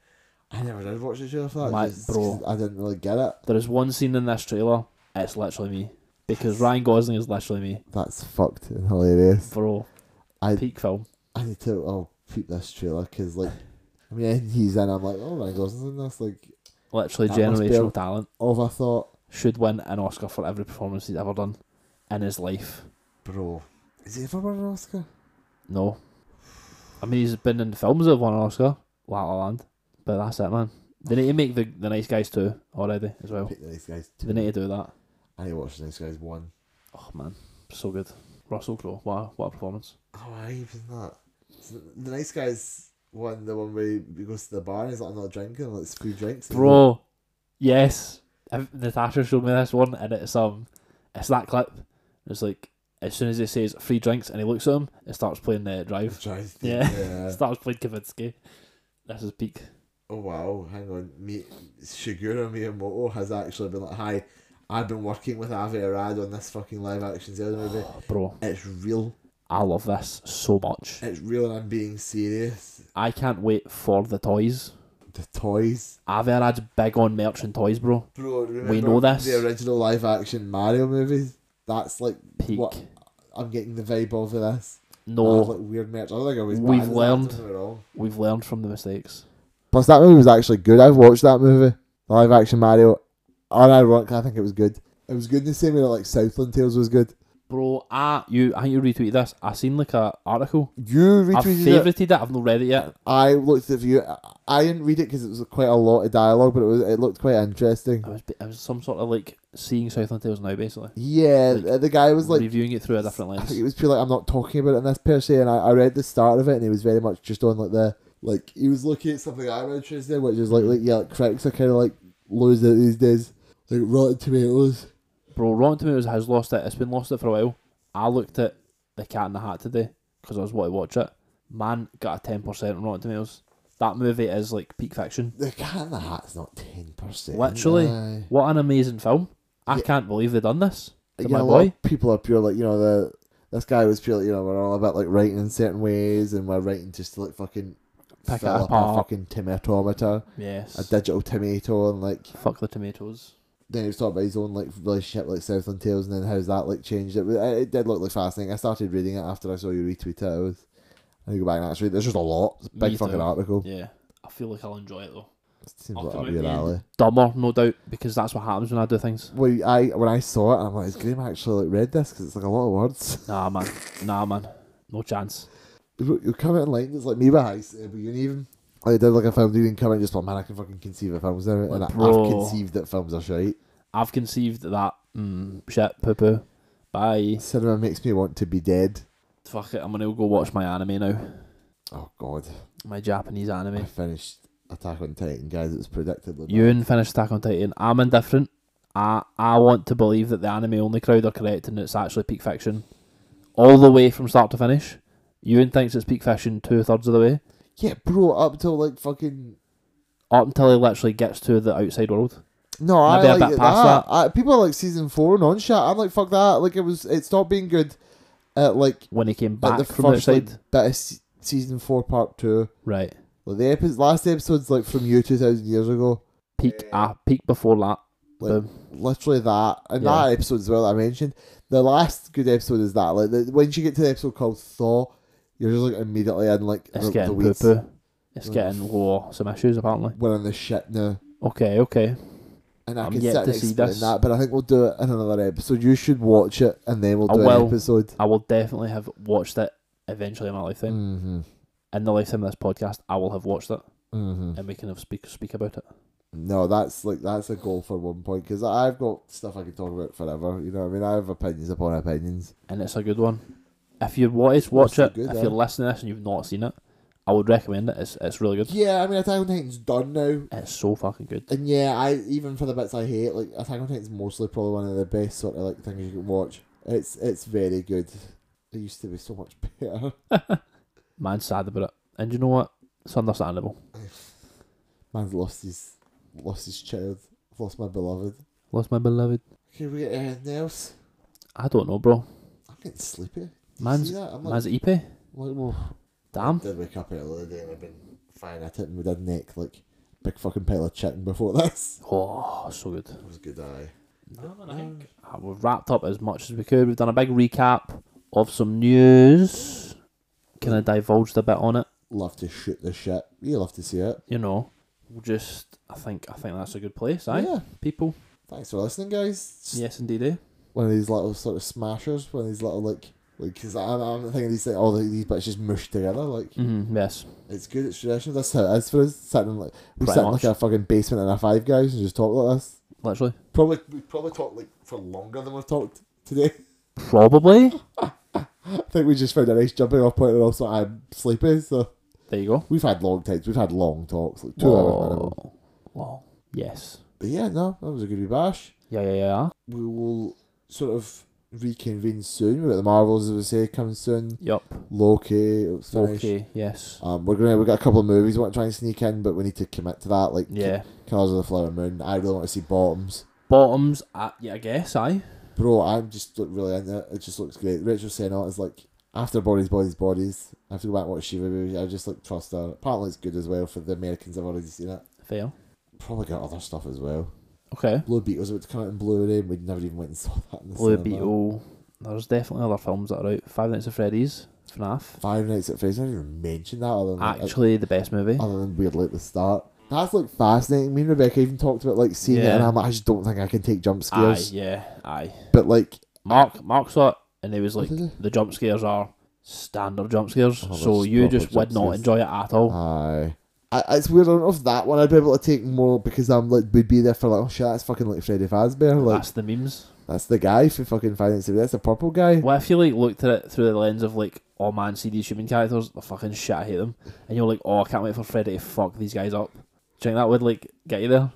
S2: I never did watch the trailer for that.
S1: My-
S2: just-
S1: bro.
S2: I didn't really get it.
S1: there is one scene in this trailer. It's literally me because Ryan Gosling is literally me,
S2: That's fucked and hilarious.
S1: bro.
S2: I-
S1: peak film.
S2: I need to oh peep this trailer because like, I mean he's in. I'm like oh my god, isn't this like
S1: Literally
S2: That must be
S1: generational
S2: a-
S1: talent.
S2: overthought,
S1: Should win an Oscar for every performance he's ever done in his life.
S2: bro? Is he ever won an Oscar?
S1: No. I mean, he's been in films that have won an Oscar, La La Land, but that's it, man. They need to make the, the Nice Guys too already as well.
S2: Pick the nice guys. Two.
S1: They need to do that.
S2: I need to watch the nice guys one.
S1: Oh man, so good. Russell Crowe, wow, what a performance.
S2: Oh, I even that. So the nice guys one, the one where he goes to the bar and he's like, I'm not drinking, like, it's free drinks.
S1: Bro, yes. If- Natasha showed me this one, and it's um, it's that clip. It's like as soon as he says free drinks, and he looks at him, it starts playing the drive.
S2: Drives the-
S1: Yeah.
S2: yeah.
S1: Starts playing Kavinsky. This is peak.
S2: Oh wow, hang on. Me Shigura Miyamoto has actually been like, Hi, I've been working with Avi Arad on this fucking live action Zelda movie.
S1: Bro,
S2: It's real.
S1: I love this so much.
S2: It's real and I'm being serious.
S1: I can't wait for the toys.
S2: The toys.
S1: Averad's big on merch and toys, bro.
S2: Bro, remember
S1: know this.
S2: the original live action Mario movies? That's like
S1: Peak.
S2: what I'm getting the vibe of this. I have,
S1: No,
S2: like weird merch. I don't think I was
S1: We've
S2: bad at that,
S1: learned.
S2: don't get me wrong.
S1: we've learned from the mistakes.
S2: Plus, that movie was actually good. I've watched that movie, the live action Mario. Unironically, I think it was good. It was good in the same way that like Southland Tales was good.
S1: Bro, ah, you, I think you retweeted this. I seen like a article.
S2: You
S1: I've
S2: retweeted it.
S1: favorited it. I've not read it yet.
S2: I looked at the view. I- I didn't read it because it was quite a lot of dialogue, but it was it looked quite interesting.
S1: I was, it was some sort of like seeing Southland Tales now, basically.
S2: Yeah,
S1: Like,
S2: the- the guy was like,
S1: reviewing it through a different
S2: I think
S1: lens.
S2: it was purely like I'm not talking about it in this per se, and I, I read the start of it, and he was very much just on like the like he was looking at something I'm interested in, which is like like yeah, like critics are kind of like losing it these days, like Rotten Tomatoes.
S1: Bro, Rotten Tomatoes has lost it. It's been lost it for a while. I looked at The Cat in the Hat today because I was wanting to watch it. Man got a 10% on Rotten Tomatoes. That movie is like peak fiction.
S2: The cat in the hat's not ten percent.
S1: Literally. What an amazing film. I
S2: Yeah.
S1: can't believe they've done this. To
S2: yeah,
S1: my
S2: a lot
S1: boy.
S2: of people are pure like you know the this guy was pure like, you know we're all about like writing in certain ways and we're writing just to like fucking
S1: Pick it
S2: fill up a
S1: apart.
S2: fucking tomatometer,
S1: Yes.
S2: a digital tomato, and like
S1: Fuck the tomatoes.
S2: then he was talking about his own like relationship with, like Southland Tales and then how's that like changed it. It, it did look like fascinating. I started reading it after I saw you retweet it. I was I need to go back and actually there's just a lot. It's a big
S1: Me
S2: fucking
S1: too.
S2: article.
S1: Yeah. I feel like I'll enjoy it though.
S2: Seems like up
S1: Ultimately,
S2: your
S1: yeah.
S2: alley.
S1: Dumber, no doubt, because that's what happens when I do things.
S2: Well, I when I saw it, I'm like, has Graham actually like read this? Because it's like a lot of words.
S1: Nah, man. Nah, man. No chance.
S2: you come out and like it's like me with high school, but you didn't even I did like a film you didn't come out and just thought man I can fucking conceive of films now and
S1: Like,
S2: I- I've
S1: bro.
S2: conceived that films are shite.
S1: I've conceived that. Mm, shit, poo poo. Bye.
S2: Cinema makes me want to be dead.
S1: Fuck it. I'm gonna go watch my anime now.
S2: Oh god.
S1: My Japanese
S2: I
S1: anime.
S2: finished Attack on Titan guys, it was predictably bad.
S1: Ewan finished Attack on Titan. I'm indifferent. I I want to believe that the anime only crowd are correct and it's actually peak fiction, all the way from start to finish. Ewan thinks it's peak fiction two thirds of the way,
S2: Yeah, bro, up till like fucking
S1: up until he literally gets to the outside world.
S2: no, I
S1: Maybe a
S2: like
S1: bit
S2: it
S1: past
S2: that.
S1: that.
S2: I, people are like season four and on shit. I'm like fuck that. Like it was, it stopped being good. At like
S1: when he came
S2: at
S1: back
S2: the
S1: from
S2: first like,
S1: outside.
S2: bit of se- season four part two.
S1: right.
S2: Like the epi- last episode's like from you two thousand years ago.
S1: Peak ah peak before that.
S2: Like,
S1: Boom.
S2: literally that and
S1: Yeah.
S2: that episode as well that I mentioned. The last good episode is that like the, once you get to the episode called Thaw, you're just like immediately in like
S1: It's
S2: the, the
S1: getting poo
S2: weeds.
S1: poo. It's
S2: Mm.
S1: getting war some issues apparently.
S2: We're in the shit now,
S1: Okay, okay.
S2: and I
S1: I'm
S2: can
S1: yet
S2: sit and
S1: to see
S2: explain
S1: this.
S2: that. But I think we'll do it in another episode. You should watch it, and then we'll
S1: I
S2: do an
S1: will.
S2: episode.
S1: I will definitely have watched it eventually in my lifetime.
S2: Mm-hmm.
S1: In the lifetime of this podcast, I will have watched it
S2: Mm-hmm.
S1: and we can have speak speak about it.
S2: No, that's like that's a goal for one point because I've got stuff I can talk about forever. You know, what I mean, I have opinions upon opinions.
S1: And it's a good one. If you're watch watch
S2: so
S1: it.
S2: good,
S1: if
S2: eh?
S1: you're listening to this and you've not seen it, I would recommend it. It's it's really good.
S2: Yeah, I mean, Attack on Titan's done now.
S1: It's so fucking good.
S2: And yeah, I even for the bits I hate, like Attack on Titan's mostly probably one of the best sort of like things you can watch. It's it's very good. It used to be so much better.
S1: Man's sad about it. And you know what? It's understandable.
S2: Man's lost his lost his child. I've lost my beloved.
S1: Lost my beloved.
S2: Can we get anything else?
S1: I don't know, bro.
S2: I'm getting sleepy. Do you
S1: Man's
S2: see that? I'm like,
S1: man's Ipe.
S2: like well,
S1: Damn.
S2: did wake up early today and I've been fired at it and would have neck like big fucking pile of chicken before this.
S1: Oh, so good.
S2: That was a good eye.
S1: I think uh, we've wrapped up as much as we could. We've done a big recap of some news. Kind of divulged a bit on it,
S2: Love to shoot the shit. You love to see it.
S1: you know. We'll just, I think, I think that's a good place, aye?
S2: Yeah.
S1: People,
S2: Thanks for listening, guys. Just
S1: yes, indeed. eh?
S2: One of these little sort of smashers. One of these little like like because I'm, I'm thinking these like, all these bits just mushed together. Like
S1: Mhm, yes,
S2: it's good. It's traditional. That's how it is for us. Sitting like we
S1: Pretty
S2: sit in
S1: much.
S2: like a fucking basement in a five guys and just talk like this.
S1: literally.
S2: Probably we probably talked like for longer than we've talked today.
S1: Probably.
S2: I think we just found a nice jumping off point, and also I'm sleepy, so
S1: There you go.
S2: we've had long takes. We've had long talks, like two hours minimum.
S1: Whoa. Whoa. Yes.
S2: But yeah, no, that was a good wee bash.
S1: Yeah, yeah, yeah.
S2: We will sort of reconvene soon. We've got the Marvels, as we say, coming soon.
S1: Yup.
S2: Loki, it was finished.
S1: Okay. Yes.
S2: Um, we're gonna we've got a couple of movies we want to try and sneak in, but we need to commit to that. Like
S1: Yeah.
S2: Colors of the Flower Moon. I really want to see Bottoms,
S1: Bottoms. Uh, yeah, I guess. Aye.
S2: bro. I'm just like, really into it. It just looks great. Rachel Sennott is like after Bodies, Bodies, Bodies. I have to go back and watch Shiva movie. I just like trust her. Apparently, it's good as well for the Americans. I've already seen it.
S1: Fair.
S2: Probably got other stuff as well.
S1: Okay.
S2: Blue Beetle's about to come out in Blu-ray. We never even went and saw that. In the
S1: Blue
S2: cinema.
S1: Beetle. There's definitely other films that are out. Five Nights at Freddy's. FNAF.
S2: Five Nights at Freddy's. I didn't even mention that other than
S1: Actually, the best movie.
S2: other than weirdly at the start. That's like fascinating. Me and Rebecca even talked about like seeing it,
S1: Yeah.
S2: and I'm like, I just don't think I can take jump
S1: Aye.
S2: scares.
S1: Yeah. Aye.
S2: But like,
S1: Mark. Mark saw it, and he was
S2: What
S1: like,
S2: did
S1: "The jump scares are standard jump scares,
S2: Oh,
S1: so
S2: that's
S1: you
S2: proper
S1: just
S2: jump
S1: would not
S2: scares. Uh,
S1: enjoy it at all."
S2: aye. I, it's weird. I don't know if that one I'd be able to take more because I'm like would be there for like oh shit that's fucking like Freddy Fazbear like that's,
S1: That's the memes.
S2: the guy for fucking finance that's the purple guy
S1: Well, if you like looked at it through the lens of like, oh man, see these human characters, they're fucking shit. I hate them, and you're like, oh, I can't wait for Freddy to fuck these guys up. Do you think that would like get you there?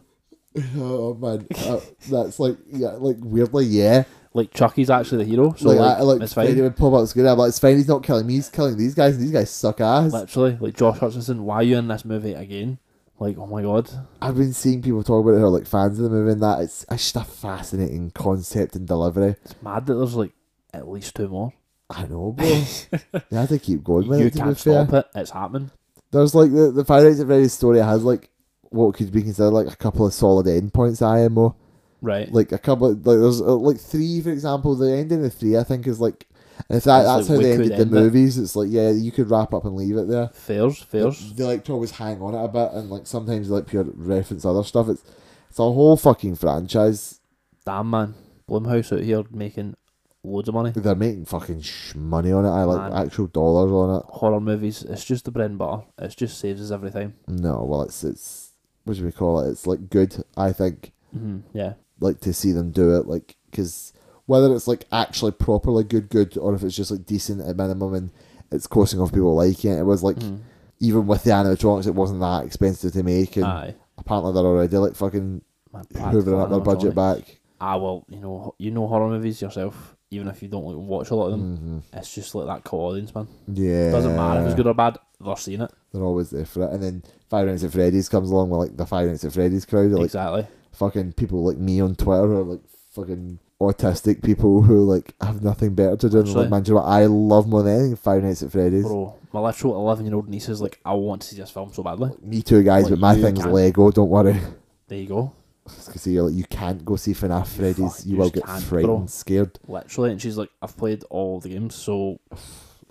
S2: oh man Uh, that's like yeah like weirdly yeah
S1: Like Chucky's actually the hero, so
S2: like,
S1: like,
S2: I, like
S1: it's
S2: Freddy
S1: fine.
S2: would pull up it's good I'm like it's fine he's not killing me he's killing these guys and these guys suck ass
S1: Literally, like Josh Hutcherson, why are you in this movie again? Like, oh my god,
S2: I've been seeing people talk about it who are like fans of the movie and that it's, it's just a fascinating concept and delivery.
S1: it's mad that there's like at least two more.
S2: I know, bro. you have to keep going with
S1: you
S2: it to be
S1: can't
S2: fair.
S1: stop it. It's happening.
S2: There's like the the Five Nights at Freddy's story has like what could be considered like a couple of solid endpoints IMO.
S1: Right.
S2: Like a couple of, like there's uh, like three for example, the ending of three I think is like if that,
S1: It's
S2: that's
S1: like,
S2: how
S1: we
S2: they
S1: could
S2: ended the
S1: end it.
S2: movies, it's like yeah, you could wrap up and leave it there.
S1: fairs, fairs.
S2: They like to always hang on it a bit and like sometimes they like pure reference other stuff. It's it's a whole fucking franchise.
S1: Damn man, Blumhouse out here making loads of money.
S2: They're making fucking sh- money on it. I like
S1: Man.
S2: actual dollars on it.
S1: Horror movies, it's just the bread and butter. It just saves us every time.
S2: No, well, it's it's what do we call it? It's like good. I think
S1: hmm Yeah.
S2: like to see them do it, like because whether it's like actually properly good, good, or if it's just like decent at minimum and it's coursing off people liking it. It was like
S1: Mhm.
S2: even with the animatronics, it wasn't that expensive to make, and
S1: Aye.
S2: apparently they're already like fucking
S1: Man,
S2: hoovering up their budget back.
S1: Ah well, you know you know horror movies yourself, even if you don't like, watch a lot of them.
S2: hmm
S1: It's just like that cult audience, man.
S2: Yeah,
S1: Um, Doesn't matter if it's good or bad, they're seeing it.
S2: They're always there for it, and then Five Nights at Freddy's comes along with like the Five Nights at Freddy's crowd, like
S1: exactly.
S2: fucking people like me on Twitter or like fucking autistic people who like have nothing better to do than
S1: Actually-
S2: like man, do you know what I love more than anything Five Nights at Freddy's.
S1: Bro, my literal eleven year old niece is like, I want to see this film so badly.
S2: Me too, guys,
S1: Like,
S2: but my
S1: you
S2: thing's
S1: can't-
S2: Lego. Don't worry.
S1: There you go.
S2: Because you're like, you can't go see FNAF Freddy's.
S1: fuck-
S2: You,
S1: you
S2: will
S1: just
S2: get
S1: can't,
S2: frightened,
S1: bro.
S2: scared.
S1: Literally, and she's like, I've played all the games, so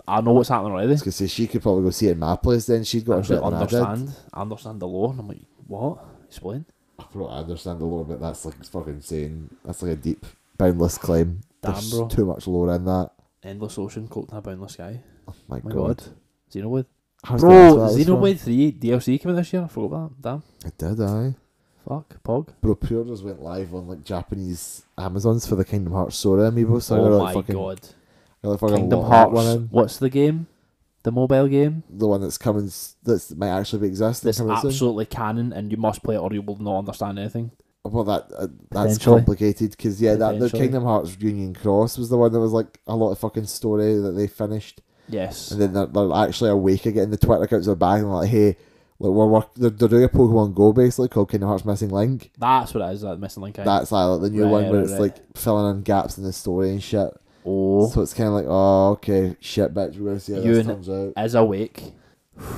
S1: I know what's happening already.
S2: Because she could probably go see it in my place. Then she'd got
S1: I
S2: her shit than I did.
S1: understand. I understand the law and I'm like, What? Explain.
S2: Bro, I understand the lore, but that's like it's fucking insane. That's like a deep, boundless claim.
S1: Damn,
S2: There's
S1: bro.
S2: too much lore in that.
S1: Endless ocean, cloaked in a boundless sky.
S2: Oh my,
S1: My
S2: god.
S1: god. Xenoblade.
S2: I was gonna ask
S1: Bro,
S2: where that was from.
S1: Xenoblade 3 DLC came out this year. I forgot about that. Damn.
S2: It did, I.
S1: Fuck. Pog.
S2: Bro, Pure just went live on like Japanese Amazons for the Kingdom Hearts Sora amiibo. So I got
S1: oh
S2: like
S1: my
S2: fucking,
S1: god.
S2: I got, like, fucking
S1: Kingdom
S2: locked that
S1: Hearts.
S2: one in.
S1: What's the game? The mobile game?
S2: The one that's coming, s- that's might actually be existing.
S1: That's
S2: Coming soon.
S1: absolutely canon and you must play it or you will not understand anything.
S2: Well, that uh, that's
S1: Potentially.
S2: complicated because yeah, that the
S1: Potentially.
S2: Kingdom Hearts Union Cross was the one that was like a lot of fucking story that they finished,
S1: Yes.
S2: and then they're, they're actually awake again. The Twitter accounts are back and like, hey, like we're work- they're, they're doing a Pokemon Go basically called Kingdom Hearts Missing Link.
S1: That's what it is, that missing link. eh? aye.
S2: That's uh, like the new
S1: Right,
S2: one where
S1: right,
S2: it's
S1: right.
S2: like filling in gaps in the story and shit.
S1: oh
S2: So it's kind of like, oh, okay, shit, bitch, we're going to see how
S1: You
S2: this
S1: and-
S2: turns out.
S1: is awake.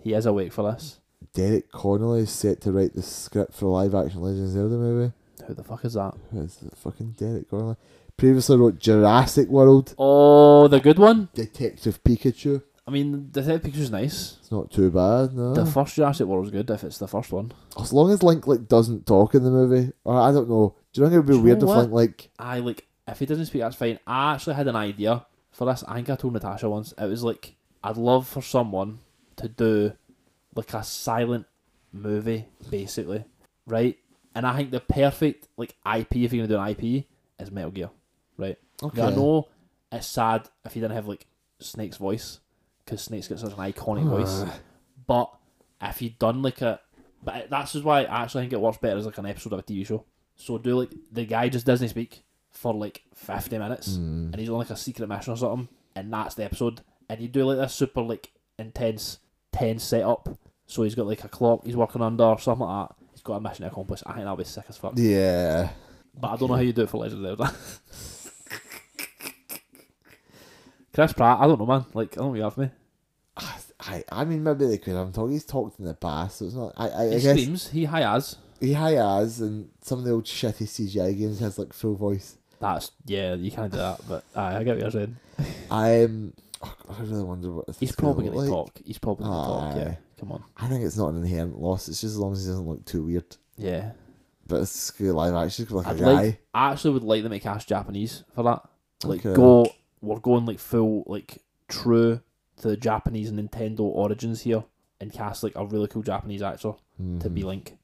S1: He is awake for this.
S2: Derek Connolly is set to write the script for a live action Legend of Zelda movie.
S1: Who the fuck is that?
S2: It's the fucking Derek Connolly. Previously wrote Jurassic World,
S1: Oh, the good one.
S2: Detective Pikachu.
S1: I mean, the third picture's nice.
S2: It's not too bad, no.
S1: The first Jurassic World was good if it's the first one.
S2: as long as Link like doesn't talk in the movie, or I don't know. Do you think it would be
S1: Do you
S2: weird
S1: know
S2: if
S1: what?
S2: Link like
S1: I like if he doesn't speak, that's fine. I actually had an idea for this. I think I told Natasha once. It was like I'd love for someone to do like a silent movie, basically, right? And I think the perfect like IP if you're gonna do an IP is Metal Gear, right?
S2: okay?
S1: Now, I know it's sad if you didn't have like Snake's voice because Snake's got such an iconic voice. But if you done like a, but it- that's just why I actually think it works better as like an episode of a TV show. So do like the guy just doesn't speak for like fifty
S2: Hmm.
S1: minutes,
S2: Mm.
S1: and he's on like a secret mission or something, and that's the episode. And you do like this super like intense tense setup. So he's got like a clock he's working under or something like that. He's got a mission to accomplish. I think that'll be sick as fuck.
S2: Yeah.
S1: But I don't know how you do it for Legend of Zelda. Chris Pratt, I don't know, man. Like, I don't know what you have me.
S2: I, I mean maybe they could. I'm talking. He's talked in the past, so it's not. I I, I
S1: He
S2: guess
S1: screams, he hi as.
S2: he has and some of the old shitty CGI games has like full voice.
S1: That's, yeah, you can't do that, but aye, I get what you're saying.
S2: I'm. I really wonder what this
S1: He's
S2: is gonna
S1: probably going
S2: look
S1: to
S2: like.
S1: talk. He's probably going to talk, yeah.
S2: Aye.
S1: Come on.
S2: I think it's not an inherent loss. It's just as long as he doesn't look too weird.
S1: Yeah.
S2: But it's just gonna be live action. it's gonna
S1: I'd
S2: be Like a
S1: like, I actually would like them to cast Japanese for that. Like,
S2: Okay.
S1: go, we're going like full, like, true to the Japanese Nintendo origins here and cast like a really cool Japanese actor
S2: guy.
S1: to be Link.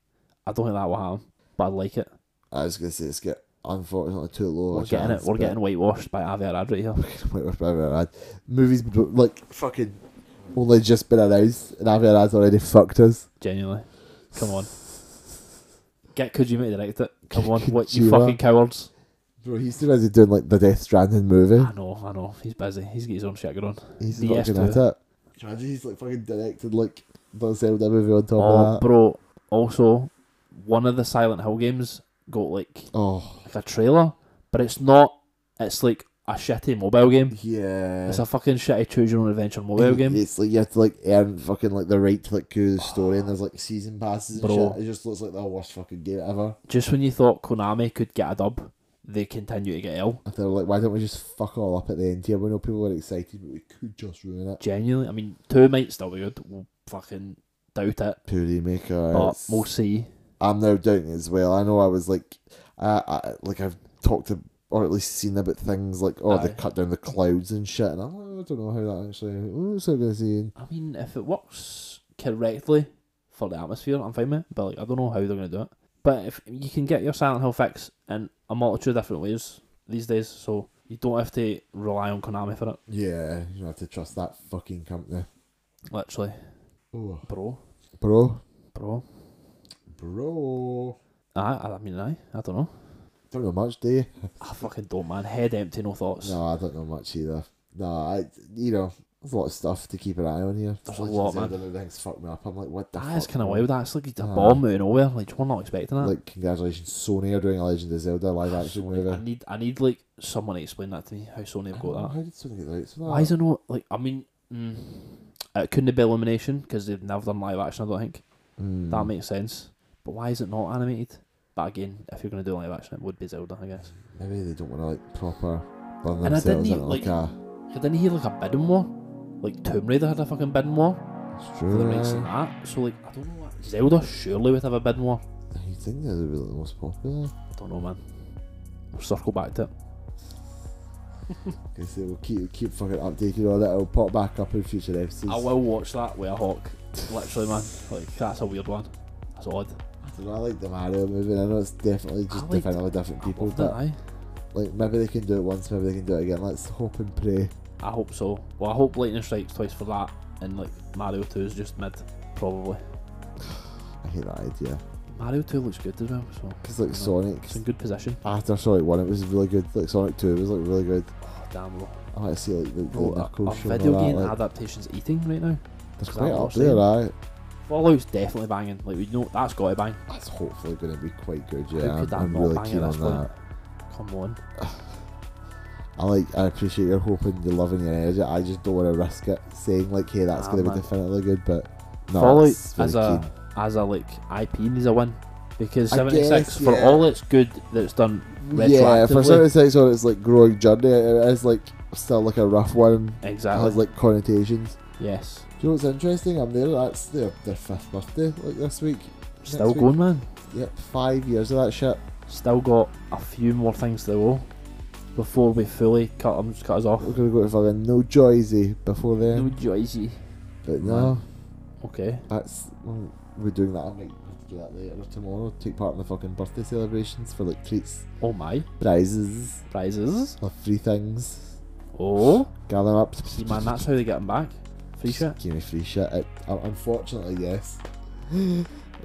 S1: I don't think that will happen, but I like it.
S2: I was gonna say it's get unfortunately too low.
S1: We're
S2: a
S1: getting
S2: chance,
S1: it. We're
S2: but-
S1: getting whitewashed by Avi Arad right here.
S2: Wait, wait, wait, wait, wait. Movies b- like fucking only just been announced, and I've realised already fucked us.
S1: Genuinely, come on. Get Kojima to direct it. Come on, what
S2: Kojima.
S1: you fucking cowards!
S2: Bro, he's too busy doing like the Death Stranding movie.
S1: I know, I know. He's busy. He's got his own shit going on.
S2: He's
S1: Ah, The
S2: fucking
S1: F
S2: at
S1: two.
S2: it. Imagine he's like fucking directed like the Zelda movie on top
S1: Oh,
S2: of that.
S1: bro. Also, one of the Silent Hill games got like
S2: Oh
S1: like a trailer, but it's not. It's like a shitty mobile game.
S2: yeah. Mm,
S1: It's a fucking shitty choose your own adventure mobile game.
S2: It's like you have to like earn fucking like the right to like go to the story, and there's like season passes and
S1: Bro.
S2: shit. It just looks like the worst fucking game ever.
S1: Just when you thought Konami could get a dub, they continue to get ill.
S2: If they were like, why don't we just fuck all up at the end here? We know people were excited, but we could just ruin it.
S1: Genuinely, I mean, two might still be good. We'll fucking doubt it.
S2: Poor remake. uh,
S1: But
S2: it's-
S1: we'll see.
S2: I'm now doubting it as well. I know I was like, I, I like I've talked to or at least seen about things like oh they
S1: Aye.
S2: cut down the clouds and shit, and I'm like, "Oh, I don't know how that actually. Oh, it's not gonna see.
S1: I mean, if it works correctly for the atmosphere, I'm fine with it. But like, I don't know how they're gonna do it. But if you can get your Silent Hill fix in a multitude of different ways these days, so you don't have to rely on Konami for it.
S2: Yeah, you don't have to trust that fucking company.
S1: Literally,
S2: Oh,
S1: bro,
S2: bro,
S1: bro.
S2: bro.
S1: I, I mean, I, I don't know.
S2: Don't know much, do you?
S1: I fucking don't, man. Head empty, no thoughts.
S2: No, I don't know much either. No, I you know there's a lot of stuff to keep an eye on here.
S1: There's a lot, man.
S2: Everything's fucked me up. I'm like, what the?
S1: That is
S2: fuck,
S1: kind of
S2: bro?
S1: wild. That's like a
S2: Aye.
S1: bomb out of nowhere. Like we're not expecting that.
S2: Like, congratulations, Sony are doing a Legend of Zelda live action
S1: Absolutely.
S2: movie.
S1: I need, I need like someone to explain that to me. How Sony
S2: I
S1: have
S2: don't know,
S1: got that.
S2: How did Sony get the rights for that?
S1: Why is it not like? I mean, mm, it couldn't be elimination because they've never done live action. I don't think
S2: Mm.
S1: that makes sense. But why is it not animated? But again, if you're gonna do live action, it would be Zelda, I guess.
S2: Maybe they don't want to like proper run
S1: And I
S2: themselves in
S1: didn't even,
S2: like,
S1: like-
S2: a.
S1: I didn't hear like a bidding war. Like Tomb Raider had a fucking bidding war
S2: It's
S1: for the
S2: true.
S1: rights and
S2: eh?
S1: that. So like, I don't know what Zelda surely would have a bidding war.
S2: You think they're the most popular?
S1: I don't know, man. We'll circle back to it.
S2: Because they will keep keep fucking updated on it. It'll pop back up in future episodes.
S1: I will watch that with a hawk. Literally, man. Like that's a weird one. That's odd.
S2: I don't know, I like the Mario movie. I know it's definitely
S1: I
S2: just
S1: liked-
S2: definitely different
S1: I
S2: people,
S1: loved it,
S2: but
S1: aye.
S2: like maybe they can do it once, maybe they can do it again. Let's hope and pray.
S1: I hope so. Well, I hope Lightning Strikes twice for that, and like Mario Two is just mid, probably.
S2: I hate that idea.
S1: Mario Two looks good as well, so
S2: Because like
S1: Mm.
S2: Sonic,
S1: it's in good position.
S2: after Sonic One, it was really good. Like Sonic Two was like really good.
S1: Oh, damn, bro.
S2: I like to see like the, the
S1: Bro, are-
S2: Knuckles
S1: are
S2: show. and
S1: Oh, video
S2: all
S1: game
S2: that, like,
S1: adaptations eating right now.
S2: They're
S1: is
S2: quite
S1: that what
S2: up
S1: we're
S2: there,
S1: seeing?
S2: right?
S1: Fallout's definitely banging. Like we know that's got to bang.
S2: That's hopefully going to be quite good. Yeah,
S1: How could
S2: I'm,
S1: that
S2: I'm
S1: not
S2: really
S1: bang
S2: keen
S1: at
S2: on
S1: this
S2: that.
S1: point? Come on.
S2: I like, I appreciate your hope and your love and your energy. I just don't want to risk it saying like, hey, that's
S1: Nah,
S2: going to be
S1: man.
S2: definitely good, but No,
S1: Fallout
S2: it's very
S1: as a
S2: keen.
S1: as a like IP needs a win because
S2: I
S1: seventy six
S2: guess,
S1: for
S2: yeah.
S1: all it's good that it's done
S2: Yeah, for
S1: retroactively.
S2: certain things on its like growing journey, it is like still like a rough one. It
S1: exactly.
S2: has like connotations.
S1: yes.
S2: Do you know what's interesting? I'm there. That's their, their fifth birthday like this week.
S1: Still
S2: week.
S1: going, man.
S2: Yep, five years of that shit.
S1: Still got a few more things to go before we fully cut them, cut us off.
S2: We're gonna go to fucking no joysy before then.
S1: No joysy.
S2: but no,
S1: Okay.
S2: that's well, we're doing that. I might have to do that later or tomorrow. Take part in the fucking birthday celebrations for like treats,
S1: Oh my
S2: prizes,
S1: prizes.
S2: or free things.
S1: Oh,
S2: Gather up.
S1: see, man, that's how they get them back. Free shit.
S2: Give me free shit. It, un- unfortunately, yes.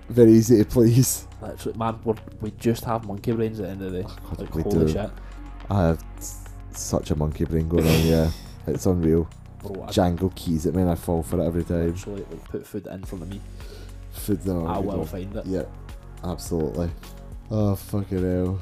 S2: Very easy to please.
S1: Literally, man, we're, we just have monkey brains at the end of the day.
S2: Oh, God,
S1: Like,
S2: we
S1: holy
S2: do.
S1: shit.
S2: I have s- such a monkey brain going on. Yeah, it's unreal.
S1: Bro, I
S2: Django keys it, man. I fall for it every time.
S1: literally like, put food in front of me.
S2: Food's not
S1: I
S2: a Oh, good
S1: will
S2: one.
S1: find it.
S2: Yeah, absolutely. Oh fucking hell!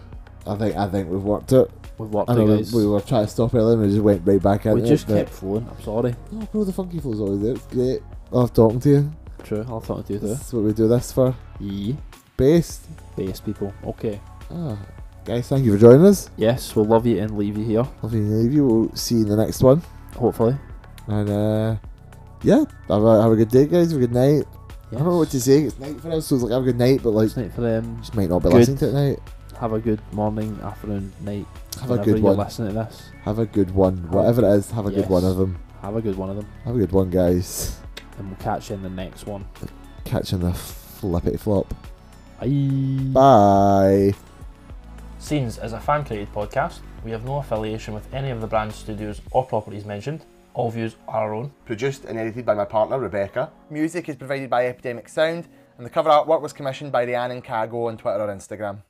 S2: I think I think we've worked it.
S1: We've worked
S2: I
S1: it,
S2: know we,
S1: guys.
S2: we were trying to stop earlier and we just went right back into
S1: We just
S2: it. but-
S1: kept flowing. I'm sorry.
S2: Oh, bro, the funky flow's always there. It's great. Love talking to you.
S1: True. I thought I'd do that.
S2: That's what we do this for.
S1: Ye.
S2: Based.
S1: Base people. Okay.
S2: Ah, guys, thank you for joining us.
S1: Yes, we'll love you and leave you here.
S2: Love you, leave you. We'll see you in the next one.
S1: Hopefully.
S2: And uh, yeah, have a, have a good day, guys. Have a good night. I don't know what
S1: Yes.
S2: to say. It's night for us, so it's like have a good night, but like
S1: It's night for them.
S2: just might not be
S1: Good.
S2: listening to it night.
S1: Have a good morning, afternoon, night.
S2: Have a
S1: whenever
S2: good
S1: you're
S2: one.
S1: listening to this.
S2: Have a good one. Whatever it is, have a good one
S1: Yes.
S2: of them.
S1: Have a good one of them,
S2: Have a good one, guys.
S1: and we'll catch you in the next one.
S2: Catching the flippity flop.
S1: Bye.
S2: Bye.
S3: Scenes is a fan created podcast. We have no affiliation with any of the brands, studios, or properties mentioned. All views are our own.
S4: produced and edited by my partner Rebecca. Music is provided by Epidemic Sound, and the cover artwork was commissioned by Rhiannon Cargo on Twitter or Instagram.